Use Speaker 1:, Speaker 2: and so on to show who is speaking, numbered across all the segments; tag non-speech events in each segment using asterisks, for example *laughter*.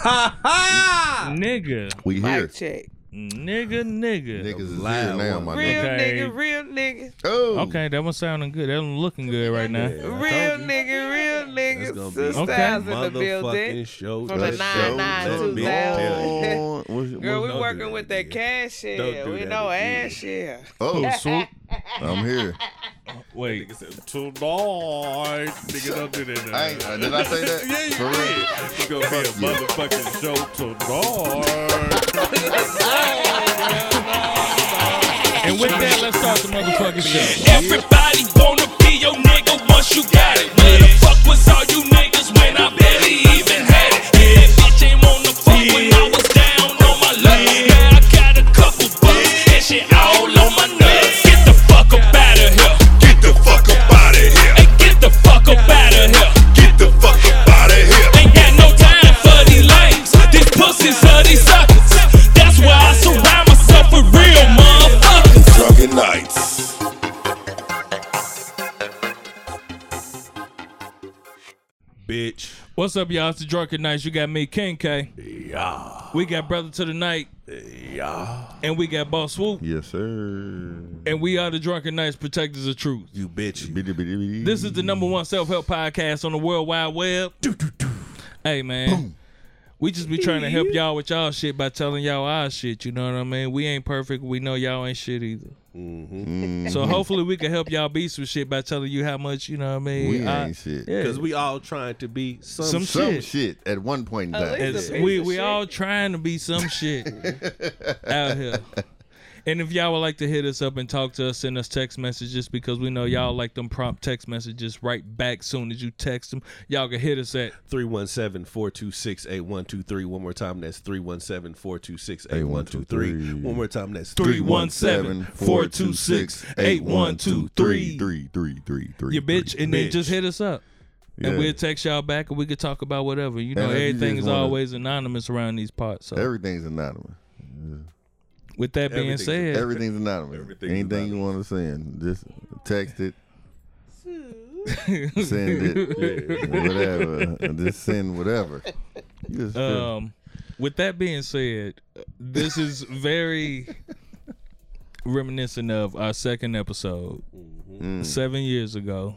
Speaker 1: Ha ha!
Speaker 2: Nigga,
Speaker 3: We here.
Speaker 1: Mic check.
Speaker 2: nigga, nigga.
Speaker 3: Niggas is here
Speaker 1: Loud
Speaker 3: now,
Speaker 1: one.
Speaker 3: my nigga.
Speaker 1: Real
Speaker 2: Okay.
Speaker 1: nigga, real nigga.
Speaker 3: Oh.
Speaker 2: Okay, that one sounding good. That one looking good right now.
Speaker 1: Real
Speaker 4: Yeah, I told you.
Speaker 1: nigga, real
Speaker 4: That's
Speaker 1: nigga.
Speaker 4: gonna be
Speaker 1: Sisters
Speaker 2: Okay.
Speaker 1: in the building.
Speaker 4: Motherfucking show.
Speaker 1: From
Speaker 4: That
Speaker 1: the
Speaker 4: show,
Speaker 1: 99
Speaker 4: that
Speaker 1: to
Speaker 4: bitch
Speaker 1: thousand.
Speaker 4: tell you.
Speaker 1: *laughs*
Speaker 3: Oh, what's-
Speaker 1: Girl,
Speaker 3: what's-
Speaker 1: we
Speaker 4: Don't do
Speaker 1: working
Speaker 4: that
Speaker 1: with that
Speaker 4: again.
Speaker 1: cash
Speaker 4: Don't
Speaker 1: shit.
Speaker 4: do
Speaker 1: We
Speaker 4: that
Speaker 1: know
Speaker 4: again.
Speaker 1: ass shit.
Speaker 2: Cool,
Speaker 3: oh,
Speaker 2: swoop.
Speaker 3: I'm here.
Speaker 2: Wait,
Speaker 4: Nigga said, Tonight, nigga, don't do that.
Speaker 3: I ain't- uh, did I say that?
Speaker 4: Yeah, you
Speaker 3: For real?
Speaker 4: did. It's gonna be a motherfucking show tonight.
Speaker 2: and with that, let's start the motherfucking show.
Speaker 5: Everybody wanna be your nigga once you got it. Where the fuck was all you niggas when I barely even had it? Yeah, that bitch ain't wanna fuck when I was down on my luck. Now I got a couple bucks and shit all on my nuts. Get the fuck up out of here.
Speaker 6: Get the fuck up out of here.
Speaker 5: Hey, get the fuck up out of here.
Speaker 6: Get the fuck up out of here.
Speaker 5: Ain't got no time for these lames. These pussies are these suckers. That's why I surround myself with real motherfuckers.
Speaker 6: Drunken nights.
Speaker 4: Bitch.
Speaker 2: What's up, y'all? It's the Drunken Nights. You got me, King K.
Speaker 4: Yeah.
Speaker 2: We got Brother to the Night,
Speaker 4: Yeah.
Speaker 2: and we got Boss Swoop,
Speaker 3: Yes, sir.
Speaker 2: and we are the Drunken Nights Protectors of Truth.
Speaker 4: You bitch.
Speaker 3: Bidi, bidi, bidi.
Speaker 2: This is the number one self help podcast on the World Wide Web. Hey, man. We just be trying to help y'all with y'all shit by telling y'all our shit. You know what I mean? We ain't perfect. We know y'all ain't shit either. So hopefully we can help y'all be some shit by telling you how much you know what I mean.
Speaker 3: We
Speaker 2: I-
Speaker 3: ain't shit.
Speaker 2: yeah.
Speaker 4: Because we all trying to be some,
Speaker 2: Some
Speaker 4: shit.
Speaker 3: Some
Speaker 2: shit.
Speaker 3: shit. at one point in
Speaker 1: At
Speaker 3: time.
Speaker 1: least
Speaker 2: It's-
Speaker 1: a piece
Speaker 2: we
Speaker 1: of
Speaker 2: we
Speaker 1: shit.
Speaker 2: all trying to be some shit out here. And if y'all would like to hit us up and talk to us, send us text messages because we know y'all like them prompt text messages right back soon as you text them. Y'all can hit us at
Speaker 4: 317-426-8123. One more time, that's 317-426-8123.
Speaker 3: 8123.
Speaker 4: One more time, that's
Speaker 2: 317-426-8123.
Speaker 3: 317-426-8123.
Speaker 2: your bitch, and then
Speaker 4: bitch.
Speaker 2: just hit us up.
Speaker 3: Yeah.
Speaker 2: And we'll text y'all back and we could talk about whatever. You know,
Speaker 3: And if you
Speaker 2: everything
Speaker 3: just
Speaker 2: is
Speaker 3: wanna-
Speaker 2: always anonymous around these parts. So,
Speaker 3: Everything's anonymous.
Speaker 2: with that being
Speaker 4: everything's-
Speaker 2: said,
Speaker 3: Everything's anonymous.
Speaker 4: Everything's
Speaker 3: Anything you want to send, just text it. send it. whatever. Just send whatever. You Just
Speaker 2: Um, with that being said, this is very reminiscent of our second episode seven years ago.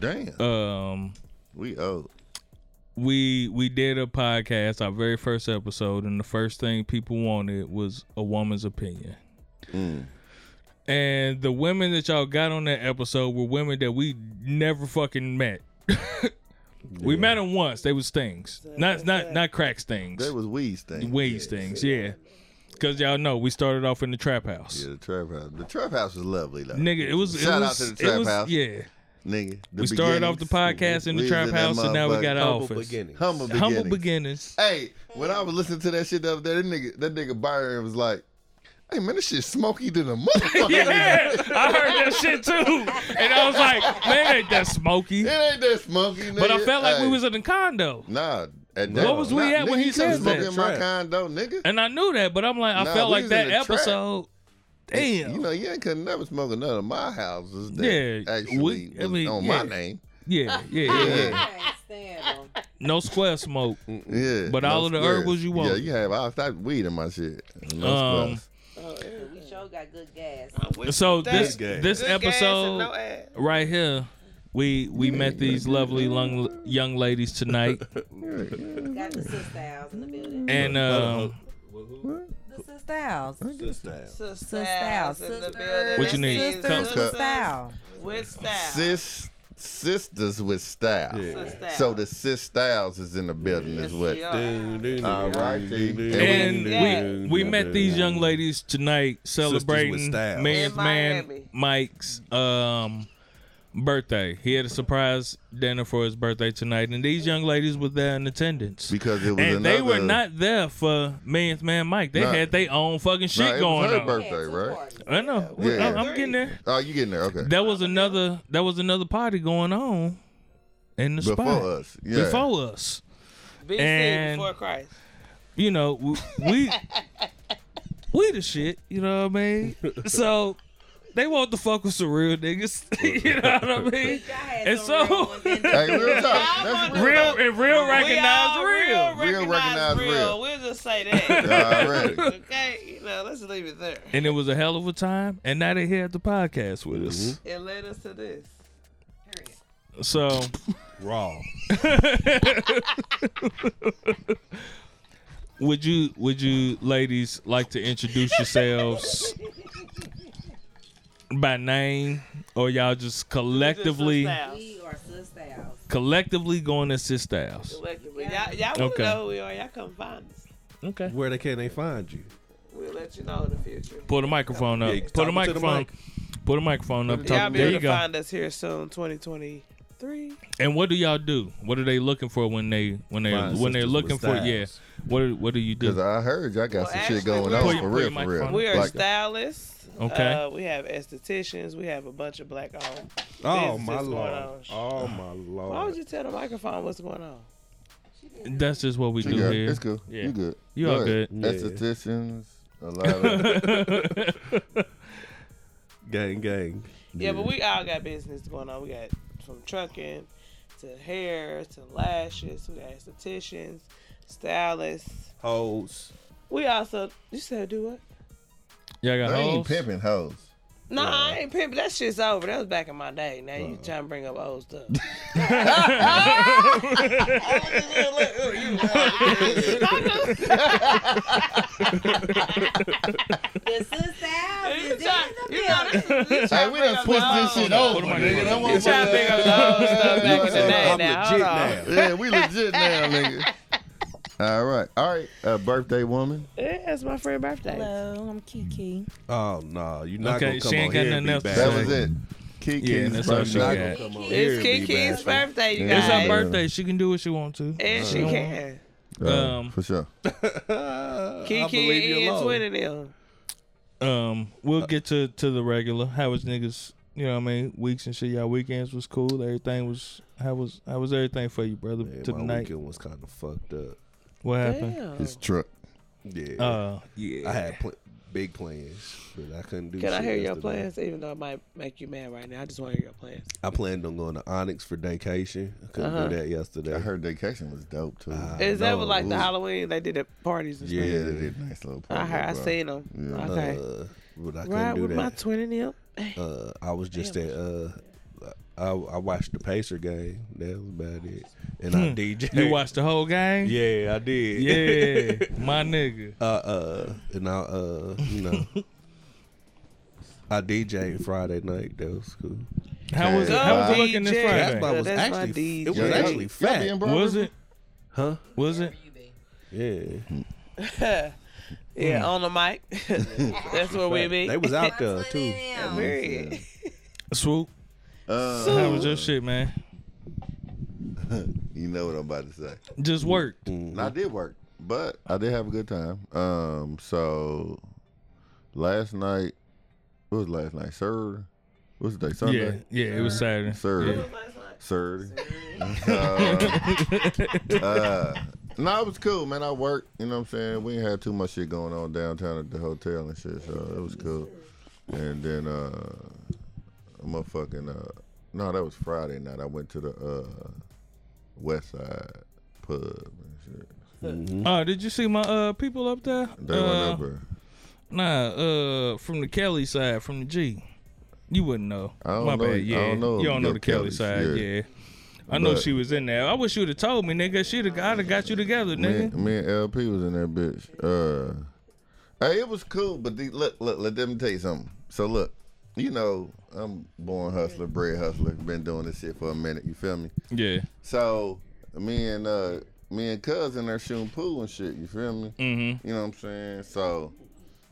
Speaker 3: damn.
Speaker 2: Um,
Speaker 3: we owe.
Speaker 2: we we did a podcast, our very first episode, and the first thing people wanted was a woman's opinion. And the women that y'all got on that episode were women that we never fucking met. *laughs* We met them once. They was things, not not not crack things.
Speaker 3: That was Weed's thing.
Speaker 2: ways things, yeah. Cause y'all know we started off in the trap house,
Speaker 3: Yeah, the trap house. The trap house was lovely though.
Speaker 2: nigga. It was it
Speaker 3: Shout out
Speaker 2: was-
Speaker 3: to the
Speaker 2: it
Speaker 3: trap
Speaker 2: was-
Speaker 3: house.
Speaker 2: Yeah,
Speaker 3: Nigga. the
Speaker 2: we started off the
Speaker 3: beginnings.
Speaker 2: podcast in the
Speaker 3: We
Speaker 2: trap
Speaker 3: was in that
Speaker 2: house, and now we got
Speaker 3: motherfucker.
Speaker 2: an
Speaker 4: Humble
Speaker 2: office.
Speaker 4: beginning.
Speaker 3: Humble beginnings.
Speaker 2: Humble beginnings.
Speaker 3: Hey, when I was listening to that shit the other day, that nigga, that nigga Byron was like, "Hey man, this shit smoky than a
Speaker 2: *laughs* *laughs*
Speaker 3: motherfucker.
Speaker 2: Yeah, I heard that shit too, and I was like, man, ain't that smoky?
Speaker 3: It ain't that smoky." Nigga.
Speaker 2: But I felt like we
Speaker 3: Hey,
Speaker 2: was in the condo,
Speaker 3: nah. At
Speaker 2: What
Speaker 3: that,
Speaker 2: was we
Speaker 3: nah,
Speaker 2: at when
Speaker 3: nigga,
Speaker 2: he
Speaker 3: you couldn't
Speaker 2: said
Speaker 3: smoke
Speaker 2: that?
Speaker 3: in my
Speaker 4: Trap.
Speaker 3: condo, nigga.
Speaker 2: and I knew that. But I'm like, I
Speaker 3: Nah,
Speaker 2: felt
Speaker 3: we
Speaker 2: like
Speaker 3: was
Speaker 2: that
Speaker 3: in the trap.
Speaker 2: episode. Damn.
Speaker 3: You know, you ain't could never smoke another my houses that
Speaker 2: Yeah,
Speaker 3: actually
Speaker 2: we- I
Speaker 3: was
Speaker 2: mean,
Speaker 3: on
Speaker 2: yeah.
Speaker 3: my name.
Speaker 2: yeah, yeah, yeah, yeah.
Speaker 7: can't stand 'em.
Speaker 2: No square smoke.
Speaker 3: Yeah.
Speaker 2: But all of the
Speaker 3: squares.
Speaker 2: herbals you
Speaker 3: Yeah,
Speaker 2: want.
Speaker 3: you have all type of weed in my shit. No
Speaker 2: Um,
Speaker 3: squares.
Speaker 7: We sure got good gas.
Speaker 2: So this
Speaker 4: Good
Speaker 2: this
Speaker 1: Good gas and
Speaker 2: episode.
Speaker 1: no ass.
Speaker 2: right here. We we met these lovely young young ladies
Speaker 3: *laughs*
Speaker 2: tonight,
Speaker 7: Got the sister house in the building.
Speaker 2: and um,
Speaker 7: The sister house.
Speaker 4: This now.
Speaker 1: Sisters
Speaker 7: Sister house.
Speaker 1: in the
Speaker 7: Sister-
Speaker 1: building.
Speaker 2: What you need?
Speaker 7: Sisters
Speaker 3: Cup.
Speaker 7: with style.
Speaker 1: With style.
Speaker 3: sis sisters with style.
Speaker 1: Sister.
Speaker 3: So the sis styles is in the building is what.
Speaker 1: Yes, we are.
Speaker 3: All right,
Speaker 2: and we
Speaker 1: Yeah.
Speaker 2: we met these young ladies tonight celebrating
Speaker 4: style.
Speaker 2: man's
Speaker 1: In
Speaker 2: man
Speaker 1: Miami.
Speaker 2: Mike's um birthday. He had a surprise dinner for his birthday tonight, and these young ladies were there in attendance.
Speaker 3: because it was
Speaker 2: And
Speaker 3: another,
Speaker 2: they were not there for man's man Mike. They
Speaker 3: Nah.
Speaker 2: had their own fucking
Speaker 3: Nah,
Speaker 2: shit
Speaker 3: it was
Speaker 2: going
Speaker 3: her
Speaker 2: on.
Speaker 3: birthday, right?
Speaker 2: I know.
Speaker 3: Yeah.
Speaker 2: I- I'm getting there.
Speaker 3: Oh, you getting there? Okay.
Speaker 2: That was another. That was another party going on in the
Speaker 3: Before
Speaker 2: spot.
Speaker 3: us, yeah.
Speaker 2: before us.
Speaker 1: BC
Speaker 2: And-
Speaker 1: before Christ.
Speaker 2: You know, w- we we the shit. You know what I mean? So they want to fuck with some real niggas. *laughs* you know what I mean?
Speaker 7: Y'all had
Speaker 2: And so-
Speaker 7: some real ones in
Speaker 3: *laughs* Hey,
Speaker 7: there.
Speaker 3: real talk.
Speaker 2: *laughs*
Speaker 1: I'm
Speaker 3: That's
Speaker 1: on
Speaker 3: real.
Speaker 2: Real
Speaker 3: talk.
Speaker 2: and real
Speaker 1: We
Speaker 2: recognize
Speaker 1: all
Speaker 2: real.
Speaker 1: Real recognize
Speaker 3: recognize
Speaker 1: real.
Speaker 3: real.
Speaker 1: We'll just
Speaker 4: *laughs*
Speaker 1: say that.
Speaker 3: Alright.
Speaker 1: okay, you know, let's leave it there.
Speaker 2: And it was a hell of a time. And now they here at the podcast with us.
Speaker 1: It led us to this.
Speaker 2: So
Speaker 4: Raw.
Speaker 2: *laughs* would you would you ladies like to introduce yourselves by name? Or y'all just collectively
Speaker 1: Just us
Speaker 7: We are sis styles.
Speaker 2: collectively going to sis styles?
Speaker 1: Collectively. Y'all, y'all want
Speaker 2: Okay.
Speaker 1: to know who we are. Y'all come find us.
Speaker 2: Okay.
Speaker 4: Where they can they find you?
Speaker 1: We'll let you know in the future.
Speaker 2: Pull the microphone up.
Speaker 4: Yeah,
Speaker 2: Put the
Speaker 4: talk into the
Speaker 2: microphone.
Speaker 4: mic.
Speaker 2: Put the microphone up.
Speaker 1: Y'all
Speaker 2: Talk,
Speaker 1: be
Speaker 2: there
Speaker 1: able
Speaker 2: you
Speaker 1: to
Speaker 2: go.
Speaker 1: find us here soon, 2023.
Speaker 2: And what do y'all do? What are they looking for when they when they
Speaker 4: Fine
Speaker 2: when they're
Speaker 4: sisters
Speaker 2: looking
Speaker 4: with
Speaker 2: for?
Speaker 4: styles.
Speaker 2: Yeah. What do- what do you
Speaker 3: Because
Speaker 2: do?
Speaker 3: I heard y'all got
Speaker 1: Well,
Speaker 3: some
Speaker 1: actually,
Speaker 3: shit going
Speaker 1: we're-
Speaker 3: on
Speaker 1: Put your-
Speaker 3: for
Speaker 2: put
Speaker 3: real,
Speaker 2: your
Speaker 3: for
Speaker 2: microphone
Speaker 3: real.
Speaker 2: up.
Speaker 1: We are
Speaker 3: Like,
Speaker 1: stylists.
Speaker 2: Okay.
Speaker 1: Uh, we have estheticians. We have a bunch of black owned.
Speaker 4: Oh
Speaker 1: Business
Speaker 4: my
Speaker 1: is going
Speaker 4: lord. Oh my
Speaker 1: Why
Speaker 4: lord.
Speaker 1: would you tell the microphone what's going on?
Speaker 2: That's just what we
Speaker 3: she
Speaker 2: do
Speaker 3: good.
Speaker 2: here.
Speaker 3: It's cool.
Speaker 2: Yeah.
Speaker 3: You good.
Speaker 2: You all
Speaker 3: ahead.
Speaker 4: good. Yeah.
Speaker 3: Estheticians, a lot of
Speaker 2: *laughs*
Speaker 4: Gang gang.
Speaker 1: Yeah, but we all got business going on. We got from trucking to hair to lashes. We got estheticians, stylists.
Speaker 4: hoes.
Speaker 1: We also you said do what?
Speaker 2: Y'all got
Speaker 3: they
Speaker 2: hoes?
Speaker 3: ain't pimping hoes.
Speaker 1: No, I ain't pimping. That shit's over. That was back in my day. Now
Speaker 3: Uh-huh.
Speaker 1: you trying to bring up old stuff.
Speaker 3: *laughs*
Speaker 1: *laughs*
Speaker 7: The sis styles
Speaker 1: you
Speaker 7: is in
Speaker 1: trying,
Speaker 7: the
Speaker 1: you know,
Speaker 7: building.
Speaker 1: this- you
Speaker 3: Hey,
Speaker 1: trying
Speaker 3: we
Speaker 1: to bring
Speaker 3: done
Speaker 1: up
Speaker 3: switched
Speaker 1: the
Speaker 3: this
Speaker 1: old-
Speaker 3: shit over,
Speaker 2: Put 'em on
Speaker 3: nigga.
Speaker 2: your-
Speaker 3: Don't
Speaker 2: You
Speaker 3: want
Speaker 1: trying to bring up the
Speaker 3: *laughs*
Speaker 1: old stuff back in the
Speaker 3: Yeah,
Speaker 1: day
Speaker 4: I'm
Speaker 1: now.
Speaker 4: legit
Speaker 1: Hold on.
Speaker 4: now.
Speaker 3: Yeah, we legit now, nigga. All right, all right. A birthday woman.
Speaker 1: Yeah, it's my friend's birthday.
Speaker 7: Hello, I'm Kiki.
Speaker 4: Oh no, you not
Speaker 2: Okay,
Speaker 4: gonna come
Speaker 2: she ain't
Speaker 4: on
Speaker 2: got
Speaker 4: here and
Speaker 2: nothing else
Speaker 4: be
Speaker 2: to
Speaker 4: back.
Speaker 3: That
Speaker 2: say.
Speaker 3: was it. Kiki's
Speaker 2: Yeah, and that's all she
Speaker 3: birthday.
Speaker 4: got.
Speaker 2: got.
Speaker 1: It's Kiki's birthday, you
Speaker 3: Yeah.
Speaker 2: It's her
Speaker 1: guys.
Speaker 2: birthday. She can do what she wants to.
Speaker 1: And she
Speaker 3: Uh-huh.
Speaker 1: can.
Speaker 3: Uh,
Speaker 2: Um,
Speaker 3: for sure.
Speaker 1: Kiki
Speaker 4: believe
Speaker 1: and
Speaker 4: you
Speaker 1: Ian
Speaker 4: alone.
Speaker 1: Twin and them.
Speaker 2: Um, we'll get to to the regular. How was niggas? You know what I mean? Weeks and shit. Y'all weekends was cool. Everything was. How was how was everything for you, brother?
Speaker 4: Yeah,
Speaker 2: to
Speaker 4: my
Speaker 2: the night.
Speaker 4: weekend was kind of fucked up.
Speaker 2: What happened?
Speaker 1: Damn.
Speaker 3: His truck.
Speaker 4: Yeah,
Speaker 2: Uh, yeah.
Speaker 4: I had pl- big plans, but I couldn't do.
Speaker 1: Can I
Speaker 4: shit
Speaker 1: hear your
Speaker 4: yesterday.
Speaker 1: plans? Even though it might make you mad right now, I just want to hear your plans.
Speaker 4: I planned on going to Onyx for vacation. I couldn't
Speaker 1: Uh-huh.
Speaker 4: do that yesterday.
Speaker 3: I heard vacation was dope too.
Speaker 4: Uh,
Speaker 1: Is that
Speaker 4: no,
Speaker 1: what like the
Speaker 4: it was-
Speaker 1: Halloween they did at parties and
Speaker 3: yeah,
Speaker 1: stuff?
Speaker 4: yeah.
Speaker 3: they did a nice little.
Speaker 1: I
Speaker 3: party,
Speaker 1: heard, I
Speaker 3: bro.
Speaker 1: seen them.
Speaker 3: Yeah.
Speaker 1: Okay.
Speaker 4: Uh, but I couldn't
Speaker 1: Ride
Speaker 4: do
Speaker 1: with
Speaker 4: that.
Speaker 1: my twin and them.
Speaker 4: uh, I was just at. Uh, I, I watched the Pacer game. That was about it. And I DJ.
Speaker 2: Hmm. You watched the whole game.
Speaker 4: Yeah, I did.
Speaker 2: Yeah, my nigga.
Speaker 4: *laughs* uh, uh, and I, uh, you
Speaker 2: *laughs*
Speaker 4: know, I DJed Friday night. That was cool.
Speaker 2: How was it?
Speaker 1: Go
Speaker 2: How was it
Speaker 1: DJ.
Speaker 2: looking this
Speaker 4: That's why
Speaker 2: Friday?
Speaker 4: it was
Speaker 1: That's my
Speaker 4: actually. It was
Speaker 1: DJ.
Speaker 4: actually
Speaker 3: Y'all be in
Speaker 4: fat.
Speaker 3: Broad
Speaker 2: Was
Speaker 3: River?
Speaker 2: it?
Speaker 4: Huh?
Speaker 2: Was it?
Speaker 4: Yeah.
Speaker 1: Yeah, on the mic. That's where we be.
Speaker 4: They was out there
Speaker 7: Put
Speaker 4: too.
Speaker 7: it
Speaker 1: *laughs*
Speaker 7: in.
Speaker 1: Period.
Speaker 2: Swoop.
Speaker 3: Uh,
Speaker 2: How was your shit, man?
Speaker 3: you know what I'm about to say.
Speaker 2: Just worked.
Speaker 3: And I did work, but I did have a good time. Um, so last night, what was last night? Saturday. What's the day?
Speaker 2: Yeah,
Speaker 3: Sunday.
Speaker 2: yeah. It was Saturday.
Speaker 3: Saturday. Saturday. Uh, uh, no, it was cool, man. I worked. You know what I'm saying? We ain't had too much shit going on downtown at the hotel and shit, so it was cool. And then, uh, motherfucking, uh, no, that was Friday night. I went to the uh, West Side pub and shit.
Speaker 2: Oh, did you see my uh people up there?
Speaker 3: Mm-hmm. They
Speaker 2: uh,
Speaker 3: went up there.
Speaker 2: Nah, uh, from the Kelly side, from the G. You wouldn't know.
Speaker 3: I don't
Speaker 2: My
Speaker 3: know-
Speaker 2: bad.
Speaker 3: I
Speaker 2: Yeah,
Speaker 3: don't know
Speaker 2: you don't know
Speaker 3: your
Speaker 2: the Kelly
Speaker 3: Kellys,
Speaker 2: side. Yeah.
Speaker 3: yeah.
Speaker 2: I know
Speaker 3: But-
Speaker 2: she was in there. I wish you'd have told me, nigga. She'd have. I'd have got you together,
Speaker 3: Me,
Speaker 2: nigga.
Speaker 3: me and LP was in that bitch. Uh, hey, it was cool, but the, look, look, let them tell you something. So look, you know, I'm born hustler, bred hustler. Been doing this shit for a minute. You feel me?
Speaker 2: Yeah.
Speaker 3: So me and uh, me and cousin are shooting pool and shit. You feel me?
Speaker 2: Mm-hmm.
Speaker 3: You know what I'm saying? So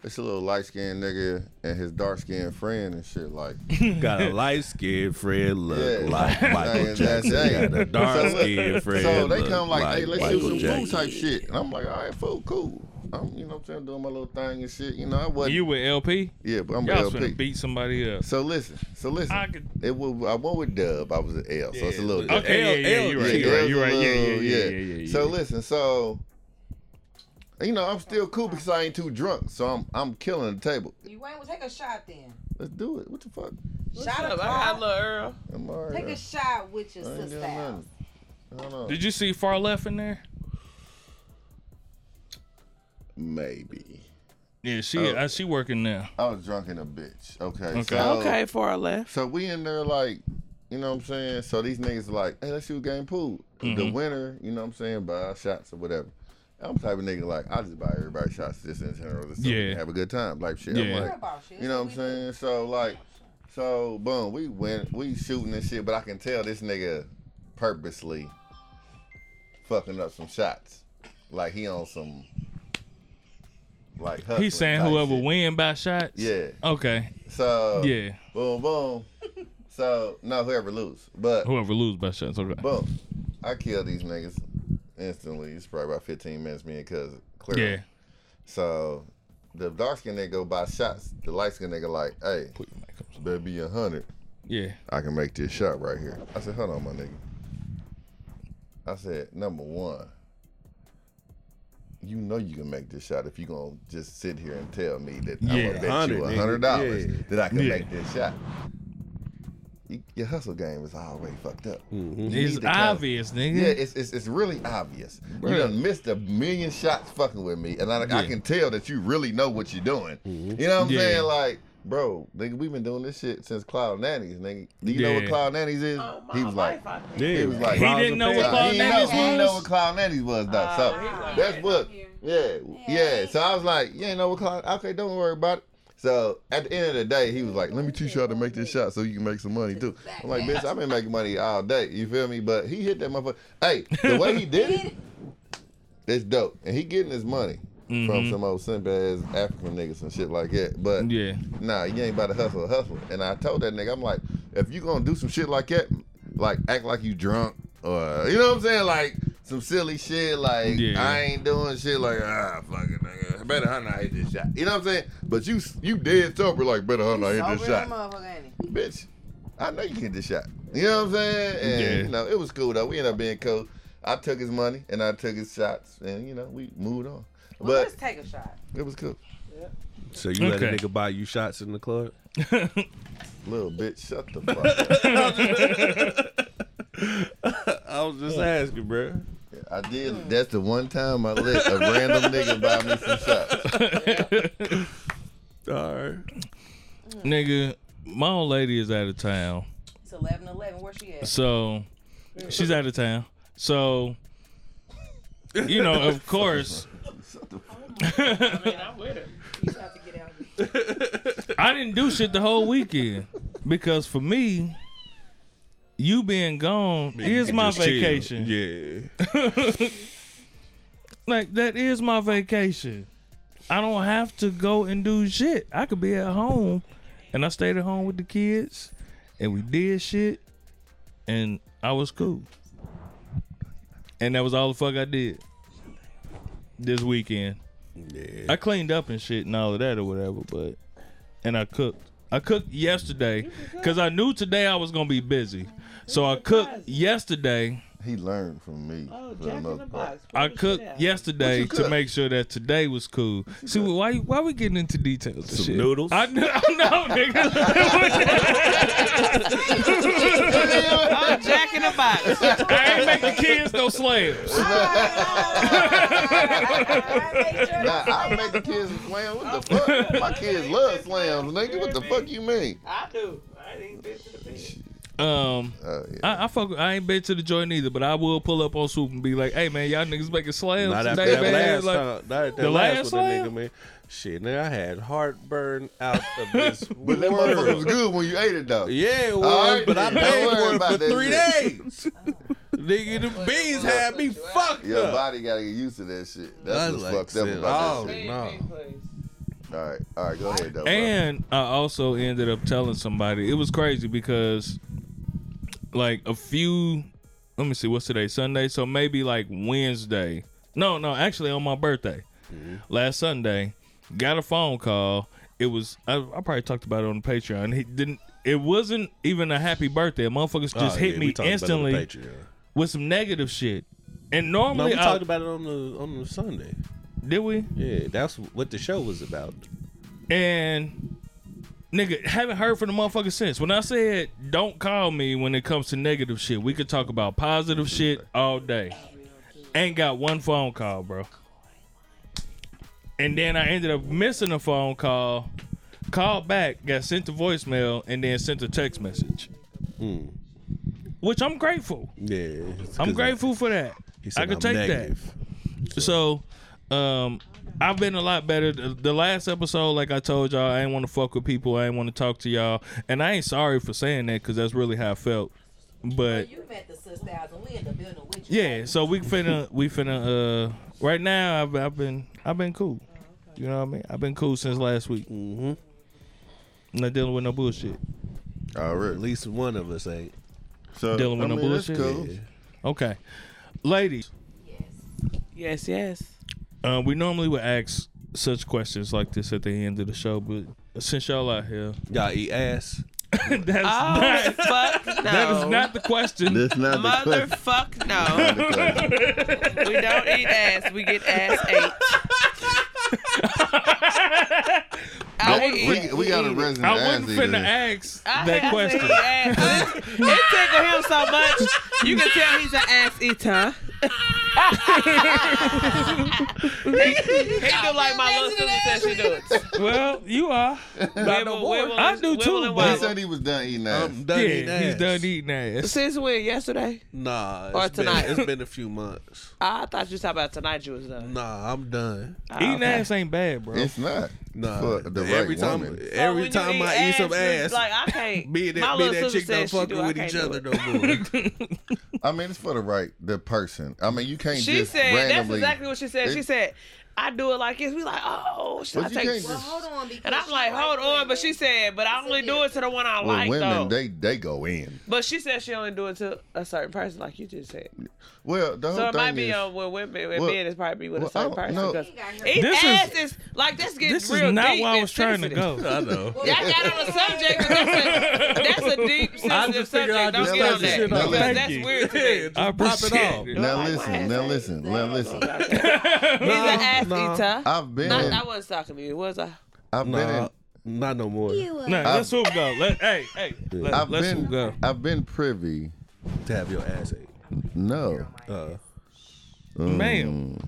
Speaker 3: it's a little light skinned nigga and his dark skinned friend and shit like.
Speaker 4: Got a light skinned Fred look
Speaker 3: Yeah. *laughs*
Speaker 4: like Michael
Speaker 3: Saying that's
Speaker 4: Jackson.
Speaker 3: it. *laughs*
Speaker 4: Got a dark
Speaker 3: So,
Speaker 4: skinned Fred
Speaker 3: So they
Speaker 4: look
Speaker 3: come like, hey, let's do
Speaker 4: Michael
Speaker 3: some
Speaker 4: Jackson.
Speaker 3: food type shit. And I'm like, all right, food, cool. I'm, you know what I'm saying, doing my little thing and shit. You know, I wasn't.
Speaker 2: You with LP?
Speaker 3: yeah, but I'm
Speaker 2: Y'all
Speaker 3: LP.
Speaker 2: finna beat somebody up.
Speaker 3: so listen, so listen.
Speaker 2: I could-
Speaker 3: It was, I went with Dub. I was an L, so it's a little.
Speaker 2: Okay, yeah, yeah,
Speaker 4: L-
Speaker 2: you're
Speaker 4: L-
Speaker 2: right.
Speaker 4: yeah,
Speaker 2: You're right. You're right.
Speaker 3: it
Speaker 2: Yeah,
Speaker 3: was a
Speaker 2: yeah,
Speaker 3: little-
Speaker 2: yeah, yeah, yeah, yeah.
Speaker 3: So listen, so You know, I'm still cool because I ain't too drunk, so I'm I'm killing the table.
Speaker 7: You ain't well, take a shot then.
Speaker 3: Let's do it. What the fuck?
Speaker 7: shot
Speaker 1: Shut up. I
Speaker 7: o'clock.
Speaker 1: got little Earl.
Speaker 3: I'm all right.
Speaker 7: Take a shot with your
Speaker 3: I ain't
Speaker 7: sister.
Speaker 3: doing
Speaker 7: out.
Speaker 3: nothing. I don't know.
Speaker 2: Did you see far left in there?
Speaker 3: Maybe.
Speaker 2: Yeah, she
Speaker 3: Oh.
Speaker 2: uh, she working now.
Speaker 3: I was drunk in a bitch. Okay.
Speaker 2: Okay.
Speaker 3: So,
Speaker 1: okay, far left.
Speaker 3: So we in there like, you know what I'm saying? So these niggas like, hey, let's shoot game pool.
Speaker 2: Mm-hmm.
Speaker 3: The winner, you know what I'm saying, buy our shots or whatever. I'm the type of nigga like, I just buy everybody shots just in general. Just so yeah.
Speaker 2: Yeah.
Speaker 3: have a good time. Like shit.
Speaker 2: Yeah.
Speaker 3: I'm
Speaker 7: Care
Speaker 3: like,
Speaker 7: about you.
Speaker 3: you know what I'm saying? So like, so boom, we went, we shooting and shit, but I can tell this nigga purposely fucking up some shots. Like he on some, like hustling
Speaker 2: He's saying
Speaker 3: type
Speaker 2: whoever
Speaker 3: shit.
Speaker 2: win by shots.
Speaker 3: Yeah. Oh.
Speaker 2: Okay.
Speaker 3: So
Speaker 2: Yeah.
Speaker 3: boom, boom. So no, whoever lose, but
Speaker 2: Whoever lose by shots. Okay.
Speaker 3: boom, I kill these niggas instantly. It's probably about 15 minutes. Me and cousin, clear.
Speaker 2: yeah.
Speaker 3: So the dark skin nigga go buy shots. The light skin nigga like, hey,
Speaker 2: Put your mic up.
Speaker 3: better be a hundred.
Speaker 2: Yeah.
Speaker 3: I can make this shot right here. I said, hold on, my nigga. I said, number one, you know you can make this shot if you gonna just sit here and tell me that
Speaker 2: Yeah,
Speaker 3: I'm gonna bet you
Speaker 4: $100,
Speaker 3: a
Speaker 4: nigga.
Speaker 3: hundred dollars
Speaker 4: Yeah.
Speaker 3: that I can
Speaker 2: Yeah.
Speaker 3: make this shot. You, your hustle game is already fucked up. You need
Speaker 2: It's
Speaker 3: to kinda-
Speaker 2: obvious, nigga.
Speaker 3: yeah, it's, it's it's really obvious. You
Speaker 2: Bruh.
Speaker 3: done missed a million shots fucking with me, and I, I
Speaker 2: Yeah. Mm-hmm.
Speaker 3: can tell that you really know what you're doing. You know what I'm
Speaker 2: Yeah.
Speaker 3: saying? Like, bro, nigga, we've been doing this shit since Cloud Nannies, nigga. Do you know what
Speaker 2: Yeah.
Speaker 3: Cloud Nannies is?
Speaker 1: Oh, my
Speaker 3: he was
Speaker 1: life,
Speaker 3: like,
Speaker 1: I think.
Speaker 4: Yeah.
Speaker 3: he was like,
Speaker 2: He
Speaker 4: Rounds
Speaker 2: didn't
Speaker 4: of
Speaker 2: know what
Speaker 4: applause.
Speaker 2: Cloud
Speaker 3: he
Speaker 2: Nannies
Speaker 3: know, he
Speaker 2: was?
Speaker 3: know what Cloud Nannies was though.
Speaker 1: Ah,
Speaker 3: so
Speaker 1: he like
Speaker 3: that's
Speaker 1: that.
Speaker 3: what,
Speaker 7: Here.
Speaker 3: yeah, yeah, So I was like, you ain't know what Cloud. Okay, don't worry about it. So at the end of the day, he was like, "Let me teach you how to make this shot so you can make some money too." I'm like, "Bitch, I've been making money all day. You feel me?" But he hit that motherfucker. Hey, the way he did it, it's dope, and he getting his money from some old simp ass African niggas and shit like that. But
Speaker 2: Yeah. *laughs*
Speaker 3: nah, you ain't about to hustle, a hustler. And I told that nigga, I'm like, if you gonna do some shit like that, like act like you drunk, or you know what I'm saying, like some silly shit, like
Speaker 2: Yeah.
Speaker 3: I ain't doing shit, like ah fucking nigga, I better I not hit this shot. You know what I'm saying? But you you dead sober, like better I not hit this
Speaker 7: Sober that
Speaker 3: shot,
Speaker 7: motherfucker, ain't he?
Speaker 3: bitch. I know you can hit this shot. You know what I'm saying? And
Speaker 2: Yeah.
Speaker 3: you know it was cool though. We ended up being cool. I took his money and I took his shots, and you know we moved on.
Speaker 7: Well,
Speaker 3: But
Speaker 7: let's take a shot.
Speaker 3: it was cool.
Speaker 4: So you let
Speaker 2: Okay.
Speaker 4: a nigga buy you shots in the club?
Speaker 3: Little bitch, shut
Speaker 2: *laughs*
Speaker 3: the fuck up.
Speaker 4: I was just asking, bro.
Speaker 3: I
Speaker 1: Hmm.
Speaker 3: did. That's the one time I let a random nigga buy me
Speaker 1: *laughs*
Speaker 3: some shots.
Speaker 4: All right.
Speaker 2: Nigga, my old lady is out of town.
Speaker 7: It's 11 11. Where she
Speaker 3: *laughs*
Speaker 7: at?
Speaker 2: So she's out of town. So you know,
Speaker 3: *laughs*
Speaker 2: of course,
Speaker 1: I mean, I'm with it.
Speaker 7: You have to get out of here.
Speaker 2: I didn't do shit the whole weekend because for me, you being gone is my
Speaker 4: Just chill.
Speaker 2: vacation.
Speaker 4: Yeah. *laughs*
Speaker 2: Like that is my vacation. I don't have to go and do shit. I could be at home, and I stayed at home with the kids, and we did shit, and I was cool. And that was all the fuck I did this weekend.
Speaker 4: Yeah.
Speaker 2: I cleaned up and shit and all of that or whatever, but and I cooked. I cooked yesterday because I knew today I was gonna be busy, so I cooked yesterday.
Speaker 3: He learned from me.
Speaker 1: Oh,
Speaker 3: for the
Speaker 1: Jack in
Speaker 3: most
Speaker 1: the
Speaker 3: part.
Speaker 1: Box.
Speaker 2: I
Speaker 1: Pull the
Speaker 2: cooked
Speaker 1: shit out.
Speaker 2: yesterday
Speaker 3: What you cook?
Speaker 2: to make sure that today was cool. See, why why we getting into details? and
Speaker 4: Some
Speaker 2: shit?
Speaker 4: noodles?
Speaker 2: I know, *laughs* I know, nigga.
Speaker 1: *laughs* Oh, Jack in the Box.
Speaker 2: *laughs* I ain't
Speaker 7: *laughs*
Speaker 2: making kids no slaves.
Speaker 3: Nah, *laughs* I make the kids some slams. What the
Speaker 1: Oh.
Speaker 3: fuck? My kids love slams, nigga. What the fuck you
Speaker 1: *laughs*
Speaker 3: mean?
Speaker 1: *laughs* I do. I ain't been to the bitch.
Speaker 2: Um,
Speaker 3: Oh
Speaker 2: *laughs*
Speaker 3: yeah.
Speaker 2: I, I fuck. with- I ain't been to the joint either, but I will pull up on Swoop and be like, "Hey man, y'all niggas making slams
Speaker 4: Not after
Speaker 2: today,
Speaker 4: that
Speaker 2: man."
Speaker 4: last
Speaker 2: like,
Speaker 4: time. Not at that
Speaker 2: The
Speaker 4: last,
Speaker 2: last
Speaker 4: one, that
Speaker 2: one?
Speaker 4: nigga, man. Shit, nigga, I had heartburn out *laughs* of this
Speaker 3: But that motherfucker was
Speaker 4: world.
Speaker 3: good when you ate it
Speaker 4: *laughs*
Speaker 3: though.
Speaker 4: Yeah, it was,
Speaker 3: All right,
Speaker 4: but I
Speaker 3: then. Don't
Speaker 4: paid
Speaker 3: worry
Speaker 4: for it
Speaker 3: about
Speaker 4: for
Speaker 3: that
Speaker 4: three
Speaker 3: shit.
Speaker 4: days. *laughs* nigga, the beans had me fucked
Speaker 3: Your
Speaker 4: up.
Speaker 3: body gotta get used to that shit.
Speaker 4: I
Speaker 3: That's
Speaker 4: was
Speaker 3: what's
Speaker 4: like,
Speaker 3: fucked up
Speaker 4: shit,
Speaker 3: about
Speaker 4: oh.
Speaker 3: that shit.
Speaker 4: No.
Speaker 3: All right, all right, go ahead
Speaker 4: Oh,
Speaker 3: though. bro.
Speaker 2: And I also ended up telling somebody. It was crazy because, like, a few. Let me see. What's today? Sunday. So maybe like Wednesday. No, no. Actually, on my birthday,
Speaker 4: Mm-hmm.
Speaker 2: last Sunday, got a phone call. It was. I, I probably talked about it on the Patreon. He didn't. It wasn't even a happy birthday. Motherfuckers just
Speaker 4: Oh,
Speaker 2: hit
Speaker 4: yeah, we
Speaker 2: me
Speaker 4: talked about it on the
Speaker 2: instantly
Speaker 4: Patreon.
Speaker 2: with some negative shit. And
Speaker 4: No,
Speaker 2: normally,
Speaker 4: we
Speaker 2: I,
Speaker 4: talked about it on the on the Sunday.
Speaker 2: did we?
Speaker 4: Yeah, that's what the show was about.
Speaker 2: And nigga, haven't heard from the motherfucker since. When I said don't call me when it comes to negative shit, we could talk about positive shit all day. Ain't got one phone call, bro. And then I ended up missing a phone call, called back, got sent a voicemail, and then sent a text message.
Speaker 4: Hmm.
Speaker 2: Which I'm grateful.
Speaker 4: Yeah, it's
Speaker 2: I'm
Speaker 4: 'cause
Speaker 2: grateful for that.
Speaker 4: he said
Speaker 2: I could
Speaker 4: I'm
Speaker 2: take that.
Speaker 4: negative.
Speaker 2: So, um, I've been a lot better. The the last episode, like I told y'all, I ain't want to fuck with people. I ain't want to talk to y'all, and I ain't sorry for saying that because that's really how I felt. But
Speaker 7: You met the sisters and we in the building with you.
Speaker 2: yeah, so we finna we finna uh right now. I've I've been I've been cool. You know what I mean? I've been cool since last week.
Speaker 4: Mm-hmm.
Speaker 2: Not dealing with no bullshit.
Speaker 4: At
Speaker 3: Already.
Speaker 4: least one of us ain't.
Speaker 3: So
Speaker 2: Dealing with
Speaker 3: I
Speaker 2: no
Speaker 3: mean, that's
Speaker 2: bullshit.
Speaker 3: cool.
Speaker 2: Okay, ladies.
Speaker 1: Yes,
Speaker 2: *laughs*
Speaker 1: yes.
Speaker 2: Uh, we normally would ask such questions like this at the end of the show, but since y'all out here, *laughs*
Speaker 4: Y'all eat ass.
Speaker 2: that's
Speaker 1: Oh,
Speaker 2: not,
Speaker 1: fuck no.
Speaker 2: that is not the question.
Speaker 3: That's not the question.
Speaker 1: Motherfuck no.
Speaker 3: Not the question.
Speaker 1: *laughs* We don't
Speaker 3: *laughs*
Speaker 1: eat ass. We get ass ate. I
Speaker 2: wouldn't
Speaker 3: We,
Speaker 1: eat-
Speaker 3: we got a resident
Speaker 2: I wasn't
Speaker 3: ass
Speaker 2: finna
Speaker 3: eater.
Speaker 2: ask
Speaker 1: I
Speaker 2: that
Speaker 1: have to
Speaker 2: question.
Speaker 1: eat ass. It tickled him so much. You can tell he's an ass eater. he he do like my little sister said she do it.
Speaker 2: Well, you are.
Speaker 1: Wibble, wibble,
Speaker 2: I do too,
Speaker 1: wibble,
Speaker 2: but-
Speaker 3: He
Speaker 1: wibble.
Speaker 3: said he was done eating ass.
Speaker 4: I'm done
Speaker 2: yeah,
Speaker 4: eating ass.
Speaker 2: he's done eating ass.
Speaker 1: Since when? Yesterday?
Speaker 4: Nah,
Speaker 1: Or
Speaker 4: it's been-
Speaker 1: tonight.
Speaker 4: it's been a few months.
Speaker 1: I thought you was talking about tonight you was done.
Speaker 4: Nah, I'm done.
Speaker 1: Oh,
Speaker 2: Eating
Speaker 1: okay.
Speaker 2: ass ain't bad, bro.
Speaker 3: It's not.
Speaker 4: Nah,
Speaker 3: For the right
Speaker 4: every time,
Speaker 3: woman.
Speaker 1: So Oh, when
Speaker 4: every
Speaker 1: you
Speaker 4: time I eat some
Speaker 1: it's
Speaker 4: ass,
Speaker 1: Like, I can't.
Speaker 4: *laughs* me and
Speaker 1: my
Speaker 4: that, me and
Speaker 1: little
Speaker 4: that
Speaker 1: sister
Speaker 4: chick don't
Speaker 1: said she
Speaker 4: fucking
Speaker 1: do, I
Speaker 4: with
Speaker 1: can't
Speaker 4: each
Speaker 1: do
Speaker 4: other
Speaker 1: it.
Speaker 4: no more.
Speaker 3: I mean, it's for the right the person. I mean, you can't
Speaker 1: *laughs* She
Speaker 3: just
Speaker 1: said, that's
Speaker 3: randomly.
Speaker 1: exactly what she said. she
Speaker 3: It-
Speaker 1: said, I do it like this. We like, oh, should
Speaker 3: But
Speaker 1: I
Speaker 3: you
Speaker 1: take
Speaker 3: can't
Speaker 7: Well,
Speaker 3: just-
Speaker 7: hold on. Because
Speaker 1: And I'm
Speaker 7: she
Speaker 1: like, hold
Speaker 7: women.
Speaker 1: on, but she said, but I
Speaker 7: It's a
Speaker 1: only do it to the one I
Speaker 3: Well,
Speaker 1: like
Speaker 3: women,
Speaker 1: though.
Speaker 3: they they go in.
Speaker 1: but she said she only do it to a certain person, like you just said.
Speaker 3: Well, the whole
Speaker 1: So it
Speaker 3: thing
Speaker 1: might be
Speaker 3: is,
Speaker 1: on with women, with
Speaker 3: Well,
Speaker 1: men, it's probably with
Speaker 3: well,
Speaker 1: a certain
Speaker 3: I don't
Speaker 1: person.
Speaker 3: know.
Speaker 1: Because
Speaker 7: He got her-
Speaker 1: eating
Speaker 2: This is-
Speaker 1: ass is, like that's getting
Speaker 2: This
Speaker 1: real
Speaker 2: is not
Speaker 1: deep
Speaker 2: where I
Speaker 1: and
Speaker 2: was trying to
Speaker 1: sensitive.
Speaker 2: go.
Speaker 4: I
Speaker 1: *laughs*
Speaker 4: know.
Speaker 1: Y'all got on a subject, but that's a, that's a deep,
Speaker 2: *laughs* I
Speaker 1: sensitive
Speaker 2: just figured
Speaker 1: subject.
Speaker 2: I'd
Speaker 1: Don't
Speaker 2: just
Speaker 1: get on
Speaker 2: cut the
Speaker 1: that.
Speaker 2: shit
Speaker 3: Now
Speaker 2: off.
Speaker 1: Because
Speaker 3: listen.
Speaker 1: that's
Speaker 2: Thank you.
Speaker 1: weird to me.
Speaker 2: *laughs* I appreciate
Speaker 4: off.
Speaker 2: it.
Speaker 3: Now
Speaker 1: Like, why
Speaker 3: listen,
Speaker 1: is
Speaker 3: now
Speaker 1: that?
Speaker 3: listen, now listen.
Speaker 1: He's an ass
Speaker 4: nah.
Speaker 1: eater.
Speaker 3: I've been,
Speaker 1: Not,
Speaker 3: in,
Speaker 1: I wasn't talking to you, was I?
Speaker 3: I've been,
Speaker 4: Nah,
Speaker 3: in,
Speaker 4: not no more.
Speaker 2: Nah, let's swoop go. Let, hey, hey, let,
Speaker 3: I've
Speaker 2: us
Speaker 3: been,
Speaker 2: swoop go.
Speaker 3: I've been privy.
Speaker 4: To have your ass ate.
Speaker 3: No,
Speaker 1: *laughs*
Speaker 4: Uh,
Speaker 3: um,
Speaker 2: Ma'am.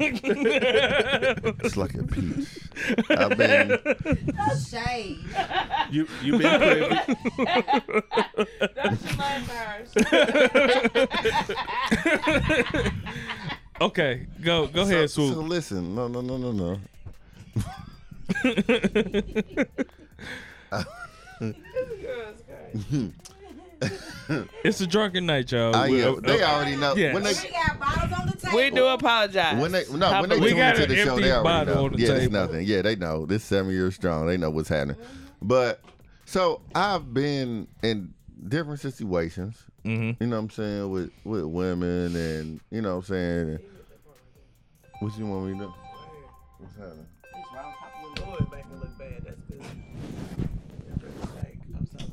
Speaker 3: it's like a peach. I've been,
Speaker 7: Shade.
Speaker 4: you you been
Speaker 1: *laughs*
Speaker 4: privy?
Speaker 2: Okay, go go
Speaker 3: so,
Speaker 2: ahead,
Speaker 3: so
Speaker 2: swoop.
Speaker 3: listen, no, no, no, no, no.
Speaker 2: It's a drunken night, y'all.
Speaker 4: Oh,
Speaker 3: I,
Speaker 2: We-
Speaker 3: yeah,
Speaker 2: uh,
Speaker 3: they
Speaker 2: uh,
Speaker 3: already know
Speaker 2: yes.
Speaker 3: when they
Speaker 7: We got bottles on the table.
Speaker 1: We do apologize.
Speaker 3: when they no when they
Speaker 1: We
Speaker 3: tune
Speaker 2: got
Speaker 3: into
Speaker 2: an
Speaker 3: the show
Speaker 2: empty
Speaker 3: they already
Speaker 2: bottle
Speaker 3: know.
Speaker 2: on the
Speaker 3: yeah, it's
Speaker 2: table.
Speaker 3: nothing. Yeah, they know. This seven years strong. They know what's happening. But so I've been in different situations.
Speaker 2: Mhm.
Speaker 3: You know what I'm saying with with women and you know what I'm saying. and- what you want me to do? What's happening? What is it?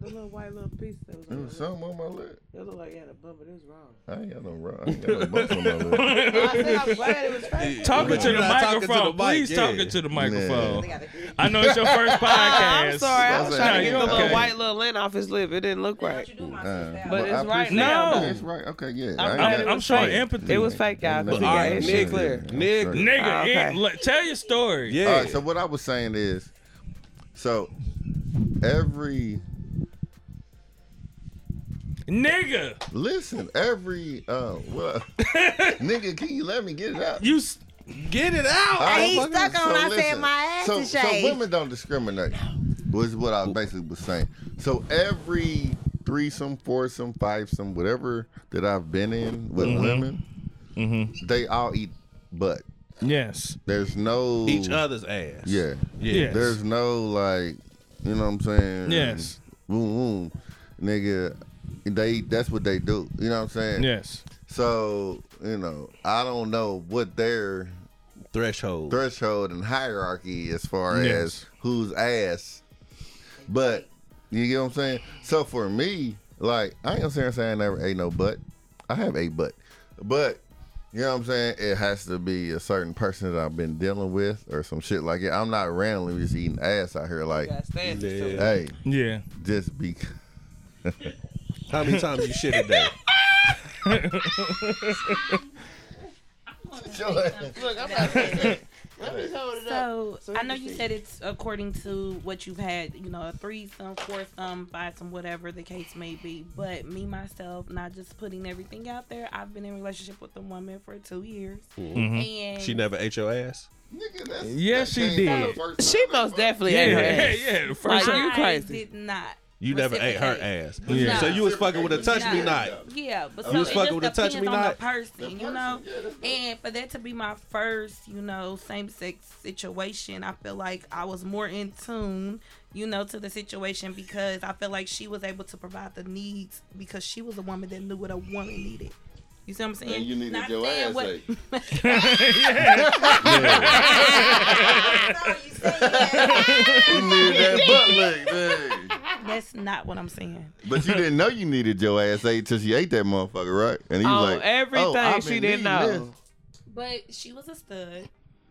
Speaker 1: The little white little piece that was
Speaker 3: There
Speaker 1: on
Speaker 3: was something on my lip.
Speaker 1: It looked like you had a bum, but it was wrong.
Speaker 3: I ain't got no rock. I ain't got no bumps on my lip.
Speaker 1: *laughs* *laughs* I said I'm glad it was fake.
Speaker 2: Talking to
Speaker 4: You're
Speaker 2: the
Speaker 4: not talking to
Speaker 2: microphone.
Speaker 4: the mic,
Speaker 2: Please
Speaker 4: yeah.
Speaker 2: talking to the microphone.
Speaker 7: They got the-
Speaker 2: I know it's your first podcast.
Speaker 1: *laughs* I'm sorry. I was
Speaker 3: That's
Speaker 1: trying to
Speaker 3: okay.
Speaker 1: get the little
Speaker 2: Okay.
Speaker 1: white little lint off his lip. It didn't look right.
Speaker 7: What you do, my
Speaker 3: Uh,
Speaker 7: sister?
Speaker 1: *laughs*
Speaker 3: I
Speaker 1: But it's right
Speaker 3: appreciate-
Speaker 1: now.
Speaker 3: Yeah, It's right. Okay, yeah. I ain't
Speaker 1: I'm-
Speaker 3: got-
Speaker 1: it
Speaker 2: I'm
Speaker 1: was
Speaker 2: showing
Speaker 1: fake.
Speaker 2: empathy.
Speaker 1: It was fake, guys.
Speaker 3: Nothing.
Speaker 1: But we got
Speaker 4: Alright,
Speaker 1: it.
Speaker 4: nigga. nigga.
Speaker 3: I'm sorry.
Speaker 2: Nigga,
Speaker 1: Oh, okay.
Speaker 2: it, look, tell your story.
Speaker 4: Yeah.
Speaker 3: All right. So what I was saying is, so every
Speaker 2: Nigga,
Speaker 3: listen, every uh,
Speaker 8: *laughs*
Speaker 3: well, nigga, can you let me get it out?
Speaker 2: you s-
Speaker 4: Get it out.
Speaker 3: All right,
Speaker 8: He
Speaker 3: fuck
Speaker 8: stuck
Speaker 3: it.
Speaker 8: on, I said my ass
Speaker 3: so,
Speaker 8: is
Speaker 3: so
Speaker 8: shaved.
Speaker 3: women don't discriminate. Was what I basically was saying. So every threesome, foursome, fivesome, whatever that I've been in with
Speaker 8: Mm-hmm.
Speaker 3: women, they all eat butt.
Speaker 2: Yes.
Speaker 3: There's no
Speaker 4: Each other's ass.
Speaker 3: Yeah.
Speaker 2: Yes.
Speaker 3: There's no like, you know what I'm saying?
Speaker 2: Yes.
Speaker 3: Boom, boom, nigga. They that's what they do. You know what I'm saying?
Speaker 2: Yes.
Speaker 3: So you know, I don't know what their
Speaker 4: Threshold.
Speaker 3: threshold and hierarchy as far
Speaker 2: Yes.
Speaker 3: as whose ass, but you get what I'm saying. So for me, like I ain't gonna say I never ate no butt. I have ate butt, but You know what I'm saying? It has to be a certain person that I've been dealing with or some shit like it. I'm not randomly just eating ass out here. Like,
Speaker 1: gotta stand
Speaker 4: Yeah.
Speaker 1: yourself.
Speaker 3: hey,
Speaker 2: Yeah.
Speaker 3: just be. *laughs*
Speaker 4: How many times you shit a day?
Speaker 1: Look, I'm not saying that. Let me hold it up.
Speaker 8: So I know you said it's according to what you've had, you know, a threesome, foursome, fivesome, whatever the case may be. But me myself, not just putting everything out there, I've been in a relationship with a woman for two years, and
Speaker 4: She never ate your ass.
Speaker 3: Nigga, that's,
Speaker 2: Yes, she did.
Speaker 1: She most definitely
Speaker 2: Yeah,
Speaker 1: ate
Speaker 2: *laughs*
Speaker 1: her
Speaker 2: yeah,
Speaker 1: ass.
Speaker 2: yeah. The
Speaker 1: Like,
Speaker 2: first time.
Speaker 1: you
Speaker 8: I
Speaker 1: crazy.
Speaker 8: did not.
Speaker 4: You never ate her
Speaker 8: reciprocate.
Speaker 4: ass.
Speaker 2: Yeah.
Speaker 4: So
Speaker 8: No.
Speaker 4: you was fucking with a touch me
Speaker 8: No.
Speaker 4: night.
Speaker 8: Yeah, but so
Speaker 4: was
Speaker 8: it
Speaker 4: fucking
Speaker 8: just
Speaker 4: with a
Speaker 8: depends
Speaker 4: touch me
Speaker 8: on the
Speaker 4: not-
Speaker 8: person, you know. and for that to be my first, you know, same sex situation, I feel like I was more in tune, you know, to the situation because I feel like she was able to provide the needs because she was a woman that knew what a woman needed. You see what I'm saying?
Speaker 3: And you needed your ass
Speaker 8: saying
Speaker 3: ate.
Speaker 7: So you said that.
Speaker 3: You needed that butt lick, man.
Speaker 8: *laughs* That's not what I'm saying.
Speaker 3: But you didn't know you needed your ass ate till she ate that motherfucker, right? And he
Speaker 1: Oh,
Speaker 3: was like,
Speaker 1: everything
Speaker 3: oh, I've
Speaker 1: she
Speaker 3: been
Speaker 1: didn't
Speaker 3: needing
Speaker 1: know.
Speaker 8: But she was a stud.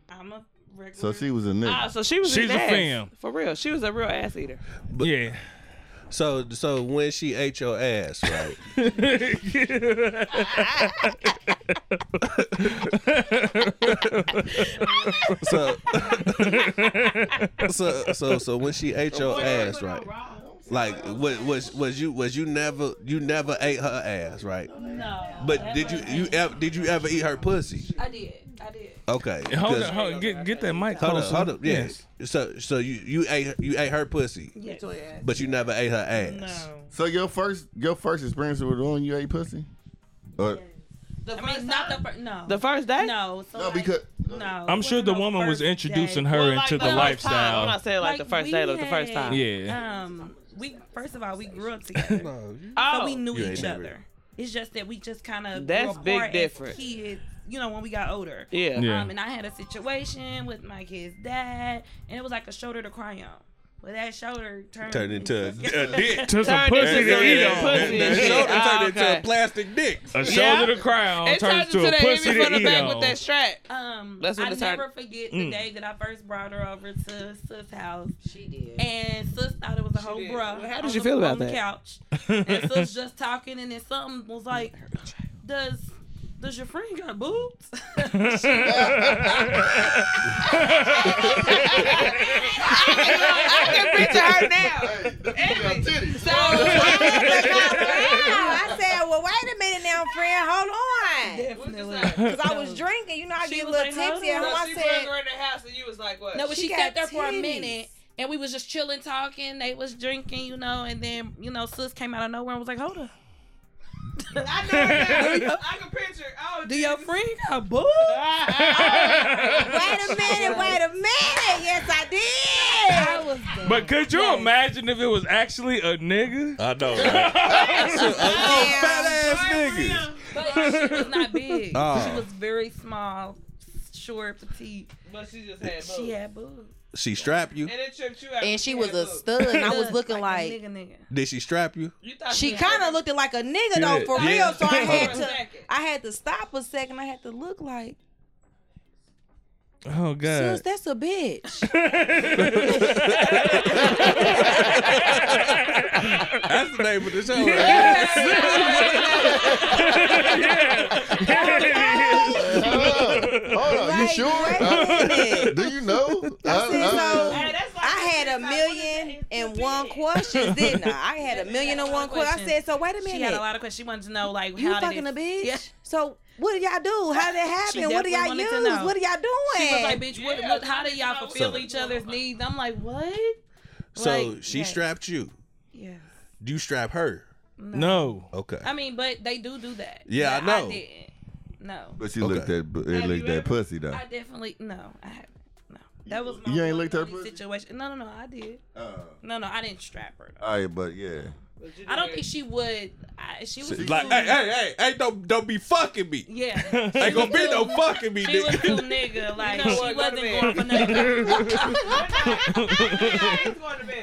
Speaker 8: I'm a
Speaker 3: this.
Speaker 8: regular.
Speaker 3: So she was a nigga.
Speaker 1: Ah, so she was
Speaker 2: She's
Speaker 1: eating
Speaker 2: a
Speaker 1: ass.
Speaker 2: fam.
Speaker 1: For real. She was a real ass eater.
Speaker 2: yeah. *laughs*
Speaker 4: So so when she ate your ass, right? so so so so when she ate your ass, right? Like was was was you was you never you never ate her ass, right?
Speaker 8: no.
Speaker 4: But did you you ever, did you ever eat her pussy?
Speaker 8: I did. I did.
Speaker 4: Okay.
Speaker 2: Hold
Speaker 4: 'cause-
Speaker 2: up, hold up. Get, get that mic
Speaker 4: Hold up,
Speaker 2: closer.
Speaker 4: hold up. Yes. So so you you ate you ate her pussy,
Speaker 8: Yes.
Speaker 4: but you never ate her ass.
Speaker 8: No.
Speaker 3: so your first your first experience with a woman, you ate pussy? Uh, Or,
Speaker 8: I mean, not the first. No.
Speaker 1: The first day?
Speaker 8: no. So
Speaker 3: no,
Speaker 8: like,
Speaker 3: because
Speaker 8: No.
Speaker 2: I'm sure the woman was introducing her
Speaker 1: Well, like
Speaker 2: into the
Speaker 1: first Time. I'm
Speaker 2: lifestyle.
Speaker 1: not saying like, the first day, like the first time.
Speaker 2: Yeah.
Speaker 8: Um, we first of all we grew
Speaker 2: *laughs*
Speaker 8: up together,
Speaker 1: Oh,
Speaker 8: so we knew
Speaker 4: You ain't
Speaker 8: each
Speaker 4: never-
Speaker 8: other. It's just that we just kind of
Speaker 1: That's big difference.
Speaker 8: Kids, you know, when we got older.
Speaker 1: yeah.
Speaker 2: Yeah.
Speaker 8: Um, and I had a situation with my kid's dad, and it was like a shoulder to cry on. Well, that shoulder turned,
Speaker 4: Turned into a, a
Speaker 1: uh,
Speaker 4: dick.
Speaker 2: To some
Speaker 1: Turned
Speaker 2: pussy
Speaker 1: into
Speaker 2: to eat
Speaker 1: some
Speaker 2: on.
Speaker 1: pussy
Speaker 4: That
Speaker 1: and shit.
Speaker 4: shoulder
Speaker 1: Ah,
Speaker 4: turned into
Speaker 1: okay.
Speaker 4: a plastic dick.
Speaker 2: A
Speaker 1: Yeah.
Speaker 2: shoulder to cry on
Speaker 1: It
Speaker 2: turns
Speaker 1: turns
Speaker 2: to
Speaker 1: into
Speaker 2: a
Speaker 1: that
Speaker 2: pussy
Speaker 1: hit me
Speaker 2: to
Speaker 1: from the
Speaker 2: eat
Speaker 1: back with
Speaker 2: *laughs*
Speaker 1: that
Speaker 2: on.
Speaker 1: strap.
Speaker 8: Um,
Speaker 1: That's when
Speaker 8: I
Speaker 1: the turn-
Speaker 8: never forget the
Speaker 2: Mm.
Speaker 8: day that I first brought her over to sis' house,
Speaker 7: *laughs* She did.
Speaker 8: and sis thought it was a whole
Speaker 1: did.
Speaker 8: bra.
Speaker 1: How did
Speaker 8: on
Speaker 1: you
Speaker 8: the-
Speaker 1: feel about
Speaker 8: on the
Speaker 1: that?
Speaker 8: Couch,
Speaker 7: *laughs*
Speaker 8: and
Speaker 1: *laughs*
Speaker 8: sis just talking, and then something was like, "Does does your friend got
Speaker 7: *laughs*
Speaker 8: boobs?"
Speaker 1: I can picture her now. So
Speaker 3: *laughs*
Speaker 7: I said, well, wait a minute now, friend. Hold on.
Speaker 8: Definitely.
Speaker 7: Because I was drinking. You know, I
Speaker 8: She
Speaker 7: get a
Speaker 8: was
Speaker 7: little
Speaker 8: like,
Speaker 7: tipsy at home.
Speaker 8: hold on.
Speaker 7: I said,
Speaker 1: in the house and you was like, what?
Speaker 8: No, but
Speaker 7: She
Speaker 8: she,
Speaker 7: got
Speaker 8: sat there for a
Speaker 7: titties.
Speaker 8: minute. And we was just chilling, talking. They was drinking, you know, and then you know, sis came out of nowhere and was like, "Hold up,
Speaker 1: I know now. I can picture. Oh,
Speaker 8: do your friend got boobs?"
Speaker 7: wait a minute, wait a minute. Yes, I did.
Speaker 8: I was dead.
Speaker 2: But could you imagine if it was actually
Speaker 4: *laughs*
Speaker 2: a nigga?
Speaker 4: I know. Right? *laughs* uh,
Speaker 7: Damn.
Speaker 4: niggas.
Speaker 8: But she was *laughs* not big.
Speaker 4: Oh.
Speaker 8: She was very small, short, petite.
Speaker 1: But she just had
Speaker 8: She had boobs.
Speaker 4: She strap you?
Speaker 1: it tripped you out.
Speaker 7: And she was a stud, and I *laughs* was
Speaker 8: Look,
Speaker 7: looking
Speaker 8: a
Speaker 7: like.
Speaker 8: nigga, nigga.
Speaker 4: Did she strap you?
Speaker 7: She kind of looked like a nigga though, for
Speaker 4: Yeah.
Speaker 7: real.
Speaker 4: *laughs*
Speaker 7: So I had
Speaker 1: Hold on.
Speaker 7: to, I had to stop a second. I had to look like,
Speaker 2: *laughs* Oh
Speaker 7: sis,
Speaker 2: god.
Speaker 7: that's a bitch.
Speaker 4: That's the name of the show. Right? Yeah.
Speaker 3: hold on, you
Speaker 7: Like,
Speaker 3: sure?
Speaker 7: wait a
Speaker 3: Uh,
Speaker 7: minute.
Speaker 3: do you know?
Speaker 7: I said, so
Speaker 3: I-
Speaker 7: I had a million and one questions, didn't I? I had a million and one questions. I said, so wait a
Speaker 8: She had a
Speaker 7: minute.
Speaker 8: lot of questions. She wanted to know like
Speaker 7: You
Speaker 8: how
Speaker 7: fucking
Speaker 8: did
Speaker 7: a
Speaker 8: it,
Speaker 7: bitch?
Speaker 8: Yeah.
Speaker 7: So what do y'all do? How did that
Speaker 8: She
Speaker 7: happen? What do y'all
Speaker 8: definitely wanted to
Speaker 7: use?
Speaker 8: know.
Speaker 7: What are y'all
Speaker 8: She was like, *laughs*
Speaker 7: doing?
Speaker 8: "Bitch, what, what, how do y'all fulfill
Speaker 4: So-
Speaker 8: each other's needs?" I'm like, "What?"
Speaker 4: So
Speaker 8: Like,
Speaker 4: she
Speaker 8: yeah.
Speaker 4: strapped you.
Speaker 8: Yeah.
Speaker 4: You strap her.
Speaker 2: No.
Speaker 4: Okay.
Speaker 8: I mean, but they do do that.
Speaker 4: Yeah,
Speaker 8: But
Speaker 4: I know.
Speaker 8: didn't. No,
Speaker 3: But she
Speaker 4: Okay.
Speaker 3: licked that, bu- it licked that pussy though.
Speaker 8: I definitely no. I haven't. No, that was my
Speaker 3: You ain't
Speaker 8: one
Speaker 3: licked her
Speaker 8: and only
Speaker 3: pussy?
Speaker 8: situation. No, no, no. I did.
Speaker 3: Uh,
Speaker 8: No, no, I didn't strap her. Though.
Speaker 3: all right, but yeah,
Speaker 8: I don't think she would. I, she was
Speaker 4: Like,
Speaker 8: too-
Speaker 4: hey, hey, hey, hey, don't don't be fucking me.
Speaker 8: yeah.
Speaker 4: Ain't gonna
Speaker 2: *laughs*
Speaker 4: be no fucking me,
Speaker 8: She was too
Speaker 4: nigga.
Speaker 8: nigga. Like
Speaker 1: know
Speaker 8: she
Speaker 1: what, go to
Speaker 8: wasn't
Speaker 1: bed.
Speaker 8: going for nothing.
Speaker 1: He's going to bed.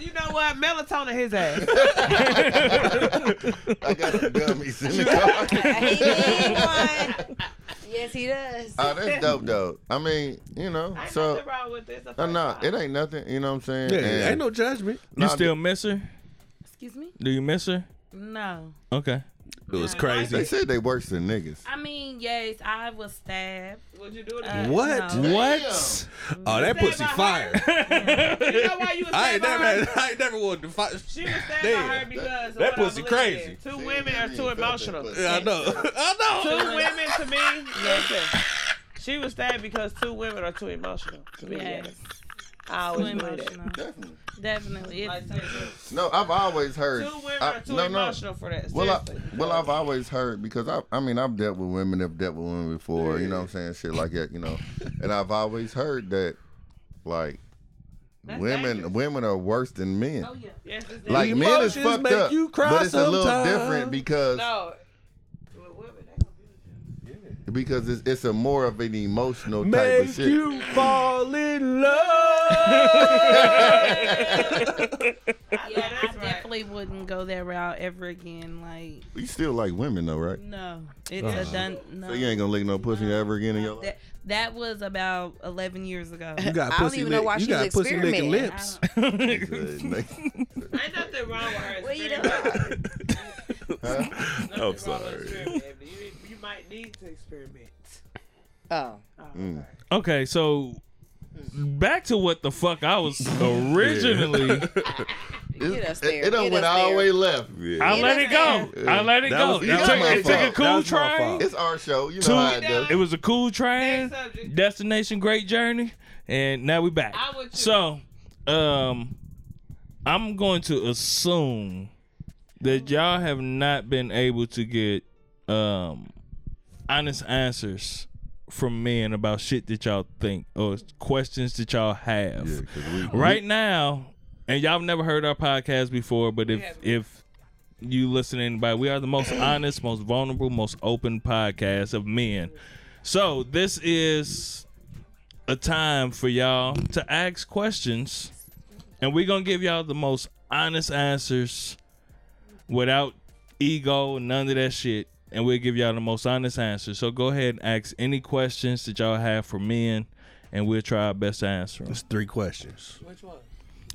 Speaker 1: you know what? Melatonin his ass.
Speaker 3: I got some gummies in the
Speaker 1: *laughs*
Speaker 3: car.
Speaker 7: He need
Speaker 3: *laughs*
Speaker 7: one. Yes, he does.
Speaker 3: oh, that's dope though. I mean, you know,
Speaker 1: Ain't
Speaker 3: so
Speaker 1: nothing wrong with this.
Speaker 3: no, no, it ain't nothing. You know what I'm saying?
Speaker 4: Yeah,
Speaker 3: And-
Speaker 4: ain't no judgment.
Speaker 2: You
Speaker 3: Nah,
Speaker 2: still miss her?
Speaker 8: Excuse me?
Speaker 2: Do you miss her?
Speaker 8: No.
Speaker 2: Okay.
Speaker 4: It was
Speaker 3: They
Speaker 4: crazy.
Speaker 3: said they worse than niggas.
Speaker 8: I mean, yes, I was stabbed.
Speaker 1: Would you do it?
Speaker 8: Uh,
Speaker 4: What?
Speaker 8: no.
Speaker 2: What?
Speaker 4: Oh, that pussy fire.
Speaker 1: you know why you was
Speaker 4: I
Speaker 1: stabbed
Speaker 4: ain't
Speaker 1: by
Speaker 4: never,
Speaker 1: her?
Speaker 4: had, I ain't never wanted to fight.
Speaker 1: She was stabbed by her
Speaker 4: Damn.
Speaker 1: because of
Speaker 4: that
Speaker 1: what I
Speaker 4: pussy
Speaker 1: believe in.
Speaker 4: crazy.
Speaker 1: Two women are too emotional. Two
Speaker 4: Yeah, I know. *laughs* I know.
Speaker 1: women to me,
Speaker 3: *laughs*
Speaker 1: listen. She was stabbed because two women are too emotional. To me,
Speaker 8: Yes.
Speaker 1: I
Speaker 8: Too
Speaker 1: always believe that.
Speaker 8: emotional.
Speaker 3: Definitely.
Speaker 8: Definitely.
Speaker 1: Like,
Speaker 8: It's,
Speaker 1: seriously.
Speaker 3: No, I've always heard.
Speaker 1: Two women
Speaker 3: I-
Speaker 1: are too
Speaker 3: no, no.
Speaker 1: emotional for that.
Speaker 3: Well, I,
Speaker 1: Seriously.
Speaker 3: well, I've always heard because I, I mean, I've dealt with women, I've dealt with women before, you know what I'm saying, shit like that, you
Speaker 1: *laughs*
Speaker 3: know, and I've always heard that, like,
Speaker 1: That's
Speaker 3: women,
Speaker 1: dangerous.
Speaker 3: women are worse than men.
Speaker 8: oh, yeah.
Speaker 1: Yes, it's
Speaker 3: Like
Speaker 1: dangerous.
Speaker 3: men is
Speaker 4: Emotions
Speaker 3: fucked
Speaker 4: make
Speaker 3: up,
Speaker 4: you cry
Speaker 3: but it's a little
Speaker 4: sometimes.
Speaker 3: different because
Speaker 1: no. With women, they gonna be-
Speaker 3: because it's, it's a more of an emotional type of
Speaker 4: Make
Speaker 3: shit.
Speaker 4: you fall in
Speaker 3: *laughs*
Speaker 4: love.
Speaker 8: Yeah, I
Speaker 1: "Oh, that's right.
Speaker 8: definitely wouldn't go that route ever again. Like,
Speaker 3: You still like women though, right?
Speaker 8: no. It's
Speaker 2: Uh-uh.
Speaker 8: a done. No.
Speaker 3: So you ain't gonna lick no pussy ever again in your life.
Speaker 7: *laughs*
Speaker 8: that, that was about 11 years ago.
Speaker 4: you got
Speaker 7: I don't
Speaker 4: pussy
Speaker 7: even know
Speaker 4: lick-
Speaker 7: why
Speaker 4: you
Speaker 7: she
Speaker 4: got
Speaker 7: was
Speaker 4: pussy licking
Speaker 7: experimenting.
Speaker 4: lips.
Speaker 2: *laughs*
Speaker 3: *laughs*
Speaker 1: Ain't nothing wrong with her.
Speaker 7: What you
Speaker 1: experience.
Speaker 7: doing?
Speaker 3: Huh?
Speaker 1: Nothing
Speaker 4: I'm
Speaker 1: wrong with
Speaker 4: sorry.
Speaker 1: experimenting. You, you might need to experiment.
Speaker 7: Oh.
Speaker 1: Oh,
Speaker 3: Mm.
Speaker 2: Okay, so back to what the fuck
Speaker 4: *laughs*
Speaker 2: I was originally.
Speaker 7: Get us
Speaker 3: It,
Speaker 7: there.
Speaker 3: it done
Speaker 7: Get
Speaker 3: went
Speaker 7: us
Speaker 3: all the
Speaker 7: there.
Speaker 3: way left.
Speaker 2: I let it go. I let it
Speaker 4: That
Speaker 2: go.
Speaker 4: was-
Speaker 2: it
Speaker 4: that was
Speaker 2: took,
Speaker 4: my
Speaker 2: it took a
Speaker 4: fault.
Speaker 2: cool
Speaker 4: That was my
Speaker 2: train.
Speaker 4: fault.
Speaker 3: It's our show. You know
Speaker 2: Two-
Speaker 3: how it does.
Speaker 2: It was a cool train.
Speaker 1: Next subject.
Speaker 2: Destination great journey. And now we back.
Speaker 1: I would too.
Speaker 2: So, um I'm going to assume that y'all have not been able to get um honest answers from men about shit that y'all think or questions that y'all have.
Speaker 3: Yeah, 'cause we-
Speaker 2: right now, and y'all have never heard our podcast before, but if
Speaker 1: haven't.
Speaker 2: if you listen to anybody, we are the
Speaker 1: *coughs*
Speaker 2: most honest, most vulnerable, most open podcast of men. So this is a time for y'all to ask questions, and we're gonna give y'all the most honest answers without ego and none of that shit. And we'll give y'all the most honest answers. So go ahead and ask any questions that y'all have for men, and we'll try our best to answer them.
Speaker 4: It's three questions.
Speaker 1: Which one?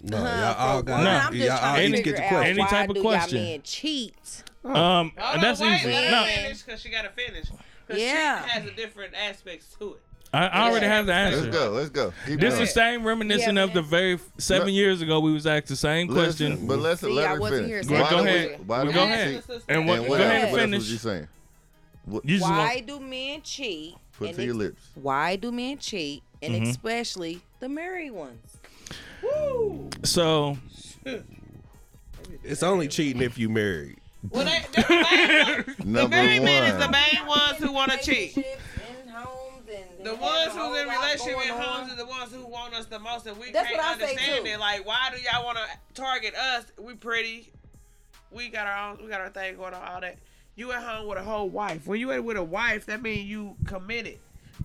Speaker 4: No,
Speaker 7: Huh,
Speaker 4: y'all all
Speaker 7: for
Speaker 4: got
Speaker 7: one,
Speaker 2: No.
Speaker 7: I'm just
Speaker 4: y'all all
Speaker 7: trying
Speaker 2: any-
Speaker 4: each
Speaker 7: to figure
Speaker 4: get the
Speaker 7: out
Speaker 4: question.
Speaker 2: any
Speaker 7: why
Speaker 2: type of
Speaker 7: do
Speaker 2: question.
Speaker 7: y'all men cheat?
Speaker 2: Um,
Speaker 1: Hold
Speaker 2: and that's
Speaker 1: on, wait,
Speaker 2: easy.
Speaker 1: Let
Speaker 2: No,
Speaker 1: her finish because she got to finish. 'Cause
Speaker 7: Yeah.
Speaker 1: She has a different aspects to it.
Speaker 2: I, I already have the answer.
Speaker 3: Let's go. Let's go. Keep
Speaker 2: This
Speaker 3: going.
Speaker 2: is same reminiscent
Speaker 7: Yeah,
Speaker 2: of the
Speaker 7: man.
Speaker 2: very f- seven
Speaker 3: No.
Speaker 2: years ago we was asked the same
Speaker 3: Listen,
Speaker 2: question.
Speaker 3: But let's
Speaker 7: See,
Speaker 3: let
Speaker 7: I
Speaker 3: her
Speaker 7: wasn't
Speaker 3: finish.
Speaker 7: here, so
Speaker 2: Go
Speaker 3: why do
Speaker 2: ahead.
Speaker 3: We, why do
Speaker 2: Go
Speaker 3: we
Speaker 2: ahead.
Speaker 3: cheat?
Speaker 2: And what-
Speaker 3: And
Speaker 2: go
Speaker 3: what,
Speaker 2: ahead and
Speaker 3: else, what else
Speaker 2: finish.
Speaker 3: was you saying?
Speaker 2: You just
Speaker 7: Why
Speaker 2: want,
Speaker 7: do men cheat?
Speaker 3: Put
Speaker 7: And
Speaker 3: to your
Speaker 7: ex-
Speaker 3: lips.
Speaker 7: Why do men cheat? And
Speaker 2: Mm-hmm.
Speaker 7: especially the married ones.
Speaker 2: so
Speaker 4: It's only cheating if you married.
Speaker 1: Well, they, the bad ones-
Speaker 3: *laughs*
Speaker 1: the
Speaker 3: Number
Speaker 1: married men is the
Speaker 3: one.
Speaker 1: bad ones who want to cheat.
Speaker 7: Relationships and homes and-
Speaker 1: The
Speaker 7: and
Speaker 1: ones
Speaker 7: having a
Speaker 1: who's in
Speaker 7: whole lot
Speaker 1: relationship
Speaker 7: going
Speaker 1: and
Speaker 7: on.
Speaker 1: homes are the ones who want us the most, and we
Speaker 7: That's
Speaker 1: can't
Speaker 7: what I say,
Speaker 1: understand
Speaker 7: too.
Speaker 1: it. Like, why do y'all want to target us? We pretty, we got our own, we got our thing going on, all that. You at home with a whole wife. When you ain't with a wife, that means you committed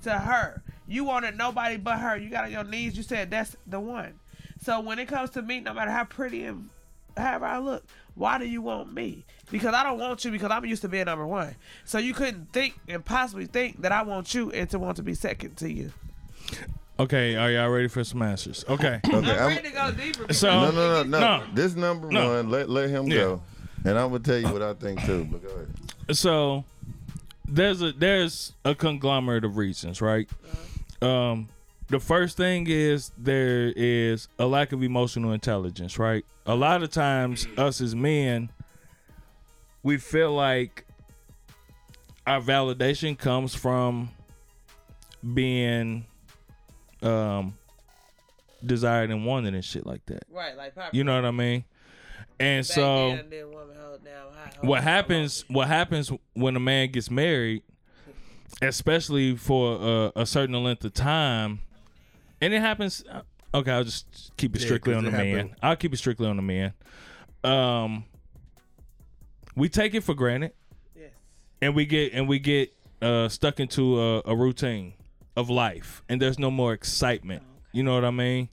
Speaker 1: to her. You wanted nobody but her. You got on your knees. You said that's the one. So when it comes to me, no matter how pretty and however I look, why do you want me? Because I don't want you because I'm used to being number one. So you couldn't think and possibly think that I want you and to want to be second to you.
Speaker 2: okay, are y'all ready for some answers?
Speaker 3: *coughs*
Speaker 2: Okay,
Speaker 3: Okay,
Speaker 1: I'm
Speaker 3: I'm,
Speaker 1: ready to go deeper. because-
Speaker 2: So-
Speaker 3: no, no, no, no,
Speaker 2: No.
Speaker 3: This number
Speaker 2: No.
Speaker 3: one. Let let him
Speaker 2: Yeah.
Speaker 3: go, and I'm gonna tell you what I think too. But go ahead.
Speaker 2: so there's a there's a conglomerate of reasons, right? Um, the first thing is there is a lack of emotional intelligence, right? A lot of times,
Speaker 1: Mm.
Speaker 2: us as men, we feel like our validation comes from being um desired and wanted and shit like that.
Speaker 1: right, like Papa.
Speaker 2: You know what I mean? And
Speaker 1: back
Speaker 2: so
Speaker 1: then, then woman hold down high, hold
Speaker 2: what
Speaker 1: down
Speaker 2: happens what happens when a man gets married especially for a, a certain length of time and it happens uh, okay i'll just keep it
Speaker 4: Yeah,
Speaker 2: strictly
Speaker 4: 'cause
Speaker 2: on the
Speaker 4: it
Speaker 2: man
Speaker 4: happened-
Speaker 2: i'll keep it strictly on the man um we take it for granted
Speaker 1: Yes.
Speaker 2: and we get and we get uh stuck into a, a routine of life and there's no more excitement you know what i mean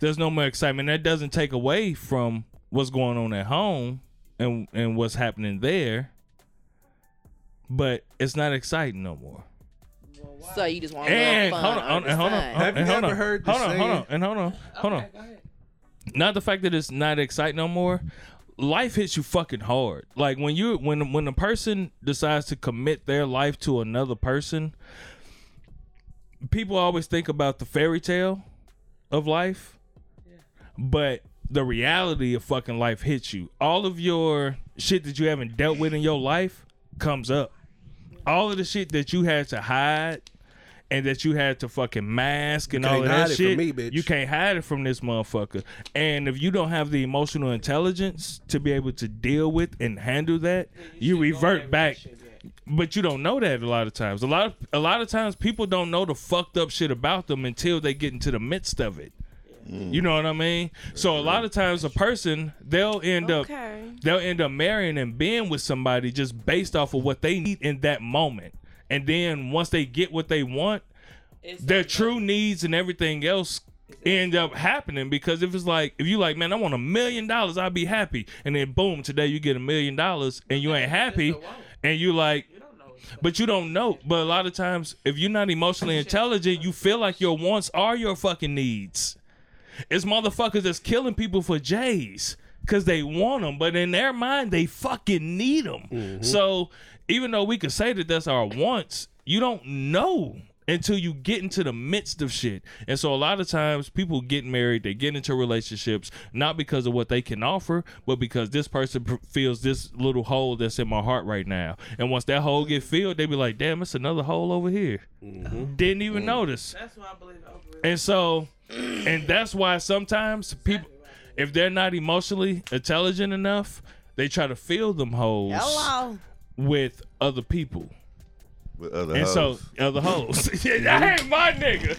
Speaker 2: there's no more excitement that doesn't take away from what's going on at home and and what's happening there but it's not exciting no more
Speaker 7: So you just want to
Speaker 2: and
Speaker 7: fun.
Speaker 2: hold on, and hold on,
Speaker 7: understand.
Speaker 4: Have
Speaker 2: and
Speaker 4: you
Speaker 2: hold
Speaker 4: ever
Speaker 2: on,
Speaker 4: heard the
Speaker 2: hold on, hold
Speaker 4: saying-
Speaker 2: on, and hold on, hold on. Not the fact that it's not exciting no more. Life hits you fucking hard. Like when you when when a person decides to commit their life to another person, people always think about the fairy tale of life, but the reality of fucking life hits you. All of your shit that you haven't dealt with in your life comes up. All of the shit that you had to hide and that you had to fucking mask and
Speaker 4: You
Speaker 2: all
Speaker 4: can't
Speaker 2: of that
Speaker 4: hide it from
Speaker 2: shit.
Speaker 4: me, bitch.
Speaker 2: You can't hide it from this motherfucker. And if you don't have the emotional intelligence to be able to deal with and handle that, you, revert back. But you don't know that a lot of times. A lot of a lot of times people don't know the fucked up shit about them until they get into the midst of it.
Speaker 4: Mm.
Speaker 2: You know what I mean? So a lot of times a person they'll end
Speaker 8: Okay.
Speaker 2: up they'll end up marrying and being with somebody just based off of what they need in that moment. And then once they get what they want,
Speaker 1: It's
Speaker 2: their true needs and everything else end up happening because if it's like if you like man I want a million dollars I'll be happy and then boom today you get a million dollars and you ain't happy and you like but you don't know but a lot of times if you're not emotionally intelligent you feel like your wants are your fucking needs it's motherfuckers that's killing people for J's because they want them, but in their mind, they fucking need them. So even though we could say that that's our wants, you don't know until you get into the midst of shit. And so a lot of times people get married, they get into relationships, not because of what they can offer, but because this person pr- feels this little hole that's in my heart right now. And once that hole get filled, they be like, damn, it's another hole over here. Didn't even notice.
Speaker 1: That's why I believe Oprah.
Speaker 2: And so, and that's why sometimes people, if they're not emotionally intelligent enough, they try to fill them holes
Speaker 7: Hello.
Speaker 2: with other people.
Speaker 3: With other
Speaker 2: And so,
Speaker 3: hoes. Mm-hmm.
Speaker 2: other hoes. *laughs* I ain't my nigga.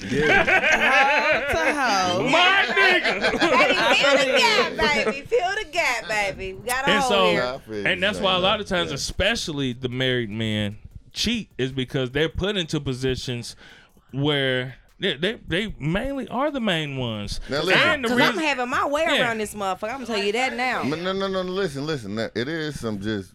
Speaker 7: It's a hoe.
Speaker 2: My
Speaker 3: *laughs*
Speaker 2: nigga.
Speaker 7: Baby, fill the gap, baby. Fill the gap, baby. We got a
Speaker 2: And
Speaker 7: hole
Speaker 2: so- uh,
Speaker 7: here.
Speaker 3: Nah, I feel
Speaker 2: and
Speaker 3: you,
Speaker 2: that's
Speaker 3: son.
Speaker 2: why a lot of times,
Speaker 3: Yeah.
Speaker 2: especially the married men, cheat is because they're put into positions where they, they, they mainly are the main ones.
Speaker 3: Now listen.
Speaker 2: And the
Speaker 7: Cause I'm
Speaker 2: reason-
Speaker 7: having my way
Speaker 2: Yeah.
Speaker 7: around this motherfucker. I'm gonna tell you that now.
Speaker 3: But no, no, no. Listen, listen. Now, It is some just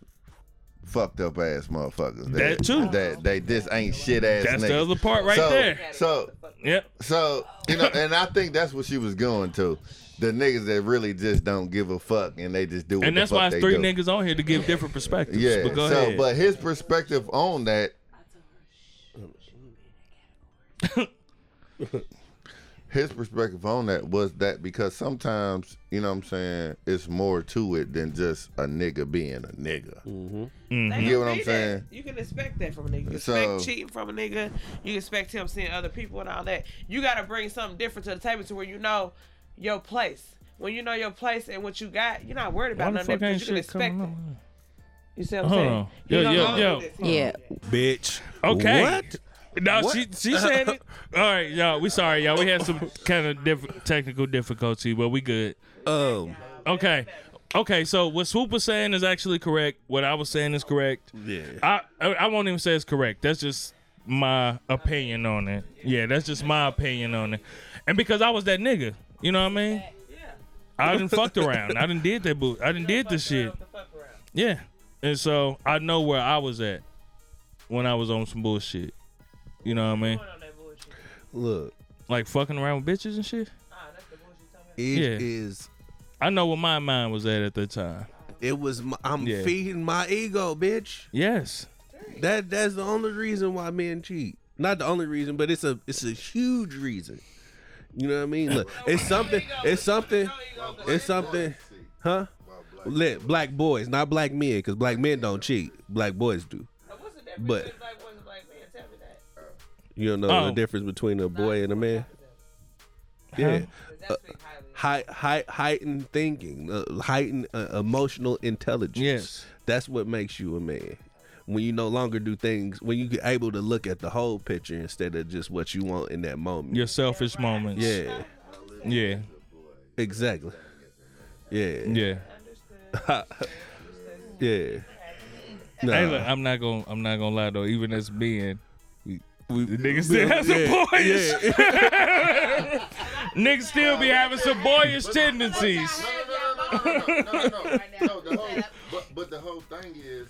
Speaker 3: fucked up ass motherfuckers.
Speaker 2: That too.
Speaker 3: That they just ain't shit ass.
Speaker 2: That's
Speaker 3: niggas.
Speaker 2: the other part right
Speaker 3: so,
Speaker 2: there.
Speaker 3: So,
Speaker 2: Yep.
Speaker 3: so you know, and I think that's what she was going to. The niggas that really just don't give a fuck and they just do. What
Speaker 2: and
Speaker 3: the
Speaker 2: that's
Speaker 3: fuck
Speaker 2: why it's
Speaker 3: they
Speaker 2: three
Speaker 3: do.
Speaker 2: niggas on here to give different perspectives.
Speaker 3: Yeah.
Speaker 2: but go
Speaker 3: so,
Speaker 2: ahead.
Speaker 3: but his perspective on that. his perspective on that was that because sometimes you know what I'm saying it's more to it than just a nigga being a nigga.
Speaker 1: They
Speaker 3: You
Speaker 1: don't
Speaker 3: get what I'm
Speaker 1: see that.
Speaker 3: saying?
Speaker 1: You can expect that from a nigga. You
Speaker 3: So-
Speaker 1: expect cheating from a nigga. You expect him seeing other people and all that. You gotta bring something different to the table to where you know your place. When you know your place and what you got, you're not worried
Speaker 2: Why
Speaker 1: about
Speaker 2: the
Speaker 1: nothing
Speaker 2: fuck ain't
Speaker 1: different. You can
Speaker 2: shit
Speaker 1: expect
Speaker 2: coming
Speaker 1: it.
Speaker 2: up?
Speaker 1: You see what I'm
Speaker 2: Hold
Speaker 1: saying?
Speaker 2: on.
Speaker 1: You
Speaker 2: Yo,
Speaker 1: don't
Speaker 2: yo,
Speaker 1: know
Speaker 2: yo.
Speaker 1: this.
Speaker 7: Yeah.
Speaker 4: bitch.
Speaker 2: Okay.
Speaker 4: What?
Speaker 2: No,
Speaker 4: What?
Speaker 2: she she said
Speaker 3: *laughs*
Speaker 2: it. All right, y'all. We sorry, y'all. We had some kind of diff- technical difficulty, but we good.
Speaker 4: Um.
Speaker 2: Okay. Okay, so what Swoop was saying is actually correct. What I was saying is correct.
Speaker 4: Yeah.
Speaker 2: I I I won't even say it's correct. That's just my opinion on it. Yeah, that's just my opinion on it. And because I was that nigga, you know what I mean? I didn't fucked around. I didn't did that boot. I didn't did this shit. Yeah. And so I know where I was at when I was on some bullshit. You know what I mean?
Speaker 4: Look,
Speaker 2: Like fucking around with bitches and shit.
Speaker 1: Ah,
Speaker 4: it
Speaker 2: Yeah.
Speaker 4: is-
Speaker 2: I know where my mind was at at that time.
Speaker 4: It was. My, I'm
Speaker 2: Yeah.
Speaker 4: feeding my ego, bitch.
Speaker 2: Yes.
Speaker 4: That that's the only reason why men cheat. Not the only reason, but it's a it's a huge reason. You know what I mean? Look, it's something. It's something. It's something. Huh? Lit black boys, not black men, because black men don't cheat. Black boys do. But you don't know
Speaker 2: Oh.
Speaker 4: the difference between a boy and a man. Yeah,
Speaker 3: Uh,
Speaker 4: high, high, heightened thinking, uh, heightened uh, emotional intelligence.
Speaker 2: Yes.
Speaker 4: That's what makes you a man. When you no longer do things, when you get able to look at the whole picture instead of just what you want in that moment.
Speaker 2: Your selfish moments.
Speaker 4: Yeah,
Speaker 2: Yeah.
Speaker 4: exactly. Yeah.
Speaker 2: Yeah.
Speaker 4: *laughs* yeah. Nah.
Speaker 2: Hey, look, I'm not gonna I'm not gonna lie though. Even as being
Speaker 4: we,
Speaker 2: the nigga still has some
Speaker 4: yeah,
Speaker 2: boyish. *laughs* Niggas still be having some boyish tendencies.
Speaker 3: No, no, no, no, no, no, no. No, the whole, but, but the whole thing is,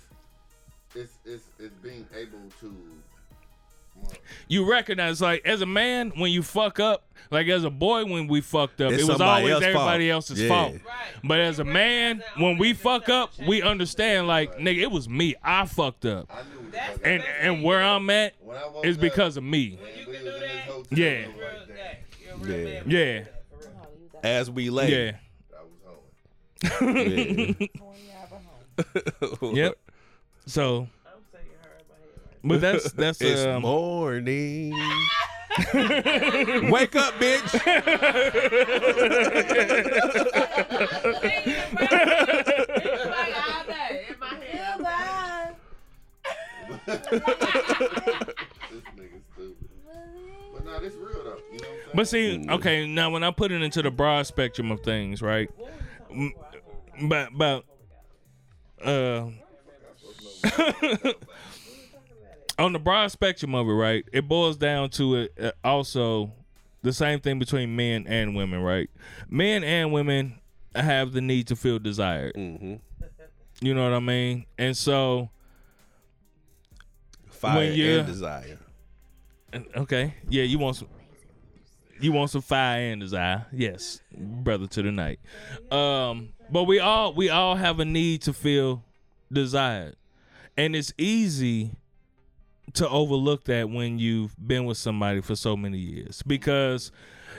Speaker 3: it's, it's, it's being able to.
Speaker 2: You recognize like as a man when you fuck up, like as a boy when we fucked up,
Speaker 4: It's
Speaker 2: it was
Speaker 4: somebody
Speaker 2: always
Speaker 4: else's
Speaker 2: everybody
Speaker 4: fault.
Speaker 2: else's
Speaker 4: Yeah.
Speaker 2: fault.
Speaker 1: Right.
Speaker 2: But as a man, when we fuck up, we understand like nigga, it was me. I fucked up.
Speaker 3: I knew
Speaker 1: That's-
Speaker 2: And and where I'm at
Speaker 3: when I woke
Speaker 2: is
Speaker 3: up,
Speaker 2: because of me.
Speaker 3: when
Speaker 1: You
Speaker 3: we
Speaker 1: can
Speaker 3: was
Speaker 1: do
Speaker 3: in this
Speaker 1: that?
Speaker 3: hotel
Speaker 2: Yeah.
Speaker 3: room
Speaker 1: Real
Speaker 3: like that,
Speaker 1: gay. You're a real
Speaker 4: Yeah.
Speaker 1: man.
Speaker 2: Yeah.
Speaker 1: For real.
Speaker 4: as we lay.
Speaker 2: Yeah.
Speaker 3: I was home.
Speaker 4: Yeah.
Speaker 2: Yep. So
Speaker 1: I'm singing her in my head. right
Speaker 2: but that's that's
Speaker 4: *laughs* It's
Speaker 2: um,
Speaker 4: morning. Wake up,
Speaker 2: *laughs*
Speaker 4: bitch.
Speaker 7: Goodbye.
Speaker 3: This nigga stupid. But nah, this real though. You know what I'm
Speaker 2: But see, okay, now when I put it into the broad spectrum of things, right? M- But but uh *laughs* on the broad spectrum of it, right? It boils down to it uh, also the same thing between men and women, right? Men and women have the need to feel desired. You know what I mean? And so,
Speaker 4: Fire
Speaker 2: you-
Speaker 4: and desire.
Speaker 2: and- okay, yeah, you want some, you want some fire and desire, yes, brother to the night. Um, but we all we all have a need to feel desired, and it's easy to overlook that when you've been with somebody for so many years because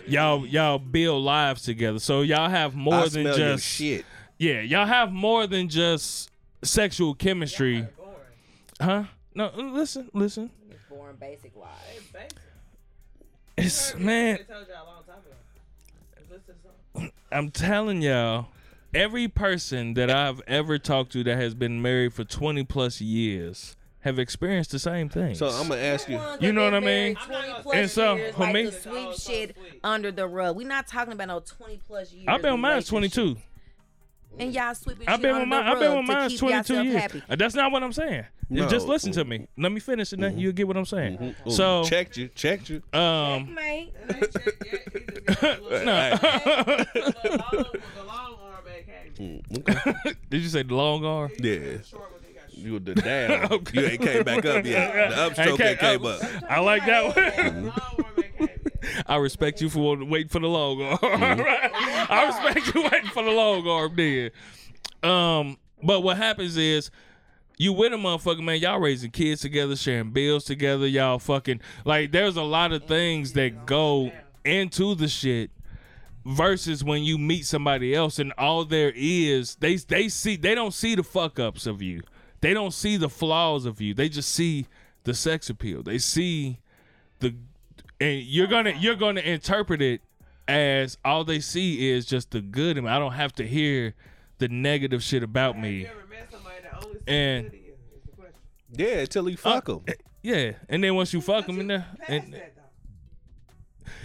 Speaker 2: y'all y'all build lives together, so y'all have more
Speaker 4: I
Speaker 2: than
Speaker 4: smell your
Speaker 2: just
Speaker 4: shit.
Speaker 2: yeah, y'all have more than just sexual chemistry. Huh? No, listen, listen.
Speaker 7: Born basic life.
Speaker 1: now. Thanks.
Speaker 2: It's
Speaker 1: I
Speaker 2: man,
Speaker 1: told y'all a long time ago. Listen to something.
Speaker 2: I'm telling y'all, every person that I've ever talked to that has been married for 20 plus years have experienced the same thing.
Speaker 4: So I'm gonna ask you.
Speaker 2: You know what I mean?
Speaker 7: Twenty
Speaker 2: And
Speaker 7: plus
Speaker 2: so,
Speaker 7: years,
Speaker 2: homie-
Speaker 7: like to sweep shit under the rug. We're not talking about no twenty plus years.
Speaker 2: I've been with mine's
Speaker 7: relationship.
Speaker 2: 22.
Speaker 7: and y'all sweeping.
Speaker 2: I've
Speaker 7: shit
Speaker 2: been
Speaker 7: under
Speaker 2: with mine.
Speaker 7: the
Speaker 2: I've been
Speaker 7: rug
Speaker 2: with
Speaker 7: to
Speaker 2: mine's
Speaker 7: keep
Speaker 2: 22
Speaker 7: yourself
Speaker 2: years.
Speaker 7: Happy.
Speaker 2: Uh, That's not what I'm saying. You
Speaker 4: No. Mm-hmm.
Speaker 2: Just listen to me. Let me finish, and then you'll get what I'm saying. So,
Speaker 4: Mm, checked you, checked you.
Speaker 2: um,
Speaker 7: Mate,
Speaker 1: Ain't shit yet. He just got
Speaker 2: *laughs*
Speaker 1: a little-
Speaker 2: no.
Speaker 1: the long- the long arm that came.
Speaker 4: Mm,
Speaker 2: Did you say the long arm?
Speaker 4: Yeah,
Speaker 1: Short one, they got short.
Speaker 4: you the down.
Speaker 2: *laughs* Okay.
Speaker 4: You ain't came back up
Speaker 2: *laughs*
Speaker 4: yet. The
Speaker 2: Hey,
Speaker 4: upstroke
Speaker 2: Kay,
Speaker 4: ain't came
Speaker 2: I-
Speaker 4: up.
Speaker 2: I like that one.
Speaker 7: *laughs*
Speaker 1: The long arm that came.
Speaker 2: *laughs* I respect you for waiting for the long arm. *laughs* I respect you waiting for the long arm, then. Um, but what happens is you with a motherfucker, man. Y'all raising kids together, sharing bills together. Y'all fucking like there's a lot of things that go into the shit versus when you meet somebody else and all there is they they see they don't see the fuck ups of you. They don't see the flaws of you. They just see the sex appeal. They see the and you're gonna you're gonna interpret it as all they see is just the good in me. I don't have to hear the negative shit about me.
Speaker 1: You ever met somebody that only sees
Speaker 2: And-
Speaker 1: good in you? Is the question.
Speaker 4: Yeah, till
Speaker 2: Uh,
Speaker 4: he fuck him.
Speaker 2: Yeah, and then once you fuck them in there,
Speaker 1: Past
Speaker 2: and
Speaker 1: that though.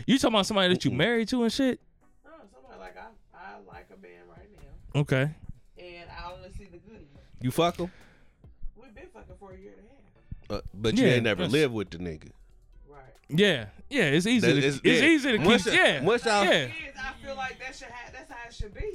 Speaker 2: you talking about somebody that you married to and shit.
Speaker 1: No, Oh, somebody like I, I like a man right now,
Speaker 2: Okay,
Speaker 1: and I only see the good in you.
Speaker 4: You fuck him,
Speaker 1: We've been fucking for a year and a half.
Speaker 4: uh, but you
Speaker 2: Yeah,
Speaker 4: ain't never
Speaker 2: that's-
Speaker 4: lived with the nigga.
Speaker 1: Right.
Speaker 2: yeah, yeah, it's easy.
Speaker 4: That
Speaker 2: to,
Speaker 4: is-
Speaker 2: it's
Speaker 4: yeah.
Speaker 2: easy to
Speaker 4: Once
Speaker 2: keep.
Speaker 4: you-
Speaker 2: yeah,
Speaker 4: once y'all-
Speaker 2: yeah.
Speaker 1: Kids, I feel like that should ha- that's how it should be.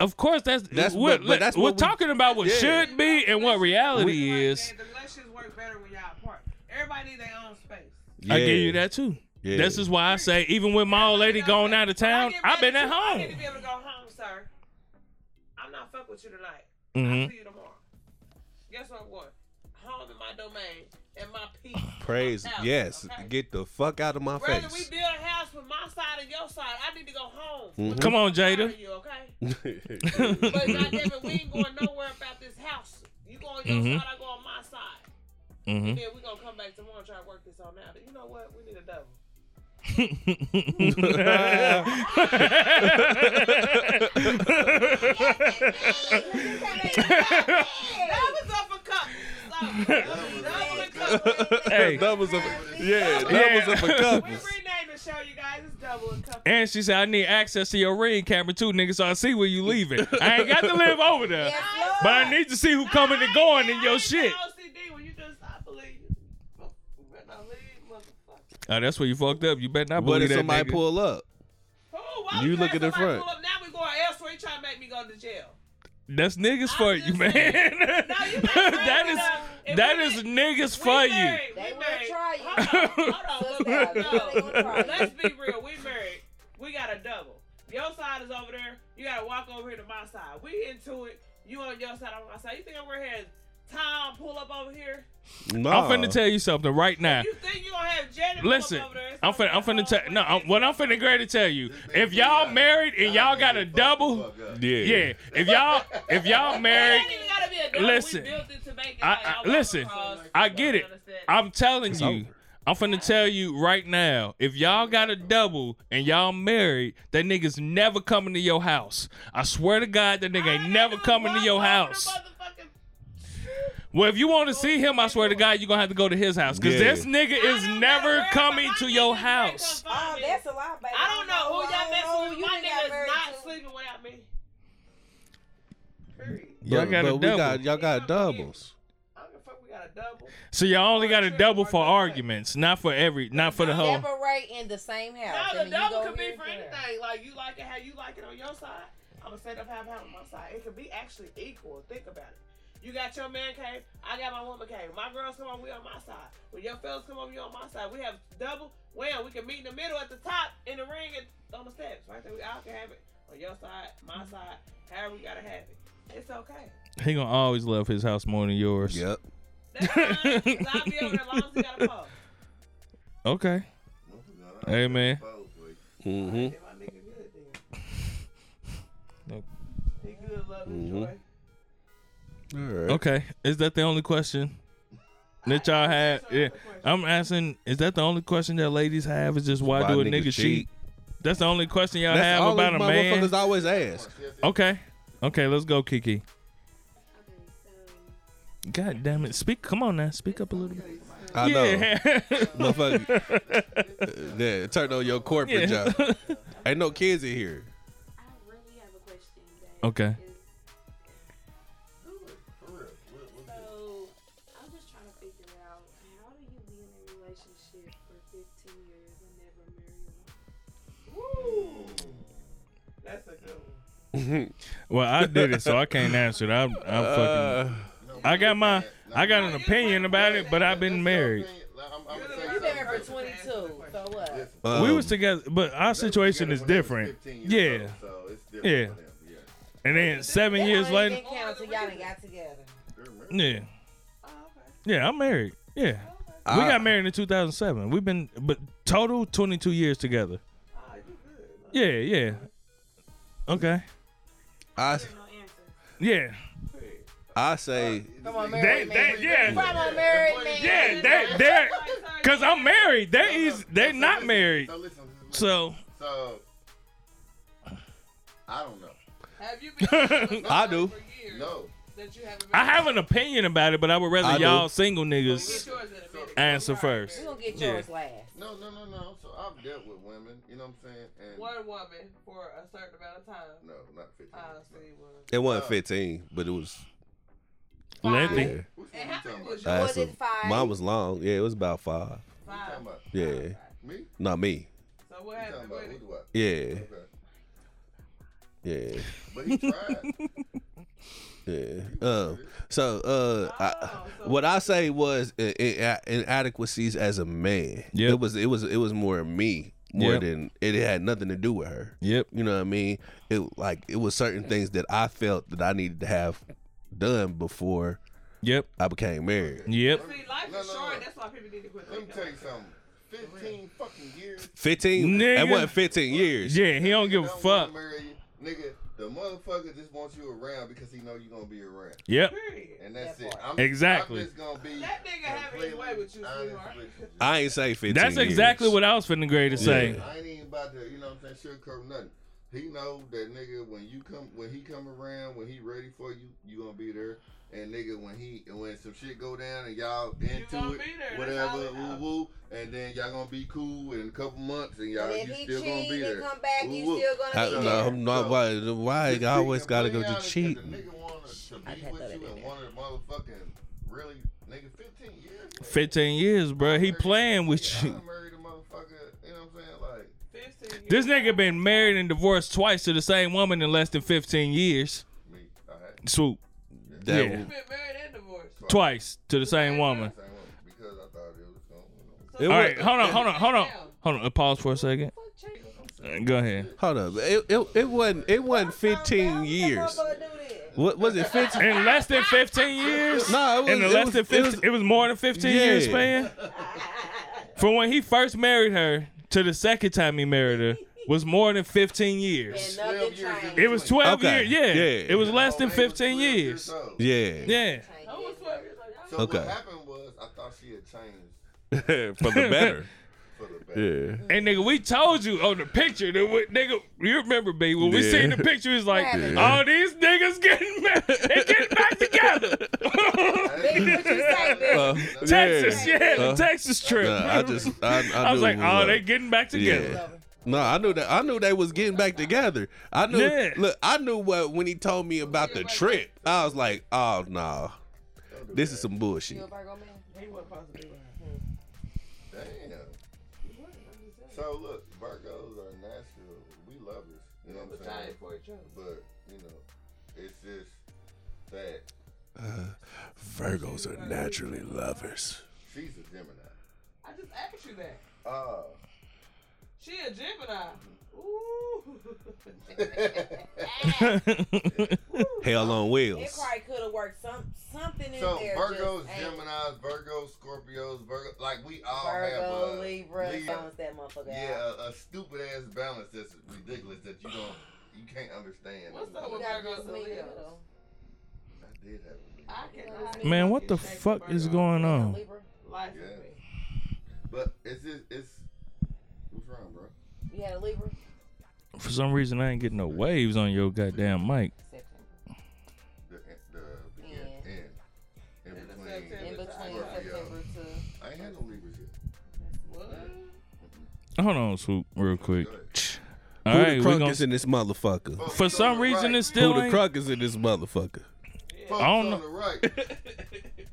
Speaker 2: Of course, that's
Speaker 4: That's
Speaker 2: we're,
Speaker 4: what- but that's
Speaker 2: we're
Speaker 4: what we-
Speaker 2: talking about. What
Speaker 4: Yeah.
Speaker 2: should be and what reality is.
Speaker 1: The relationships work better when y'all apart. Everybody needs their own space.
Speaker 2: I give you that too.
Speaker 4: Yeah.
Speaker 2: This is why I say even when my old lady gone out of town,
Speaker 1: When I
Speaker 2: I've
Speaker 1: get
Speaker 2: been
Speaker 1: ready
Speaker 2: at
Speaker 1: to- I need to
Speaker 2: home.
Speaker 1: be able to go home, sir. I'm not fuck with you tonight. I'll
Speaker 2: Mhm.
Speaker 1: see you tomorrow. Guess what? What? Home in my domain and my peace.
Speaker 4: Praise.
Speaker 1: my house,
Speaker 4: Yes.
Speaker 1: okay?
Speaker 4: Get the fuck out of my
Speaker 1: Rather we
Speaker 4: face.
Speaker 1: build a house with my side and your side. I need to go home.
Speaker 4: Mhm. *laughs*
Speaker 2: Come on,
Speaker 1: Tired
Speaker 2: Mm-hmm. Jada.
Speaker 1: of You, okay?
Speaker 2: *laughs*
Speaker 1: But goddamn it, we ain't going nowhere about this house. You go on your
Speaker 2: Mhm.
Speaker 1: side, I go on my side.
Speaker 2: Mhm.
Speaker 1: Then we gonna come back tomorrow and try to work this on out. But you know what? We need a
Speaker 2: *laughs*
Speaker 1: double. Double's up a couple. Double, double a couple.
Speaker 2: Hey. *laughs*
Speaker 4: That was a *laughs* yeah. That
Speaker 2: Yeah.
Speaker 4: was up a
Speaker 1: We
Speaker 4: couple.
Speaker 1: renaming shit. show you guys it's double and couple.
Speaker 2: And she said, I need access to your ring camera too, nigga, so I see where you leaving. I ain't got to live over there. But I need to see who coming and going in your shit.
Speaker 1: OCD when you just I believe you. You better not leave, motherfucker.
Speaker 2: Oh, that's where you fucked up. You better not
Speaker 4: What
Speaker 2: believe
Speaker 4: if
Speaker 2: that
Speaker 4: somebody
Speaker 2: nigga.
Speaker 4: pull up?
Speaker 1: Who? Why
Speaker 4: You
Speaker 1: was
Speaker 4: look
Speaker 1: that
Speaker 4: at the
Speaker 1: somebody
Speaker 4: front.
Speaker 1: pull up? Now we going elsewhere. You trying to make me go to jail?
Speaker 2: *laughs* That's niggas for
Speaker 1: just
Speaker 2: you, man.
Speaker 1: saying.
Speaker 2: *laughs*
Speaker 1: you can't
Speaker 2: that
Speaker 1: make it up.
Speaker 2: is
Speaker 1: If
Speaker 2: that
Speaker 1: we
Speaker 2: is
Speaker 1: did-
Speaker 2: niggas
Speaker 1: We
Speaker 2: for you.
Speaker 1: married.
Speaker 7: They
Speaker 1: we
Speaker 7: wanna
Speaker 1: married.
Speaker 7: try you.
Speaker 1: Hold on,
Speaker 7: *laughs*
Speaker 1: hold on.
Speaker 7: Sister, I know they wanna try
Speaker 1: No,
Speaker 7: you.
Speaker 1: let's be real. We married. We got a double. Your side is over there. You gotta walk over here to my side. We into it. You on your side, I'm on my side. You think I'm gonna have Tom pull up over here?
Speaker 4: No.
Speaker 2: I'm finna tell you something right now.
Speaker 1: You think you gonna have Janet
Speaker 2: Listen,
Speaker 1: pull up over there? It's
Speaker 2: I'm
Speaker 1: gonna
Speaker 2: finna,
Speaker 1: be
Speaker 2: I'm
Speaker 1: a
Speaker 2: finna
Speaker 1: whole
Speaker 2: tell. No,
Speaker 1: way.
Speaker 2: I'm, what I'm finna great to tell you, if y'all married and y'all got a double,
Speaker 3: Yeah.
Speaker 2: yeah. If y'all, if y'all married,
Speaker 1: It ain't even gotta be a double.
Speaker 2: Listen.
Speaker 1: we built it to make it
Speaker 2: I-
Speaker 1: like
Speaker 2: I-
Speaker 1: walk
Speaker 2: listen,
Speaker 1: across.
Speaker 2: I get it.
Speaker 1: Understand?
Speaker 2: I'm telling you,
Speaker 4: over.
Speaker 2: I'm finna tell you right now, if y'all got a double and y'all married, that nigga's never coming to your house. I swear to God, that nigga
Speaker 1: I
Speaker 2: ain't never
Speaker 1: gonna
Speaker 2: coming to
Speaker 1: walk
Speaker 2: your
Speaker 1: over
Speaker 2: house.
Speaker 1: motherfucking-
Speaker 2: Well, if you want to see him, I swear to God, you're gonna have to go to his house because
Speaker 4: Yeah.
Speaker 2: this nigga
Speaker 1: I
Speaker 2: is
Speaker 1: don't
Speaker 2: never
Speaker 1: gotta worry
Speaker 2: coming
Speaker 1: about
Speaker 2: to
Speaker 1: my
Speaker 2: your
Speaker 1: niggas that
Speaker 2: house.
Speaker 1: come
Speaker 7: Oh,
Speaker 1: find me.
Speaker 7: that's a lot, baby.
Speaker 1: I don't know who
Speaker 7: I
Speaker 1: y'all
Speaker 7: don't know
Speaker 1: messing with.
Speaker 7: who
Speaker 1: My
Speaker 7: Oh, you got
Speaker 1: nigga is
Speaker 7: married
Speaker 1: not
Speaker 7: to.
Speaker 1: sleeping without me. Period.
Speaker 2: Y'all
Speaker 4: But-
Speaker 2: got a
Speaker 4: but we
Speaker 2: double.
Speaker 4: got- y'all got doubles.
Speaker 1: I don't give a fuck. We got a double.
Speaker 2: So y'all only got a
Speaker 1: Or
Speaker 2: double for
Speaker 1: triple or something.
Speaker 2: arguments, not for every, not for the whole.
Speaker 7: Separate in the same house.
Speaker 1: No,
Speaker 7: and
Speaker 1: the
Speaker 7: then you
Speaker 1: double
Speaker 7: go
Speaker 1: could
Speaker 7: here
Speaker 1: be
Speaker 7: and
Speaker 1: for
Speaker 7: there.
Speaker 1: anything. Like you like it how you like it on your side. I'm gonna set up how I have it on my side. It could be actually equal. Think about it. You got your man cave. I got my woman cave. My girls come on, we on my side. When your fellas come on, you on my side. We have double. Well, we can meet in the middle at the top in the ring and on the steps right there. We all can have it on your side, my side. However, we gotta have it. It's okay.
Speaker 2: He gonna always love his house more than yours.
Speaker 4: Yep.
Speaker 1: That's fine. 'cause I'll be over there as long as you got a pole.
Speaker 2: Okay. Amen.
Speaker 4: Mm-hmm.
Speaker 1: Then my nigga good then.
Speaker 2: *laughs* Nope.
Speaker 1: He good, love and
Speaker 4: Mhm.
Speaker 1: joy.
Speaker 4: All right.
Speaker 2: Okay. Is that the only question that y'all have? Yeah. I'm asking. Is that the only question that ladies have? Is just why,
Speaker 4: Why
Speaker 2: do a
Speaker 4: niggas
Speaker 2: nigga cheat?
Speaker 4: cheat?
Speaker 2: That's the only question y'all
Speaker 4: That's
Speaker 2: have
Speaker 4: all
Speaker 2: about a
Speaker 4: these
Speaker 2: man.
Speaker 4: motherfuckers always ask.
Speaker 2: Okay. Okay. Let's go, Kiki. God damn it! Speak. Come on now. Speak up a little bit.
Speaker 4: I know.
Speaker 2: Yeah.
Speaker 4: Motherfucker. *laughs* yeah, turn on your corporate
Speaker 2: Yeah.
Speaker 4: job. Ain't no kids in here.
Speaker 2: *laughs* okay.
Speaker 9: So I'm just trying to figure out how do you be in a relationship for 15 years and never marry one?
Speaker 1: That's a good one.
Speaker 2: Well, I did it, so I can't answer it. I'm, I'm fucking.
Speaker 4: Uh,
Speaker 2: I got my. I got an opinion about it, but I've been married.
Speaker 7: You been married for 22, so what?
Speaker 4: um,
Speaker 2: we was together, but our situation is different. Yeah,
Speaker 3: So it's different
Speaker 2: Yeah.
Speaker 3: for them, yeah.
Speaker 2: and then seven years
Speaker 7: That
Speaker 2: later,
Speaker 7: ain't been counted till y'all done got together.
Speaker 2: yeah,
Speaker 7: Oh,
Speaker 2: yeah, I'm married. Yeah, we
Speaker 4: I-
Speaker 2: got married in 2007. We've been, but total 22 years together. Yeah, yeah. Okay.
Speaker 4: I,
Speaker 2: Yeah.
Speaker 4: I say
Speaker 7: Come on,
Speaker 2: They,
Speaker 7: married
Speaker 2: they,
Speaker 7: man.
Speaker 2: yeah.
Speaker 7: Come on, married man.
Speaker 2: Yeah, they, they're, cause I'm married. They is, they're not married.
Speaker 3: So listen. So,
Speaker 2: So,
Speaker 3: so I don't know.
Speaker 1: Have you been married
Speaker 4: I do.
Speaker 1: for years
Speaker 3: No.
Speaker 1: that you haven't
Speaker 2: I have an opinion about it, but I would rather
Speaker 4: I do.
Speaker 2: y'all single
Speaker 1: Get
Speaker 2: niggas
Speaker 1: yours in a minute.
Speaker 2: answer first.
Speaker 7: We gonna get
Speaker 2: Yeah.
Speaker 7: yours last.
Speaker 3: No, no, no, no. So I've dealt with women. You know what I'm saying? And
Speaker 1: One woman for a certain amount of time.
Speaker 3: No, not 15.
Speaker 1: I see one.
Speaker 4: it wasn't 15, but it was.
Speaker 2: Lengthy.
Speaker 4: Yeah.
Speaker 3: Which one
Speaker 1: And
Speaker 3: you
Speaker 1: how
Speaker 3: talking
Speaker 1: many
Speaker 3: about?
Speaker 1: was
Speaker 3: You
Speaker 1: you?
Speaker 4: I
Speaker 7: Was
Speaker 4: said-
Speaker 7: it five?
Speaker 4: Mine was long. Yeah, it was about five.
Speaker 1: Five.
Speaker 3: talking about?
Speaker 4: Yeah,
Speaker 3: Me? You
Speaker 4: not me.
Speaker 1: So what
Speaker 3: talking
Speaker 1: happened
Speaker 3: about
Speaker 1: with
Speaker 3: who
Speaker 1: it?
Speaker 3: do I?
Speaker 4: Yeah,
Speaker 3: Okay.
Speaker 4: yeah,
Speaker 3: But he
Speaker 4: *laughs*
Speaker 3: tried.
Speaker 4: yeah. Um, so, uh, I,
Speaker 1: Oh, so-
Speaker 4: what I say was i- i- inadequacies as a man.
Speaker 2: Yep.
Speaker 4: It was, it was, it was more me more
Speaker 2: Yep.
Speaker 4: than it had nothing to do with her.
Speaker 2: Yep.
Speaker 4: You know what I mean? It like it was certain things that I felt that I needed to have done before
Speaker 2: Yep.
Speaker 4: I became married.
Speaker 2: Yep.
Speaker 1: See, life
Speaker 3: No,
Speaker 1: is
Speaker 3: no,
Speaker 1: short.
Speaker 3: no.
Speaker 1: That's why people need to quit
Speaker 3: Let me
Speaker 1: thinking.
Speaker 3: tell you something. 15 fucking years.
Speaker 4: Fifteen?
Speaker 2: Nigga.
Speaker 4: That wasn't fifteen years.
Speaker 2: Yeah. He don't give a
Speaker 3: Don't
Speaker 2: fuck.
Speaker 3: wanna marry you. Nigga, the motherfucker just wants you around because he know you gonna be around.
Speaker 2: Yep.
Speaker 1: Period.
Speaker 3: And that's
Speaker 7: That
Speaker 3: it.
Speaker 7: part.
Speaker 3: I'm,
Speaker 2: Exactly.
Speaker 3: I'm just gonna be
Speaker 1: That nigga have his way with you,
Speaker 3: completely
Speaker 1: sweetheart.
Speaker 3: honest with you.
Speaker 4: I ain't say fifteen.
Speaker 2: That's exactly
Speaker 4: years.
Speaker 2: what I was finna grade to say.
Speaker 3: I ain't even about to, you know what I'm saying, sugarcoat nothing. He know that nigga when you come when he come around, when he ready for you, you gonna be there. And nigga, when he when some shit go down and y'all into it,
Speaker 1: gonna be there, that's all
Speaker 3: whatever,
Speaker 1: it
Speaker 3: woo
Speaker 1: is.
Speaker 3: woo, and then y'all gonna be cool in a couple months, and y'all
Speaker 7: And if
Speaker 3: you
Speaker 7: he
Speaker 3: still gonna be
Speaker 7: cheat
Speaker 3: there.
Speaker 7: and come back, you
Speaker 3: Woo-woo.
Speaker 7: still gonna
Speaker 4: I,
Speaker 7: be
Speaker 3: So-
Speaker 7: there.
Speaker 4: no, I'm not.
Speaker 3: so-
Speaker 4: Why? Why?
Speaker 3: Just
Speaker 4: I always
Speaker 3: cheating,
Speaker 4: gotta
Speaker 3: play
Speaker 4: go
Speaker 3: out
Speaker 4: to
Speaker 3: is
Speaker 4: cheat.
Speaker 3: that The nigga wanted to
Speaker 7: I
Speaker 3: be
Speaker 7: can't
Speaker 3: with
Speaker 7: throw
Speaker 3: you
Speaker 7: that in
Speaker 3: and
Speaker 7: there.
Speaker 3: wanted motherfucking really nigga 15 years. man.
Speaker 2: 15 years, bro. He
Speaker 3: Married-
Speaker 2: playing with
Speaker 3: yeah,
Speaker 2: you.
Speaker 3: I married a motherfucker, you know what I'm saying? Like,
Speaker 2: This nigga been married and divorced twice to the same woman in less than 15 years.
Speaker 3: me, I had
Speaker 2: Swoop.
Speaker 4: That
Speaker 2: Yeah.
Speaker 1: Been married and divorced.
Speaker 2: Twice to the same woman.
Speaker 3: the same woman because I thought it was going you
Speaker 4: It
Speaker 3: know.
Speaker 2: All
Speaker 4: wa-
Speaker 2: right, hold on, hold on, hold on. Hold on, pause for a second. Uh, Go ahead.
Speaker 4: Hold up. It, it, it wasn't. It wasn't 15 years. What was it? 15?
Speaker 2: In less than 15 years?
Speaker 4: No, it was.
Speaker 2: in the
Speaker 4: it
Speaker 2: less
Speaker 4: was-
Speaker 2: than 15,
Speaker 4: it was-
Speaker 2: more than 15 years
Speaker 4: Yeah.
Speaker 2: span. From when he first married her to the second time he married her was more than 15 years.
Speaker 7: Nothing
Speaker 3: years in
Speaker 7: changed.
Speaker 2: It was 12
Speaker 4: Okay.
Speaker 2: years. Yeah.
Speaker 4: Yeah.
Speaker 2: It was less than
Speaker 3: Old man was
Speaker 2: 15
Speaker 3: 12
Speaker 2: years.
Speaker 3: old.
Speaker 4: yeah.
Speaker 2: Yeah.
Speaker 3: So
Speaker 4: Okay.
Speaker 3: what happened was I thought she had changed
Speaker 4: *laughs* For the better.
Speaker 3: for the better.
Speaker 4: Yeah.
Speaker 2: And nigga, we told you on the picture that we, nigga, you remember B when we
Speaker 4: Yeah.
Speaker 2: seen the picture, it's like, all these niggas getting married, they getting back together.
Speaker 4: *laughs*
Speaker 7: Baby, what you
Speaker 3: *laughs*
Speaker 7: say, baby?
Speaker 4: Uh,
Speaker 2: Texas,
Speaker 4: yeah.
Speaker 2: yeah, the
Speaker 4: Huh?
Speaker 2: Texas trip.
Speaker 4: Nah, I just. I, I,
Speaker 2: *laughs* I was
Speaker 4: knew it
Speaker 2: like, oh, they getting back
Speaker 4: Yeah.
Speaker 2: together.
Speaker 4: No, I knew that. I knew they was getting back together. I knew.
Speaker 2: Yeah.
Speaker 4: Look, I knew what when he told me about the trip. I was like, oh no, this is some bullshit.
Speaker 7: You a Virgo man?
Speaker 1: He wasn't supposed to be with her.
Speaker 3: Damn. So look, Virgos are natural. We love us. You know what I'm saying?
Speaker 1: for each other.
Speaker 3: But you know, it's just that
Speaker 4: Virgos are naturally lovers.
Speaker 3: she's a Gemini.
Speaker 1: I just asked you that.
Speaker 7: *laughs*
Speaker 3: Oh.
Speaker 1: She a Gemini.
Speaker 3: *laughs*
Speaker 1: Ooh. *laughs*
Speaker 7: *laughs*
Speaker 4: Hell on
Speaker 7: It
Speaker 4: wheels.
Speaker 7: probably could have worked some something in
Speaker 3: so
Speaker 7: there.
Speaker 3: Virgos,
Speaker 7: just ain't-
Speaker 3: Geminis, Virgos, Scorpios, Virgo, like we all have
Speaker 7: Virgo,
Speaker 3: a
Speaker 7: Libra,
Speaker 3: Leo-
Speaker 7: balance that motherfucker out.
Speaker 3: yeah, a, a stupid ass balance that's ridiculous that you don't, you can't understand.
Speaker 1: What's up
Speaker 7: You
Speaker 1: with
Speaker 7: gotta
Speaker 1: Virgos
Speaker 7: just
Speaker 1: and
Speaker 7: meet in the
Speaker 1: Leos?
Speaker 7: middle.
Speaker 3: I did have a Leo.
Speaker 1: I
Speaker 2: *laughs*
Speaker 1: cannot.
Speaker 2: Man, what the
Speaker 1: Shake
Speaker 2: fuck is
Speaker 1: Virgo.
Speaker 2: going on?
Speaker 7: Libra,
Speaker 1: Life is
Speaker 3: Yeah.
Speaker 1: me.
Speaker 3: But it's just, it's what's wrong, bro?
Speaker 7: you had a Libra.
Speaker 2: For some reason, I ain't getting no waves on your goddamn mic.
Speaker 3: The the begin
Speaker 7: Yeah.
Speaker 3: end in
Speaker 1: In the
Speaker 3: between.
Speaker 1: September
Speaker 7: In between
Speaker 1: Virgo.
Speaker 7: September to
Speaker 3: I ain't had no Libras yet.
Speaker 1: What?
Speaker 2: Hold on, swoop, real quick. All
Speaker 4: Who
Speaker 2: right,
Speaker 4: the
Speaker 2: we
Speaker 4: crunk
Speaker 2: gonna-
Speaker 4: is in this motherfucker?
Speaker 3: Fuck
Speaker 2: for
Speaker 3: is on
Speaker 2: some
Speaker 3: the
Speaker 2: reason
Speaker 3: right.
Speaker 2: it's
Speaker 4: Who
Speaker 2: still
Speaker 4: the
Speaker 2: ain't-
Speaker 4: crunk is in this motherfucker?
Speaker 3: Fuck's
Speaker 2: I don't
Speaker 3: on
Speaker 2: know.
Speaker 3: the right.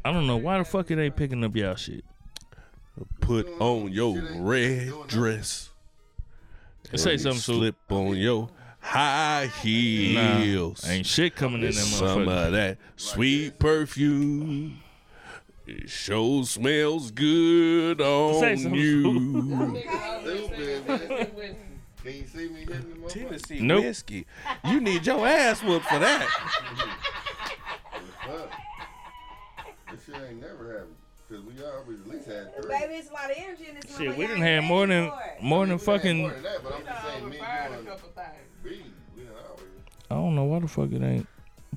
Speaker 2: I don't know why the fuck it ain't picking up y'all shit.
Speaker 4: Put on your
Speaker 3: Shit ain't
Speaker 4: red
Speaker 3: doing nothing.
Speaker 4: dress.
Speaker 2: Say
Speaker 4: and
Speaker 2: something, swoop.
Speaker 4: Slip on your high heels.
Speaker 2: Ain't shit coming in that
Speaker 4: Some
Speaker 2: motherfucker.
Speaker 4: of that sweet perfume. It sure smells good
Speaker 2: Say
Speaker 4: on
Speaker 2: something.
Speaker 4: you.
Speaker 3: Stupid, man. Can you see me hitting the motherfucker?
Speaker 4: Tennessee
Speaker 2: Nope.
Speaker 4: whiskey. You need your ass whooped for that.
Speaker 3: Fuck. This shit ain't never happened. Cause we always at least had three.
Speaker 7: Baby, it's a lot of energy in this
Speaker 2: Shit,
Speaker 7: motherfucker.
Speaker 2: we done
Speaker 7: Y'all
Speaker 2: had
Speaker 7: ain't
Speaker 2: more
Speaker 7: ready
Speaker 2: than
Speaker 7: for it.
Speaker 2: more
Speaker 3: We
Speaker 2: than
Speaker 3: done had
Speaker 2: fucking.
Speaker 3: More than that, but I'm just saying, me, you,
Speaker 1: Fired a
Speaker 3: and
Speaker 1: couple things.
Speaker 3: B, we done always.
Speaker 2: I don't know why the fuck it ain't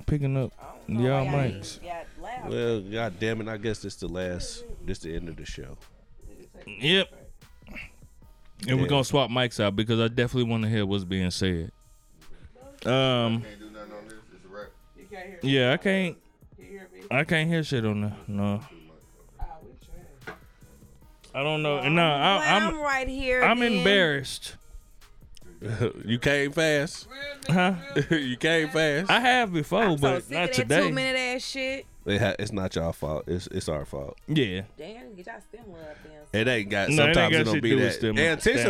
Speaker 2: picking up y'all
Speaker 7: Y'all ain't-
Speaker 2: mics.
Speaker 7: y'all loud.
Speaker 4: Well, god damn it, I guess this the last this the end of the show.
Speaker 2: Yep. And we're gonna swap mics out because I definitely want to hear what's being said. Um.
Speaker 3: Can't do nothing on this. It's a wrap.
Speaker 1: You can't hear me.
Speaker 2: Yeah, I can't.
Speaker 1: You hear me?
Speaker 2: I can't hear shit on there. No,
Speaker 1: Ah, we trash.
Speaker 2: I don't know. No, I,
Speaker 7: Well, I'm,
Speaker 2: I'm
Speaker 7: right here.
Speaker 2: I'm
Speaker 7: then.
Speaker 2: embarrassed.
Speaker 4: *laughs* you came fast. *laughs*
Speaker 1: Real nigga,
Speaker 2: Huh?
Speaker 4: you came fast.
Speaker 2: I have before,
Speaker 7: I'm so
Speaker 2: but
Speaker 7: sick
Speaker 2: not
Speaker 7: of that
Speaker 2: today.
Speaker 7: two minute ass shit.
Speaker 4: It ha- it's not y'all fault. It's it's our fault.
Speaker 2: yeah.
Speaker 7: Damn, get y'all stimuli up then.
Speaker 4: It ain't got.
Speaker 2: No, it ain't
Speaker 4: sometimes it,
Speaker 2: got
Speaker 4: don't
Speaker 2: shit
Speaker 4: be
Speaker 2: to do with
Speaker 4: that.
Speaker 2: stamina.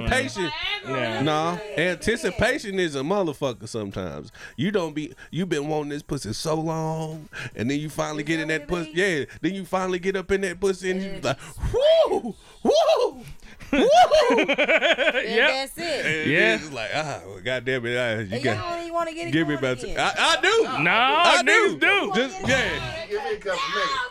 Speaker 4: Anticipation.
Speaker 2: Yeah.
Speaker 4: Nah, anticipation is a motherfucker. Sometimes you don't be. You been wanting this pussy so long, and then you finally get in
Speaker 7: that
Speaker 4: that
Speaker 7: what
Speaker 4: pussy.
Speaker 7: it
Speaker 4: Yeah, then you finally get up in that pussy, and you like, woo,
Speaker 7: *laughs*
Speaker 4: woo, woo.
Speaker 7: And
Speaker 2: *laughs* yep.
Speaker 7: That's it.
Speaker 4: And
Speaker 2: Yeah.
Speaker 4: then It's like ah, well, goddamn it, ah, you
Speaker 7: And
Speaker 4: got.
Speaker 7: y'all don't even want to get it
Speaker 4: Give me
Speaker 7: going
Speaker 4: about.
Speaker 7: again.
Speaker 4: Two. I, I do. Uh,
Speaker 2: No,
Speaker 4: I do.
Speaker 2: niggas do.
Speaker 4: Just yeah,
Speaker 3: Give me a couple
Speaker 7: Oh,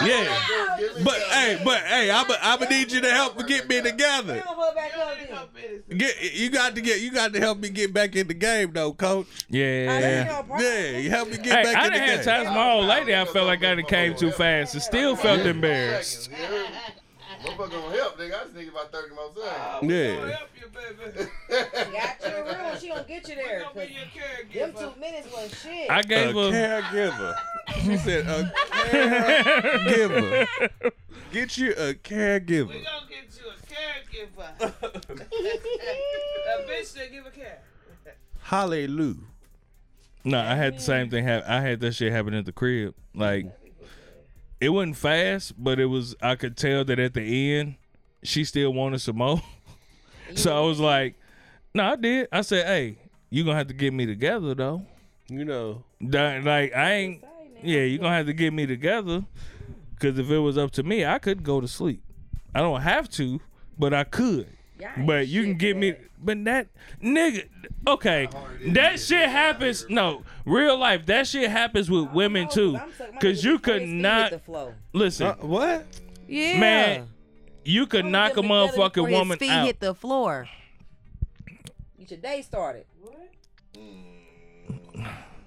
Speaker 4: yeah.
Speaker 3: minutes. Give me a
Speaker 4: But
Speaker 3: couple
Speaker 4: hey, but hey, I'ma I'ma need you to help me get me together.
Speaker 7: Don't put back up then.
Speaker 4: Get you got to get you got to help me get back in the game though, coach.
Speaker 7: Now, that ain't
Speaker 2: Yeah.
Speaker 7: no problem.
Speaker 4: Yeah, you help me get
Speaker 2: Hey,
Speaker 4: back
Speaker 2: I
Speaker 4: in the
Speaker 2: didn't have
Speaker 4: game.
Speaker 2: times my old lady. I felt like I done came too fast and still felt embarrassed.
Speaker 3: seconds, you heard me? Motherfucker gonna help, nigga. I just need about 30 more seconds.
Speaker 1: Don't
Speaker 4: Yeah.
Speaker 1: help you, baby.
Speaker 3: Ah,
Speaker 7: Got you a real one. She gonna get you there.
Speaker 1: Don't be your
Speaker 7: 'cause Them
Speaker 1: caregiver.
Speaker 7: two minutes was shit.
Speaker 2: I gave her.
Speaker 4: caregiver. She said a caregiver. Get you a caregiver.
Speaker 1: We gonna get you
Speaker 3: *laughs*
Speaker 1: a caregiver. a bitch that give a care.
Speaker 4: Hallelujah.
Speaker 2: No, I had the same thing happen. I had that shit happen at the crib. Like, it wasn't fast, but it was. I could tell that at the end, she still wanted some more. *laughs* so I was like, "No, I did." I said, "Hey, you gonna have to get me together, though.
Speaker 4: You know.
Speaker 2: That- Like, I ain't. Yeah, you gonna have to get me together. Because if it was up to me, I could go to sleep. I don't have to, but I could." But you can get me. But that nigga, okay, that shit happens. No, real life, that shit happens with women too. Cause you could not listen,
Speaker 4: Uh, what?
Speaker 7: Yeah.
Speaker 2: man. You could knock a motherfucking woman
Speaker 7: feet
Speaker 2: out.
Speaker 7: hit the floor. Your day started. *laughs*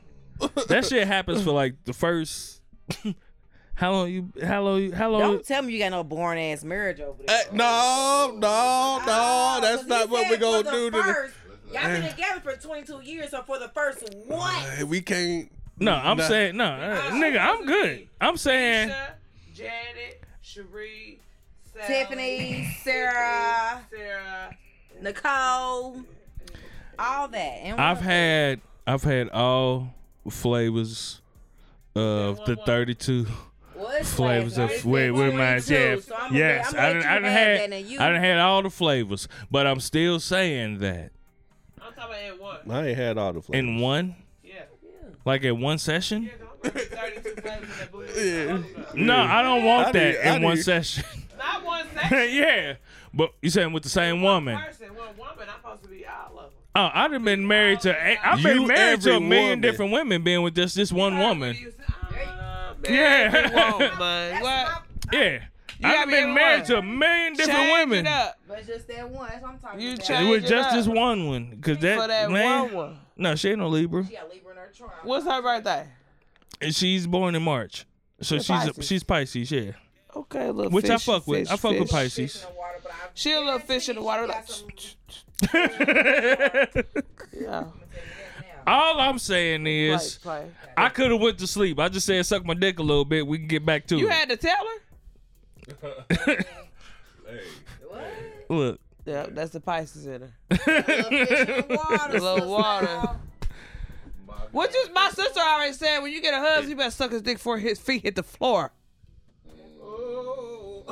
Speaker 2: That shit happens for like the first. *laughs* how long you? How long? You, how long?
Speaker 7: Don't tell me you got no born ass marriage over
Speaker 4: Uh,
Speaker 7: there.
Speaker 4: no, no,
Speaker 1: Ah,
Speaker 4: no. That's
Speaker 7: 'cause
Speaker 4: not
Speaker 7: he
Speaker 4: what
Speaker 7: said
Speaker 4: we're going
Speaker 7: for
Speaker 4: to
Speaker 7: the
Speaker 4: do to the.
Speaker 7: first. Y'all been together for 22 years, so for the first what?
Speaker 4: Hey, Uh, We can't.
Speaker 2: no, I'm
Speaker 4: Nah.
Speaker 2: saying no, uh, nigga. I'm good. I'm saying
Speaker 1: Keisha, Janet, Cherie, Sally,
Speaker 7: Tiffany, Sarah,
Speaker 1: Sarah.
Speaker 7: Nicole, all that. And
Speaker 2: I've
Speaker 7: what-
Speaker 2: had I've had all flavors of the 32.
Speaker 7: what
Speaker 2: flavors
Speaker 7: flavor?
Speaker 2: of where where my
Speaker 7: Too,
Speaker 2: yeah
Speaker 7: so I'm gonna
Speaker 2: yes
Speaker 7: let- I'm
Speaker 2: I didn't
Speaker 7: gonna
Speaker 2: I
Speaker 7: let
Speaker 2: didn't
Speaker 7: you have
Speaker 2: had
Speaker 7: that and you-
Speaker 2: I didn't had all the flavors but I'm still saying that
Speaker 1: I'm talking about at one.
Speaker 4: I ain't had all the flavors.
Speaker 2: in one
Speaker 1: Yeah.
Speaker 2: like in one session
Speaker 1: Yeah, 'cause I'm gonna be 32 flavors in that
Speaker 4: Yeah.
Speaker 1: bullshit.
Speaker 2: no I don't want
Speaker 4: I
Speaker 2: that
Speaker 4: need- I
Speaker 2: in one
Speaker 4: need-
Speaker 2: session *laughs*
Speaker 1: Not one section.
Speaker 2: yeah but you saying with the same woman
Speaker 1: Person, one woman, I'm supposed to be all of them.
Speaker 2: oh I've been married to eight- I've been
Speaker 4: You
Speaker 2: married to a
Speaker 4: every
Speaker 2: million
Speaker 4: woman.
Speaker 2: different women being with just this one woman
Speaker 1: Uh, man,
Speaker 2: Yeah. *laughs*
Speaker 1: you want, man. What?
Speaker 2: yeah
Speaker 1: gotta
Speaker 2: I've
Speaker 1: be
Speaker 2: been
Speaker 1: every
Speaker 2: married
Speaker 1: one.
Speaker 2: to a million different
Speaker 1: Change
Speaker 2: women
Speaker 1: It up.
Speaker 7: But just that one. That's what I'm talking
Speaker 1: You
Speaker 7: about.
Speaker 1: change
Speaker 2: it was
Speaker 1: it
Speaker 2: just
Speaker 1: up
Speaker 2: this one one cause that,
Speaker 1: for that
Speaker 2: man
Speaker 1: one one.
Speaker 2: no she ain't no Libra
Speaker 7: Yeah, leave her in her trunk.
Speaker 1: What's her birthday?
Speaker 2: And she's born in March. So she's
Speaker 1: Pisces.
Speaker 2: she's Pisces, yeah.
Speaker 1: Okay, a little
Speaker 2: Which I
Speaker 1: fish,
Speaker 2: fuck with.
Speaker 1: fish,
Speaker 2: I fuck with
Speaker 1: fish.
Speaker 2: Pisces.
Speaker 1: She a little fish in the water, like
Speaker 7: uh,
Speaker 1: yeah.
Speaker 2: *laughs* All I'm saying
Speaker 1: Play,
Speaker 2: is
Speaker 1: play.
Speaker 2: I could have went to sleep. I just said suck my dick a little bit. We can get back to
Speaker 1: You
Speaker 2: it.
Speaker 1: had to tell her.
Speaker 2: *laughs* Look.
Speaker 1: *laughs* Yeah, that's the Pisces in her.
Speaker 2: *laughs* Mm.
Speaker 7: Water,
Speaker 1: A little water. What you? My sister already said when you get a husband, you better suck his dick before his feet hit the floor. Oh.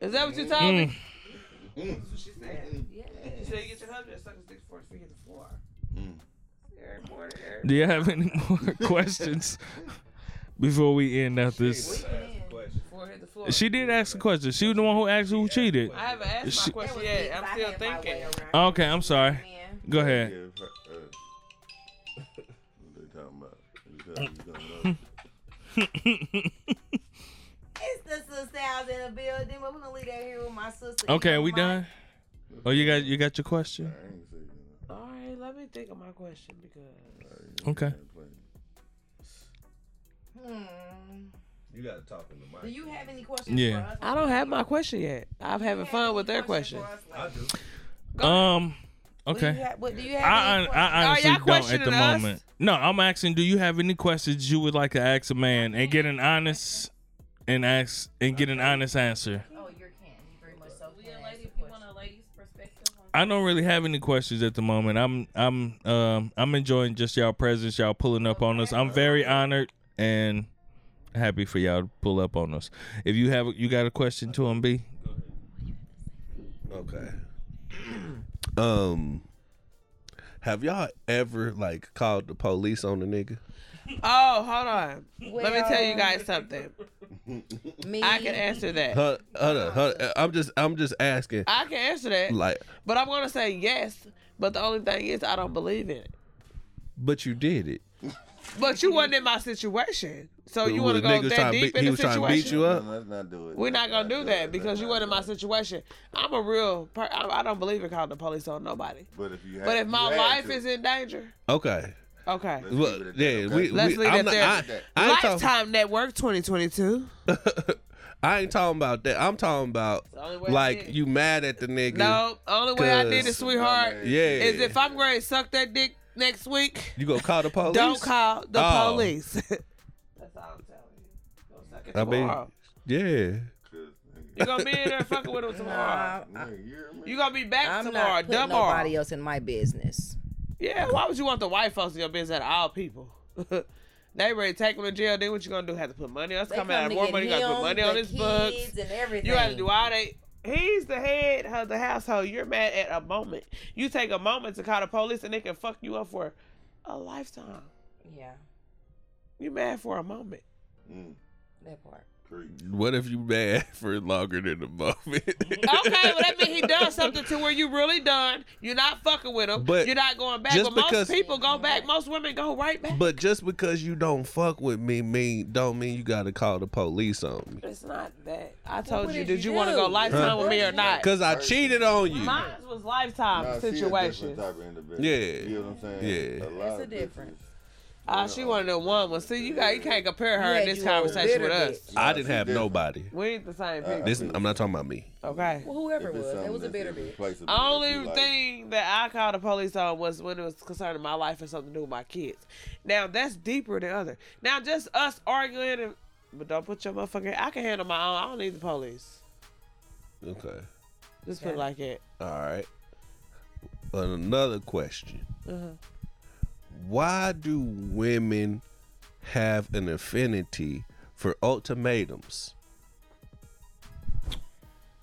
Speaker 1: Is that what you told me? That's what she said. She said you get your husband to suck his dick before his feet hit the floor. Every morning, every-
Speaker 2: Do you have any more *laughs* questions before we end out this?
Speaker 1: before it hit the floor.
Speaker 2: She did ask a question. She was the one who asked who cheated.
Speaker 1: I haven't asked my
Speaker 2: She-
Speaker 1: question yet. I'm still thinking.
Speaker 2: Okay, I'm sorry. Go ahead. *laughs*
Speaker 3: uh,
Speaker 7: It's the sister house in the building, but we're gonna leave that here with my sister.
Speaker 2: Okay,
Speaker 7: You
Speaker 2: we
Speaker 7: know, my-
Speaker 2: done. Oh, you got you got your question?
Speaker 1: All right, let me think of my question because
Speaker 2: Okay.
Speaker 7: Hmm.
Speaker 4: You got to talk in the mic.
Speaker 7: Do you have any questions
Speaker 2: Yeah.
Speaker 7: for us?
Speaker 1: I don't have my question yet. I'm having fun with their question.
Speaker 2: Um
Speaker 7: Do
Speaker 2: okay.
Speaker 7: you have, what do you have?
Speaker 2: I,
Speaker 7: any
Speaker 2: I, I
Speaker 1: Are
Speaker 2: honestly don't at
Speaker 1: y'all
Speaker 2: the
Speaker 1: questioning us?
Speaker 2: moment. No, I'm asking. Do you have any questions you would like to ask a man and get an honest and ask and get an honest answer?
Speaker 7: que- oh, you're can. You very much so.
Speaker 8: We a
Speaker 7: can ask
Speaker 8: lady,
Speaker 7: the
Speaker 8: if you want
Speaker 7: question.
Speaker 8: a lady's perspective on
Speaker 2: I don't really have any questions at the moment. I'm I'm um I'm enjoying just y'all presence, y'all pulling up on us. I'm very honored and happy for y'all to pull up on us. If you have you got a question to him, B.
Speaker 4: Okay. um, have y'all ever like called the police on a nigga?
Speaker 1: Oh, hold on. Let me
Speaker 7: Well-
Speaker 1: tell you guys something.
Speaker 7: Me,
Speaker 1: I
Speaker 7: *laughs*
Speaker 1: can answer that.
Speaker 4: Huh, hold on, hold on. I'm just, I'm just asking.
Speaker 1: I can answer that.
Speaker 4: Like,
Speaker 1: But I'm gonna say yes. But the only thing is, I don't believe in it.
Speaker 4: but you did it.
Speaker 1: But you wasn't in my situation, so Oh, you
Speaker 4: Well,
Speaker 1: want to
Speaker 4: the
Speaker 1: go
Speaker 4: nigga was
Speaker 1: that
Speaker 4: trying to
Speaker 1: deep
Speaker 4: beat-
Speaker 1: in
Speaker 4: he
Speaker 1: the
Speaker 4: was trying to beat
Speaker 1: situation.
Speaker 4: you up?
Speaker 3: Let's not do it.
Speaker 1: We're Uh, not gonna do that
Speaker 3: Let's
Speaker 1: because you
Speaker 3: not
Speaker 1: weren't in my
Speaker 3: do it.
Speaker 1: situation. I'm a real. Per- I I don't believe in calling the police on nobody.
Speaker 3: But if you had,
Speaker 1: But if
Speaker 3: you
Speaker 1: my
Speaker 3: had
Speaker 1: life
Speaker 3: to.
Speaker 1: is in danger,
Speaker 4: Okay.
Speaker 1: okay.
Speaker 3: Let's
Speaker 4: Well,
Speaker 3: leave it at
Speaker 4: yeah,
Speaker 3: that, okay?
Speaker 4: we,
Speaker 1: Let's
Speaker 4: we,
Speaker 1: leave
Speaker 4: I'm
Speaker 1: it
Speaker 4: not,
Speaker 1: there.
Speaker 4: I, I ain't talking,
Speaker 1: Lifetime Network 2022.
Speaker 4: *laughs* I ain't talking about that. I'm talking about
Speaker 1: the only way I
Speaker 4: like
Speaker 1: did.
Speaker 4: you mad at the nigga.
Speaker 1: No, only way I did it,
Speaker 4: Cause-
Speaker 1: sweetheart,
Speaker 4: Yeah.
Speaker 1: is if I'm going to suck that dick next week. *laughs*
Speaker 4: you gonna call the police? *laughs*
Speaker 1: Don't call the
Speaker 4: Oh.
Speaker 1: police.
Speaker 4: I mean,
Speaker 1: tomorrow.
Speaker 4: yeah.
Speaker 1: You gonna be in there fucking with him tomorrow.
Speaker 7: Nah, I-
Speaker 1: You gonna be back
Speaker 7: I'm
Speaker 1: tomorrow,
Speaker 7: not putting
Speaker 1: tomorrow.
Speaker 7: nobody else in my business.
Speaker 1: Yeah, why would you want the white folks in your business out of all people? *laughs* they ready to take them to jail. Then what you gonna do? Have to put money on us?
Speaker 7: They
Speaker 1: Come out
Speaker 7: to
Speaker 1: of more
Speaker 7: get
Speaker 1: money. You gotta
Speaker 7: him,
Speaker 1: put money on
Speaker 7: the
Speaker 1: his books.
Speaker 7: kids and everything.
Speaker 1: You got to do all that. He's the head of the household. You're mad at a moment. You take a moment to call the police, and they can fuck you up for a lifetime.
Speaker 7: Yeah,
Speaker 1: You mad for a moment?
Speaker 7: that part.
Speaker 4: What if you mad *laughs* for longer than a moment?
Speaker 1: Okay, well that means he done something to where you really done. You're not fucking with him.
Speaker 4: But
Speaker 1: you're not going back.
Speaker 4: just
Speaker 1: But most
Speaker 4: because-
Speaker 1: people go back. Most women go right
Speaker 4: *laughs*
Speaker 1: back.
Speaker 4: But just because you don't fuck with me, mean don't mean you gotta call the police on me.
Speaker 1: it's not that. I told
Speaker 7: what
Speaker 1: you.
Speaker 7: did
Speaker 1: Did
Speaker 7: you
Speaker 1: you want to
Speaker 7: do?
Speaker 1: go lifetime
Speaker 4: Huh?
Speaker 1: with me or not?
Speaker 4: Cause I cheated on you.
Speaker 1: Mine was lifetime
Speaker 3: Nah, she a different
Speaker 1: situation.
Speaker 3: type of individual.
Speaker 4: Yeah.
Speaker 3: You know what I'm saying?
Speaker 4: Yeah.
Speaker 3: A lot
Speaker 7: It's a
Speaker 3: of
Speaker 7: difference.
Speaker 3: bitches-
Speaker 1: Ah, she one of the one ones. See, you got you can't compare her
Speaker 7: Yeah,
Speaker 1: in this
Speaker 7: you are
Speaker 1: conversation with
Speaker 7: bitter
Speaker 1: us.
Speaker 4: I
Speaker 3: Nah,
Speaker 4: didn't
Speaker 3: she
Speaker 4: have
Speaker 3: different.
Speaker 4: nobody.
Speaker 1: We ain't the same
Speaker 3: Uh,
Speaker 1: people.
Speaker 4: This I'm not talking about me.
Speaker 1: Okay.
Speaker 7: Well, whoever
Speaker 3: If
Speaker 7: it
Speaker 3: it's
Speaker 7: was, it
Speaker 3: something
Speaker 7: was a
Speaker 3: that's
Speaker 7: bitter bitch. *laughs*
Speaker 3: irreplaceable that you
Speaker 1: Only
Speaker 3: like,
Speaker 1: thing that I called the police on was when it was concerning my life and something to do with my kids. Now that's deeper than other. Now just us arguing, and, but don't put your motherfucking. I can handle my own. I don't need the police.
Speaker 4: Okay.
Speaker 1: Just put it like that.
Speaker 4: All right. But another question.
Speaker 1: Uh-huh.
Speaker 4: Why do women have an affinity for ultimatums?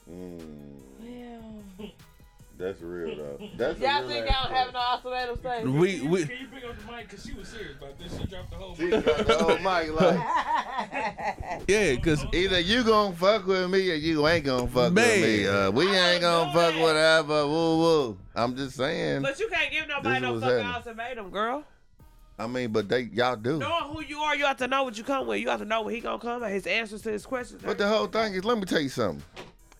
Speaker 3: Mm. That's real though. That's a
Speaker 1: Y'all
Speaker 3: real
Speaker 1: think
Speaker 3: ass
Speaker 1: y'all having an ultimatum thing?
Speaker 4: We we
Speaker 2: Can you pick up the mic? Cause she was serious about this. She dropped the whole
Speaker 3: She got the whole mic like,
Speaker 4: yeah, cause
Speaker 3: either you gonna fuck with me or you ain't gonna fuck
Speaker 4: Man.
Speaker 3: with me. Uh, we ain't gonna fuck whatever. Woo woo. I'm just saying.
Speaker 1: But you can't give nobody
Speaker 3: This
Speaker 1: no
Speaker 3: was
Speaker 1: fucking
Speaker 3: happening.
Speaker 1: ultimatum, girl.
Speaker 3: I mean, but they y'all do.
Speaker 1: Knowing who you are, you have to know what you come with. You have to know what he gonna come and his answers to his questions.
Speaker 3: But the whole thing is, let me tell you something.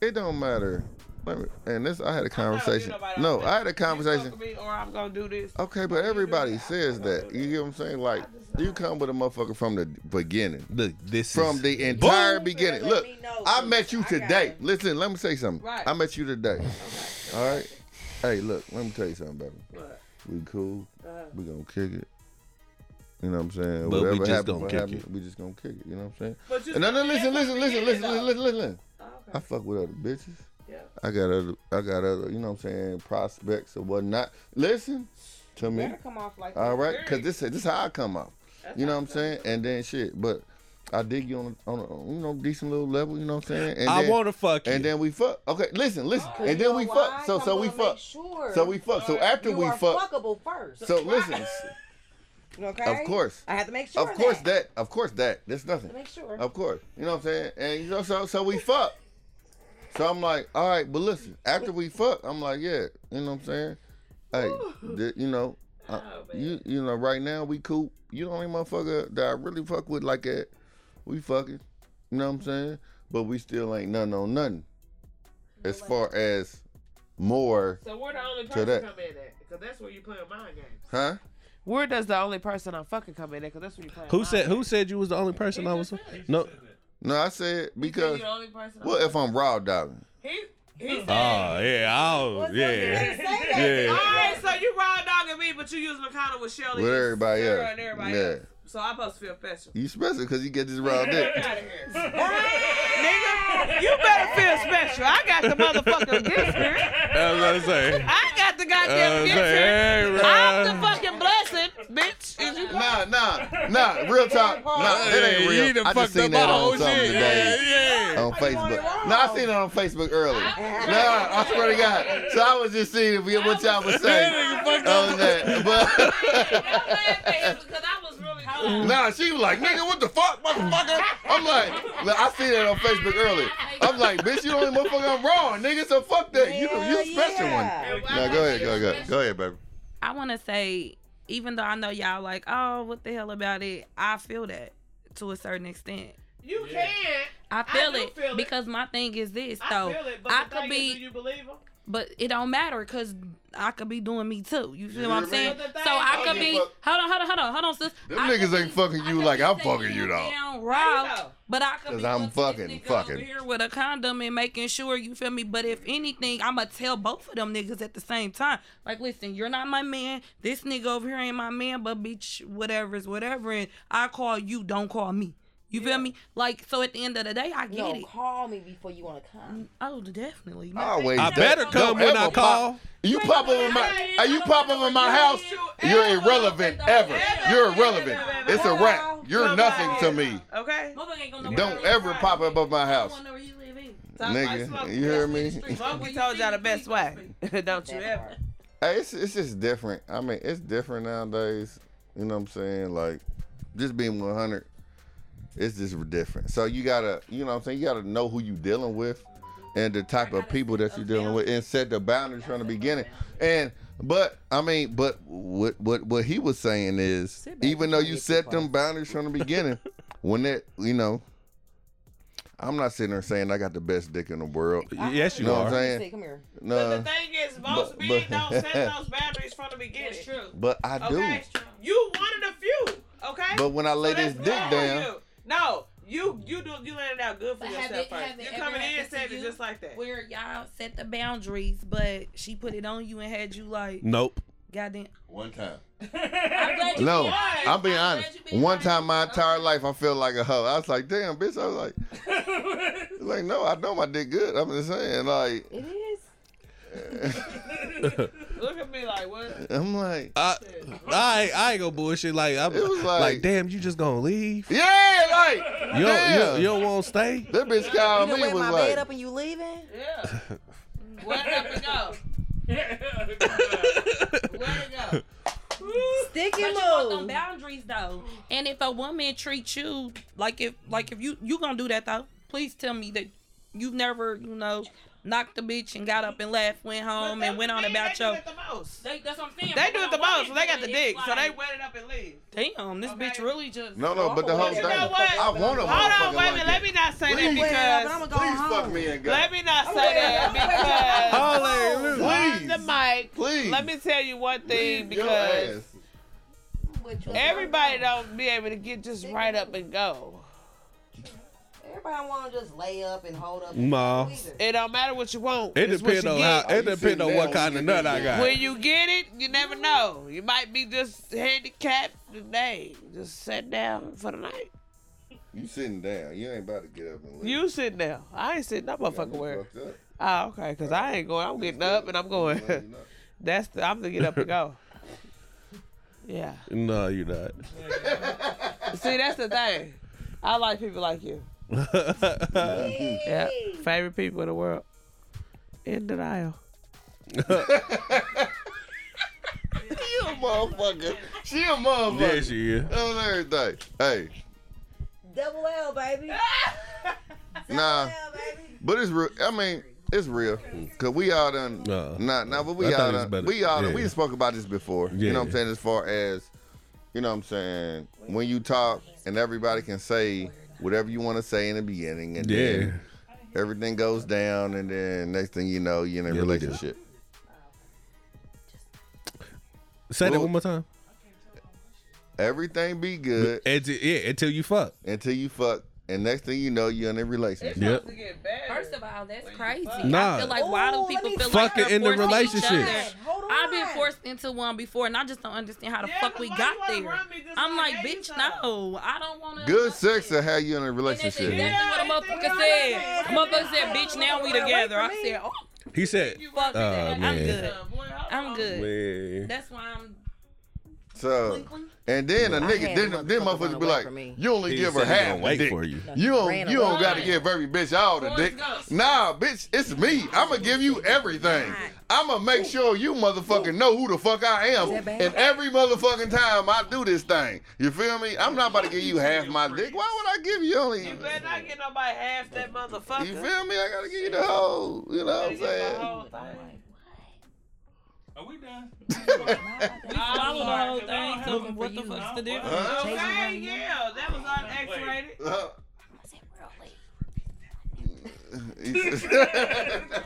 Speaker 3: It don't matter. Let me, and this, I had a conversation. No, I had a conversation. Oh,
Speaker 1: Me or I'm gonna do this.
Speaker 3: Okay, but everybody says that. You get what I'm saying? Like, you come with a motherfucker from the beginning.
Speaker 4: look, this
Speaker 3: From
Speaker 4: is
Speaker 3: the entire
Speaker 7: Boom.
Speaker 3: beginning.
Speaker 7: Let
Speaker 3: Look,
Speaker 7: me know,
Speaker 3: I
Speaker 7: bitch.
Speaker 3: met you
Speaker 7: I got
Speaker 3: today.
Speaker 7: it.
Speaker 3: Listen, let me say something.
Speaker 1: Right.
Speaker 3: I met you today. All right? Hey, look, let me tell you something, baby. We cool. We gonna kick it. You know what I'm saying?
Speaker 4: But we
Speaker 3: Whatever
Speaker 4: just
Speaker 3: happens,
Speaker 4: gonna
Speaker 3: what
Speaker 4: kick
Speaker 3: happens,
Speaker 4: it.
Speaker 3: We just gonna kick it. You know what I'm saying?
Speaker 1: But you
Speaker 3: No, no,
Speaker 1: still
Speaker 3: listen,
Speaker 1: can't
Speaker 3: listen,
Speaker 1: fucking
Speaker 3: listen,
Speaker 1: get it,
Speaker 3: listen,
Speaker 1: though.
Speaker 3: listen, listen, listen.
Speaker 1: Okay.
Speaker 3: I fuck with other bitches.
Speaker 1: Yeah.
Speaker 3: I got other, I got other, you know what I'm saying, prospects or whatnot. Listen to me.
Speaker 7: Better come off like
Speaker 3: All right, because this this is how I come off. You know what I'm saying? And then shit, but I dig you on a, on a you know decent little level. You know what I'm saying? And
Speaker 4: I
Speaker 3: then,
Speaker 4: wanna fuck you.
Speaker 3: And then we fuck. Okay, listen, listen.
Speaker 7: that.
Speaker 3: and then we fuck. So so we fuck.
Speaker 7: Sure
Speaker 3: So we fuck. So after
Speaker 7: you
Speaker 3: we
Speaker 7: are
Speaker 3: fuck.
Speaker 7: fuckable first.
Speaker 3: So
Speaker 7: *laughs*
Speaker 3: listen,
Speaker 7: okay.
Speaker 3: of course.
Speaker 7: I have to make sure.
Speaker 3: of course
Speaker 7: that.
Speaker 3: that. Of course that. That's nothing.
Speaker 7: To make sure.
Speaker 3: Of course. You know what I'm saying? And you know so so we fuck. So I'm like, all right, but listen, after we fuck, I'm like, yeah, you know what I'm saying? Hey, th- you know, I- you you know, right now we cool. You the only motherfucker that I really fuck with like that. We fucking, you know what I'm saying? But we still ain't nothing on nothing. As far as more,
Speaker 1: So we're the only
Speaker 3: person that.
Speaker 1: in at? Because that's where you playing mind games.
Speaker 3: huh?
Speaker 1: Where does the only person I'm fucking come in at? Because that's where you playing.
Speaker 4: who
Speaker 1: mind
Speaker 4: said
Speaker 1: games.
Speaker 4: who said you was the only person I was no
Speaker 3: No, I said
Speaker 1: He said you
Speaker 3: because
Speaker 1: the only person. I'm
Speaker 3: well, if Ah, I'm raw dogging,
Speaker 1: He he said.
Speaker 4: Oh yeah, oh
Speaker 7: What's up,
Speaker 4: yeah.
Speaker 7: man? Say that.
Speaker 1: All
Speaker 4: Yeah.
Speaker 1: right, so you raw dogging me, but you use McConnell with Shelly,
Speaker 3: With
Speaker 1: and
Speaker 3: everybody
Speaker 1: Sarah
Speaker 3: else.
Speaker 1: and everybody
Speaker 3: Yeah.
Speaker 1: else. So I'm supposed to feel special.
Speaker 3: you special because you get this raw
Speaker 1: *laughs*
Speaker 3: dick.
Speaker 1: Get out of
Speaker 3: *laughs*
Speaker 1: here, nigga. You better feel special. I got the motherfucking gift here.
Speaker 4: I was about to say.
Speaker 1: I got the
Speaker 4: I
Speaker 3: Uh,
Speaker 1: goddamn
Speaker 4: was
Speaker 1: gift
Speaker 4: like,
Speaker 1: here.
Speaker 4: hey, bruh.
Speaker 1: I'm the fucking blessing, bitch. Is you
Speaker 3: Nah, nah, nah. Real talk. Nah, it
Speaker 4: Hey,
Speaker 3: ain't
Speaker 4: you
Speaker 3: real.
Speaker 4: done
Speaker 3: I just
Speaker 4: fucked
Speaker 3: seen
Speaker 4: up
Speaker 3: that
Speaker 4: my
Speaker 3: on
Speaker 4: whole
Speaker 3: something
Speaker 4: shit.
Speaker 3: today
Speaker 4: Yeah,
Speaker 7: *laughs*
Speaker 4: yeah.
Speaker 3: on Facebook. No, I seen it on Facebook earlier. Nah, I swear to God. So I was just seeing if you- what y'all was saying
Speaker 4: That nigga fucked up.
Speaker 3: on that. But
Speaker 4: *laughs*
Speaker 1: because I was really good.
Speaker 3: nah, she was like, nigga, what the fuck, motherfucker? I'm like, look, I seen that on Facebook earlier. I'm like, bitch, you the only motherfucker I'm wrong, nigga. So fuck that. You you
Speaker 7: Hell
Speaker 3: a special
Speaker 7: yeah.
Speaker 3: one. Nah, go ahead, go ahead, go ahead, go ahead, baby.
Speaker 8: I want to say, even though I know y'all like, oh, what the hell about it? I feel that to a certain extent.
Speaker 1: You can.
Speaker 8: I feel
Speaker 1: do
Speaker 8: it
Speaker 1: feel it.
Speaker 8: because my thing is this
Speaker 1: I
Speaker 8: though.
Speaker 1: feel it, but
Speaker 8: I
Speaker 1: the
Speaker 8: could
Speaker 1: thing
Speaker 8: be,
Speaker 1: is, do you believe him?
Speaker 8: but it don't matter because I could be doing me too. You feel
Speaker 3: You
Speaker 8: what I'm
Speaker 3: hear me? Oh,
Speaker 8: saying?
Speaker 1: But the
Speaker 8: So
Speaker 1: thing
Speaker 8: I
Speaker 1: is-
Speaker 8: could be. Hold on, hold on, hold on, hold on, sis.
Speaker 3: Them
Speaker 8: I could
Speaker 3: niggas
Speaker 8: be-
Speaker 3: ain't fucking
Speaker 8: I
Speaker 3: you
Speaker 8: could
Speaker 3: like
Speaker 8: be
Speaker 3: I'm
Speaker 8: taking
Speaker 3: fucking you, dog.
Speaker 8: Down
Speaker 1: How you
Speaker 8: raw,
Speaker 1: know?
Speaker 8: but I could
Speaker 3: 'Cause
Speaker 8: be
Speaker 3: I'm
Speaker 8: looking at
Speaker 3: fucking-
Speaker 8: this nigga
Speaker 3: fucking.
Speaker 8: over here with a condom and making sure you feel me. But if anything, I'ma tell both of them niggas at the same time. Like, listen, you're not my man. This nigga over here ain't my man. But bitch, whatever is whatever, and I call you. Don't call me. You feel me? Like so at the end of the day, I get
Speaker 7: No,
Speaker 8: it.
Speaker 7: call me before you want to come.
Speaker 8: Oh, definitely.
Speaker 3: Always.
Speaker 4: I
Speaker 3: do-
Speaker 4: better
Speaker 3: don't
Speaker 4: come when
Speaker 3: ever
Speaker 4: I
Speaker 3: pop-
Speaker 4: call.
Speaker 3: You pop up in my, are you pop up in my house? You're irrelevant ever. You're irrelevant. It's a wrap. You're nothing to me.
Speaker 1: Okay.
Speaker 9: Motherfucker ain't gonna know
Speaker 3: Don't
Speaker 9: where I live.
Speaker 3: ever pop up in my
Speaker 9: I
Speaker 3: house,
Speaker 9: don't know where you live either.
Speaker 3: nigga. You hear me? Uh,
Speaker 1: Monkey told y'all the best way. Don't you
Speaker 7: That
Speaker 1: ever.
Speaker 7: part.
Speaker 3: Hey, it's it's just different. I mean, it's different nowadays. You know what I'm saying? Like, just being 100, it's just different. So you gotta, you know what I'm saying? You gotta know who you dealing with, and the type of people that you're dealing with, and set the boundaries from the beginning. And but I mean, but what what what he was saying is,
Speaker 7: back
Speaker 3: even though
Speaker 7: and
Speaker 3: you
Speaker 7: get
Speaker 3: set
Speaker 7: your
Speaker 3: them boundaries from the beginning, when that you know, I'm not sitting there saying I got the best dick in the world.
Speaker 4: Yes, you
Speaker 3: No, I'm
Speaker 4: are.
Speaker 3: saying-
Speaker 7: Say, Come here.
Speaker 3: No.
Speaker 1: But the thing is, most
Speaker 3: But-
Speaker 1: men
Speaker 3: but-
Speaker 1: don't
Speaker 3: *laughs*
Speaker 1: set those boundaries from the beginning.
Speaker 9: That's true.
Speaker 3: But I do.
Speaker 1: Okay, you one of the few. Okay,
Speaker 3: But when I lay
Speaker 1: So
Speaker 3: this
Speaker 1: that's
Speaker 3: dick
Speaker 1: good for
Speaker 3: down.
Speaker 1: you. No, you you do you laying it out good for
Speaker 9: But have
Speaker 1: yourself
Speaker 9: it-
Speaker 1: first.
Speaker 9: have it
Speaker 1: You're
Speaker 9: ever
Speaker 1: coming in and
Speaker 9: happened to
Speaker 1: saying it
Speaker 9: you
Speaker 1: just like that.
Speaker 8: Where y'all set the boundaries, but she put it on you and had you like,
Speaker 4: Nope.
Speaker 8: goddamn.
Speaker 3: One time.
Speaker 9: *laughs* I'm glad you
Speaker 3: No,
Speaker 9: being honest.
Speaker 3: I'm being
Speaker 9: glad
Speaker 3: honest.
Speaker 9: you being
Speaker 3: One
Speaker 9: honest.
Speaker 3: time my entire life, I felt like a hoe. I was like, damn, bitch. I was like,
Speaker 9: *laughs*
Speaker 3: like no, I know my dick good. I'm just saying, like,
Speaker 7: It is.
Speaker 1: Look at me like what?
Speaker 3: I'm like,
Speaker 4: I, I, ain't- I ain't gonna bullshit. Like I'm,
Speaker 3: It was
Speaker 4: like,
Speaker 3: like-
Speaker 4: damn, you just gonna leave?
Speaker 3: yeah,
Speaker 9: *laughs*
Speaker 3: like,
Speaker 4: You don't, you,
Speaker 3: damn.
Speaker 4: don't- you don't want to stay?
Speaker 3: that bitch
Speaker 7: You
Speaker 3: called
Speaker 7: done
Speaker 3: me
Speaker 7: wet
Speaker 3: was
Speaker 7: my
Speaker 3: like,
Speaker 7: bed up and you leaving? *laughs*
Speaker 1: Yeah. Where it go? Where it go?
Speaker 7: Stick
Speaker 8: But
Speaker 7: and
Speaker 8: you want them
Speaker 7: move.
Speaker 8: boundaries though. And if a woman treats you like if like if you you gonna do that though, please tell me that you've never you know knocked the bitch and got up and left, went home and went on
Speaker 1: They-
Speaker 8: about
Speaker 1: they
Speaker 8: your
Speaker 1: do it the most.
Speaker 9: They, that's what I'm saying.
Speaker 1: They
Speaker 9: But
Speaker 1: do
Speaker 9: when
Speaker 1: it the
Speaker 9: a woman
Speaker 1: most. So they got the
Speaker 9: do it,
Speaker 1: dick,
Speaker 9: it's
Speaker 1: so they
Speaker 9: like-
Speaker 1: wet it up and leave.
Speaker 8: damn. This
Speaker 1: Okay.
Speaker 8: bitch really just
Speaker 3: no, no, but the whole
Speaker 7: You
Speaker 3: thing.
Speaker 7: know
Speaker 1: what?
Speaker 3: I want a
Speaker 1: Hold on,
Speaker 3: motherfucker
Speaker 1: wait a
Speaker 3: like that.
Speaker 1: minute. Let me not say
Speaker 3: Please.
Speaker 7: Well, but
Speaker 1: that
Speaker 7: I'm
Speaker 1: because
Speaker 7: gonna go
Speaker 3: Please
Speaker 7: home.
Speaker 3: fuck me and go.
Speaker 1: let me not
Speaker 4: *laughs*
Speaker 1: say that because.
Speaker 4: Hallelujah.
Speaker 1: on
Speaker 3: Please.
Speaker 1: the mic.
Speaker 3: Please.
Speaker 1: Let me tell you one thing
Speaker 3: Your
Speaker 1: because
Speaker 3: ass.
Speaker 7: But you-
Speaker 1: everybody don't be able to get just right up and go.
Speaker 7: Everybody want to just lay up and hold up.
Speaker 4: No.
Speaker 1: It don't matter what you want.
Speaker 4: It
Speaker 1: it's what
Speaker 4: depends
Speaker 1: Oh, you
Speaker 4: on how.
Speaker 1: get.
Speaker 4: It depends on what kind of nut I got.
Speaker 1: When you get it, you never know. You might be just handicapped today. Just sit down for the night.
Speaker 3: You sitting down. You ain't about to get up and leave.
Speaker 1: You sitting down. I ain't sitting no motherfucking where.
Speaker 3: fucked up.
Speaker 1: Oh, okay. Cause I ain't going. I'm getting up and I'm going.
Speaker 3: Well, you know.
Speaker 1: *laughs* That's the. I'm gonna get up and go. Yeah.
Speaker 4: No, you're not.
Speaker 1: See, that's the thing. I like people like *laughs* you. Yeah. Favorite people in the world. In denial.
Speaker 3: She a motherfucker. She a motherfucker.
Speaker 4: there she is.
Speaker 3: On everything. Hey,
Speaker 7: Double L, *laughs* baby.
Speaker 3: nah. But it's real. I mean, it's real. Cause we all done.
Speaker 4: Uh,
Speaker 3: nah, nah. But we
Speaker 4: I thought
Speaker 3: all
Speaker 4: it was
Speaker 3: done.
Speaker 4: better.
Speaker 3: We all done.
Speaker 4: Yeah.
Speaker 3: We spoke about this before. You know what I'm
Speaker 4: Yeah.
Speaker 3: saying? As far as, you know what I'm saying. When you talk and everybody can say whatever you want to say in the beginning, and
Speaker 4: Yeah.
Speaker 3: then everything goes down, and then next thing you know, you're in a
Speaker 4: Yeah, we do.
Speaker 3: relationship.
Speaker 4: Say that one more time.
Speaker 3: Everything be good
Speaker 4: It's, yeah, until you fuck.
Speaker 3: until you fuck, and next thing you know, you're in a relationship.
Speaker 4: Yep.
Speaker 8: First of all, that's crazy.
Speaker 4: Nah.
Speaker 8: I feel like why
Speaker 7: Ooh,
Speaker 8: do
Speaker 7: let
Speaker 8: people
Speaker 7: me
Speaker 8: feel
Speaker 4: fuck
Speaker 8: like
Speaker 4: it
Speaker 8: they're
Speaker 4: in the
Speaker 8: forcing each
Speaker 4: relationship.
Speaker 8: other?
Speaker 7: Hold on.
Speaker 8: I've been forced into one before, and I just don't understand how the
Speaker 1: Yeah,
Speaker 8: fuck
Speaker 1: 'cause
Speaker 8: we
Speaker 1: why
Speaker 8: got
Speaker 1: you wanna
Speaker 8: there.
Speaker 1: run me just
Speaker 8: I'm
Speaker 1: like
Speaker 8: like,
Speaker 1: that
Speaker 8: bitch,
Speaker 1: yourself?
Speaker 8: no, I don't want to.
Speaker 3: Good sex to have you in a
Speaker 8: And that's
Speaker 3: relationship.
Speaker 8: exactly what a motherfucker
Speaker 1: Yeah.
Speaker 8: said. A motherfucker said, bitch, now we together. I said, oh,
Speaker 4: He said, "Oh,
Speaker 8: fuck that. I'm
Speaker 4: man.
Speaker 8: good.
Speaker 1: Oh,
Speaker 8: I'm good.
Speaker 4: man.
Speaker 8: That's why I'm.
Speaker 3: So, and then a
Speaker 7: I
Speaker 3: nigga,
Speaker 7: had
Speaker 3: then
Speaker 7: motherfucker
Speaker 3: then
Speaker 7: run
Speaker 3: motherfuckers be
Speaker 7: away
Speaker 3: like,
Speaker 7: from me.
Speaker 3: you only
Speaker 4: He
Speaker 3: give her
Speaker 4: said he
Speaker 3: half
Speaker 4: gonna
Speaker 3: the
Speaker 4: wait
Speaker 3: dick.
Speaker 4: for you.
Speaker 3: You don't
Speaker 7: Ran
Speaker 3: you don't
Speaker 7: away.
Speaker 3: gotta give every bitch all the dick. Nah, bitch, it's me. I'ma give you everything. I'ma make sure you motherfucking know who the fuck I am.
Speaker 7: Is that bad?
Speaker 3: And every motherfucking time I do this thing, you feel me? I'm not about to give you half my dick. Why would I give you only?
Speaker 1: You better not get nobody half that motherfucker.
Speaker 3: You feel me? I gotta give you the whole. You know what I'm saying?
Speaker 2: Are we done?
Speaker 3: *laughs*
Speaker 8: Follow the whole
Speaker 1: Cause I
Speaker 8: thing.
Speaker 1: don't
Speaker 8: so
Speaker 1: have it
Speaker 8: What the
Speaker 7: for you.
Speaker 8: fuck's the difference?
Speaker 3: Huh?
Speaker 1: Okay, yeah, that was on X-rated.
Speaker 3: *laughs*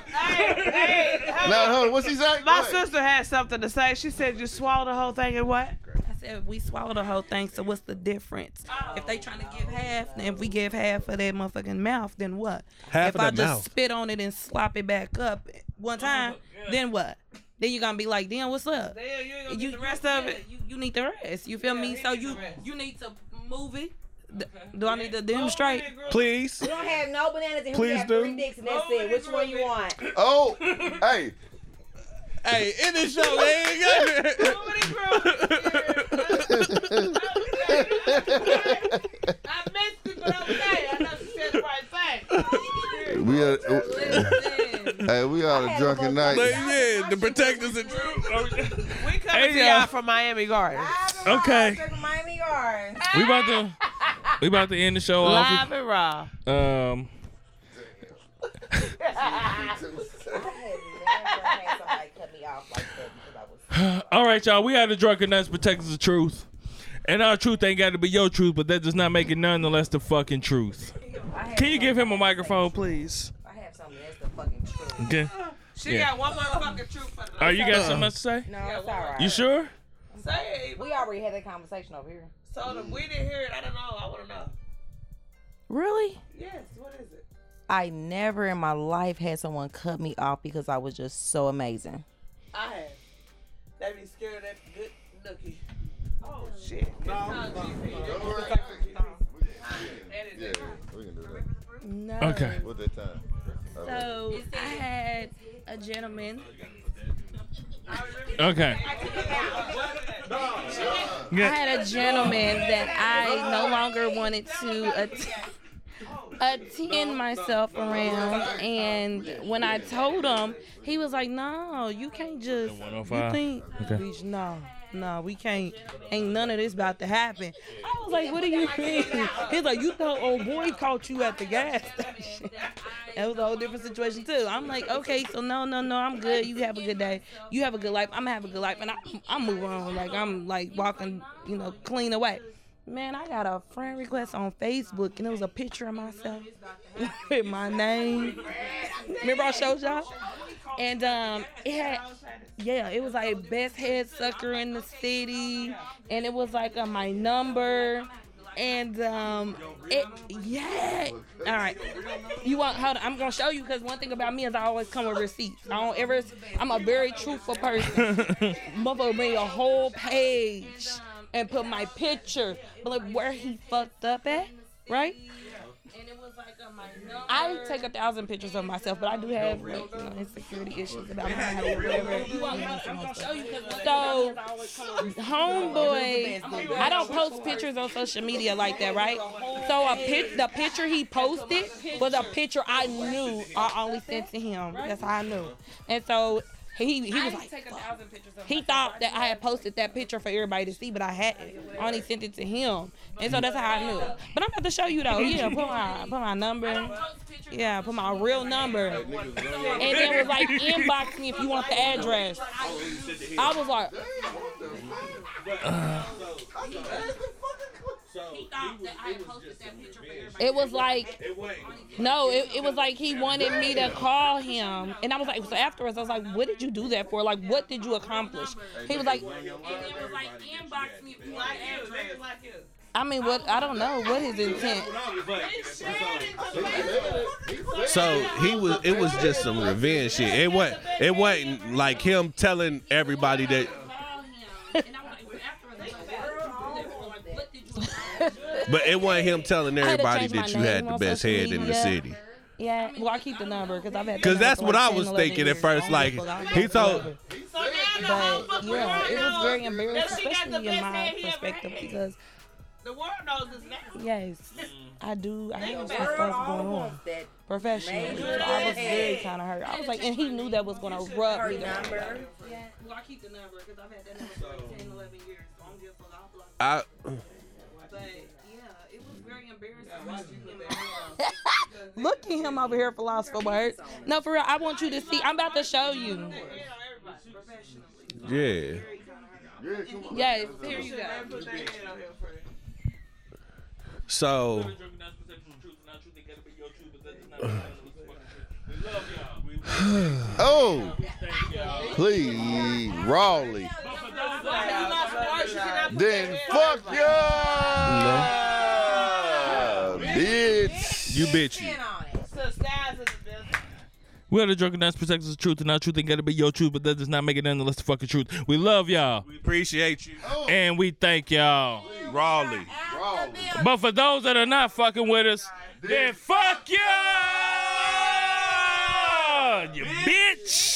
Speaker 1: Hey, hey, hey.
Speaker 3: now, hold on. What's he say?
Speaker 1: My
Speaker 3: What?
Speaker 1: sister had something to say. She said you swallow the whole thing and what?
Speaker 8: I said we swallow the whole thing, so what's the difference? if they trying to give half, then if we give half of that motherfucking mouth, then what?
Speaker 4: Half
Speaker 8: if
Speaker 4: of
Speaker 8: I
Speaker 4: that
Speaker 8: just
Speaker 4: mouth.
Speaker 8: spit on it and slop it back up one time, then what? Then you gonna be like, then what's up?
Speaker 1: Yeah, you ain't gonna
Speaker 8: You
Speaker 1: get the rest of it.
Speaker 8: You, you need the rest. You feel
Speaker 1: Yeah,
Speaker 8: me?
Speaker 1: he
Speaker 8: So
Speaker 1: need
Speaker 8: you
Speaker 1: the rest.
Speaker 8: you need to move it. D- Do I need to demonstrate?
Speaker 4: Please.
Speaker 7: We don't have no bananas and we
Speaker 4: Please
Speaker 7: have
Speaker 4: do.
Speaker 7: three dicks and that's it. Which one you want? *laughs*
Speaker 3: Oh, *laughs* hey,
Speaker 2: Hey, in the show, man.
Speaker 4: *laughs*
Speaker 1: *laughs* I missed it, but I'm saying I know she said the right thing.
Speaker 3: we had, hey, we had a drunken
Speaker 4: But
Speaker 3: night.
Speaker 4: yeah, the protectors and
Speaker 1: We coming to
Speaker 2: Hey, y'all.
Speaker 1: y'all from Miami Gardens.
Speaker 2: Okay.
Speaker 7: Circle Miami Gardens.
Speaker 2: we about to we about to end the show off.
Speaker 1: Live and raw.
Speaker 2: Um, all right, y'all. We had a drunken nuts protectors the truth, and our truth ain't got to be your truth, but that does not make it none the less the fucking truth. Can you give him a microphone, please?
Speaker 7: I have something that's the fucking truth.
Speaker 2: Okay.
Speaker 1: She
Speaker 2: Yeah.
Speaker 1: got one motherfucking truth for the
Speaker 2: Oh, you got something else to say?
Speaker 7: No, it's all right.
Speaker 2: You sure?
Speaker 1: Say it.
Speaker 7: We already had that conversation over here.
Speaker 1: So the, we didn't hear it. I don't know. I want to know.
Speaker 7: Really?
Speaker 1: Yes. What is it?
Speaker 7: I never in my life had someone cut me off because I was just so amazing.
Speaker 1: I have. They be scared of that good nookie. Oh shit. No,
Speaker 3: Don't worry. Yeah, we can do that.
Speaker 8: No.
Speaker 2: Okay.
Speaker 3: What's that time?
Speaker 8: So I had a gentleman.
Speaker 2: Okay.
Speaker 8: I had a gentleman that I no longer wanted to att- attend myself around, and when I told him, he was like, "No, you can't just. You
Speaker 2: 105.
Speaker 8: think,
Speaker 2: Okay.
Speaker 8: bitch? No, no, we can't. Ain't none of this about to happen." I was like, "What do you mean?" *laughs* He's like, "You thought old boy caught you at the gas *laughs* station." That was a whole different situation too. I'm like, okay, so no, no, no, I'm good. You have a good day. You have a good life. I'm gonna have a good life, and I, I'm moving on. Like I'm like walking, you know, clean away. Man, I got a friend request on Facebook, and it was a picture of myself *laughs* with my name. Remember I showed y'all? And um, it had, yeah, it was like best head sucker in the city, and it was like uh, my number. And um, it yeah. All right, you want? Hold on, I'm gonna show you because one thing about me is I always come with receipts. I don't ever. I'm a very truthful person. Mother made a whole page and put my picture, but like where he fucked up at, right? I take a thousand pictures of myself, but I do have like, you know, insecurity issues about my height or whatever. So, Um, homeboy, I don't post pictures on social media like that, right? So a pic, the picture he posted was a picture I knew I only sent to him. That's how I knew. And so he he was like, "Fuck." he thought that I had posted that picture for everybody to see, but I hadn't. I only sent it to him, and so that's how I knew. But I'm about to show you though. Yeah, put my put my number. Yeah, put my real number. And then was like, inbox me if you want the address. I was like, it was like no it, it was like he wanted me to call him and i was like so afterwards i was like what did you do that for like what did you accomplish he was like i mean what i don't know what his intent *laughs*
Speaker 4: So he was. It was just some revenge shit. It wasn't. It wasn't like him telling everybody that. But it wasn't him telling
Speaker 8: had to
Speaker 4: everybody
Speaker 8: change
Speaker 4: that you
Speaker 8: my
Speaker 4: had
Speaker 8: name
Speaker 4: the
Speaker 8: on
Speaker 4: best
Speaker 8: social
Speaker 4: head in the
Speaker 8: media.
Speaker 4: city.
Speaker 8: *laughs* yeah well i keep the number because i've had that
Speaker 4: Cause
Speaker 8: number
Speaker 4: that's
Speaker 8: for
Speaker 4: what I
Speaker 8: 10,
Speaker 4: was
Speaker 8: 11
Speaker 4: thinking at
Speaker 8: years.
Speaker 4: first.
Speaker 8: I
Speaker 4: Like
Speaker 8: don't give a fuck.
Speaker 4: he told,
Speaker 1: So now the whole
Speaker 8: but
Speaker 1: fucking
Speaker 8: yeah, it
Speaker 1: world
Speaker 8: was very
Speaker 1: knows. that
Speaker 8: embarrassing,
Speaker 1: she got
Speaker 8: especially
Speaker 1: the
Speaker 8: in
Speaker 1: best
Speaker 8: my
Speaker 1: head he ever
Speaker 8: perspective,
Speaker 1: had.
Speaker 8: because
Speaker 1: The world knows this now.
Speaker 8: yes, I do. I know some
Speaker 7: Girl,
Speaker 8: stuff
Speaker 7: all
Speaker 8: going on
Speaker 7: wants that
Speaker 8: professionally. So I was very kind of hurt. I was like, and he knew that was gonna rub
Speaker 7: her
Speaker 8: me. the wrong way.
Speaker 7: number.
Speaker 8: Well, I keep the number because I've had that number for like 10, 11 years. So I'm just like, I'll block.
Speaker 4: I,
Speaker 8: But yeah, it was very embarrassing. Look at him over here, philosopher word. No, for real, I want you to see. I'm about to show you.
Speaker 4: yeah.
Speaker 8: Yes, here you go.
Speaker 4: So
Speaker 3: Oh, please, Raleigh. Then fuck ya, bitch.
Speaker 4: you bitchy.
Speaker 1: So Styles is the best.
Speaker 2: We are the drunken nuts protectors of truth, and our truth ain't gotta be your truth, but that does not make it none the less the fucking truth. We love y'all,
Speaker 10: We appreciate you.
Speaker 2: and we thank y'all.
Speaker 10: Raleigh.
Speaker 2: But for those that are not fucking with us, then fuck you, you bitch.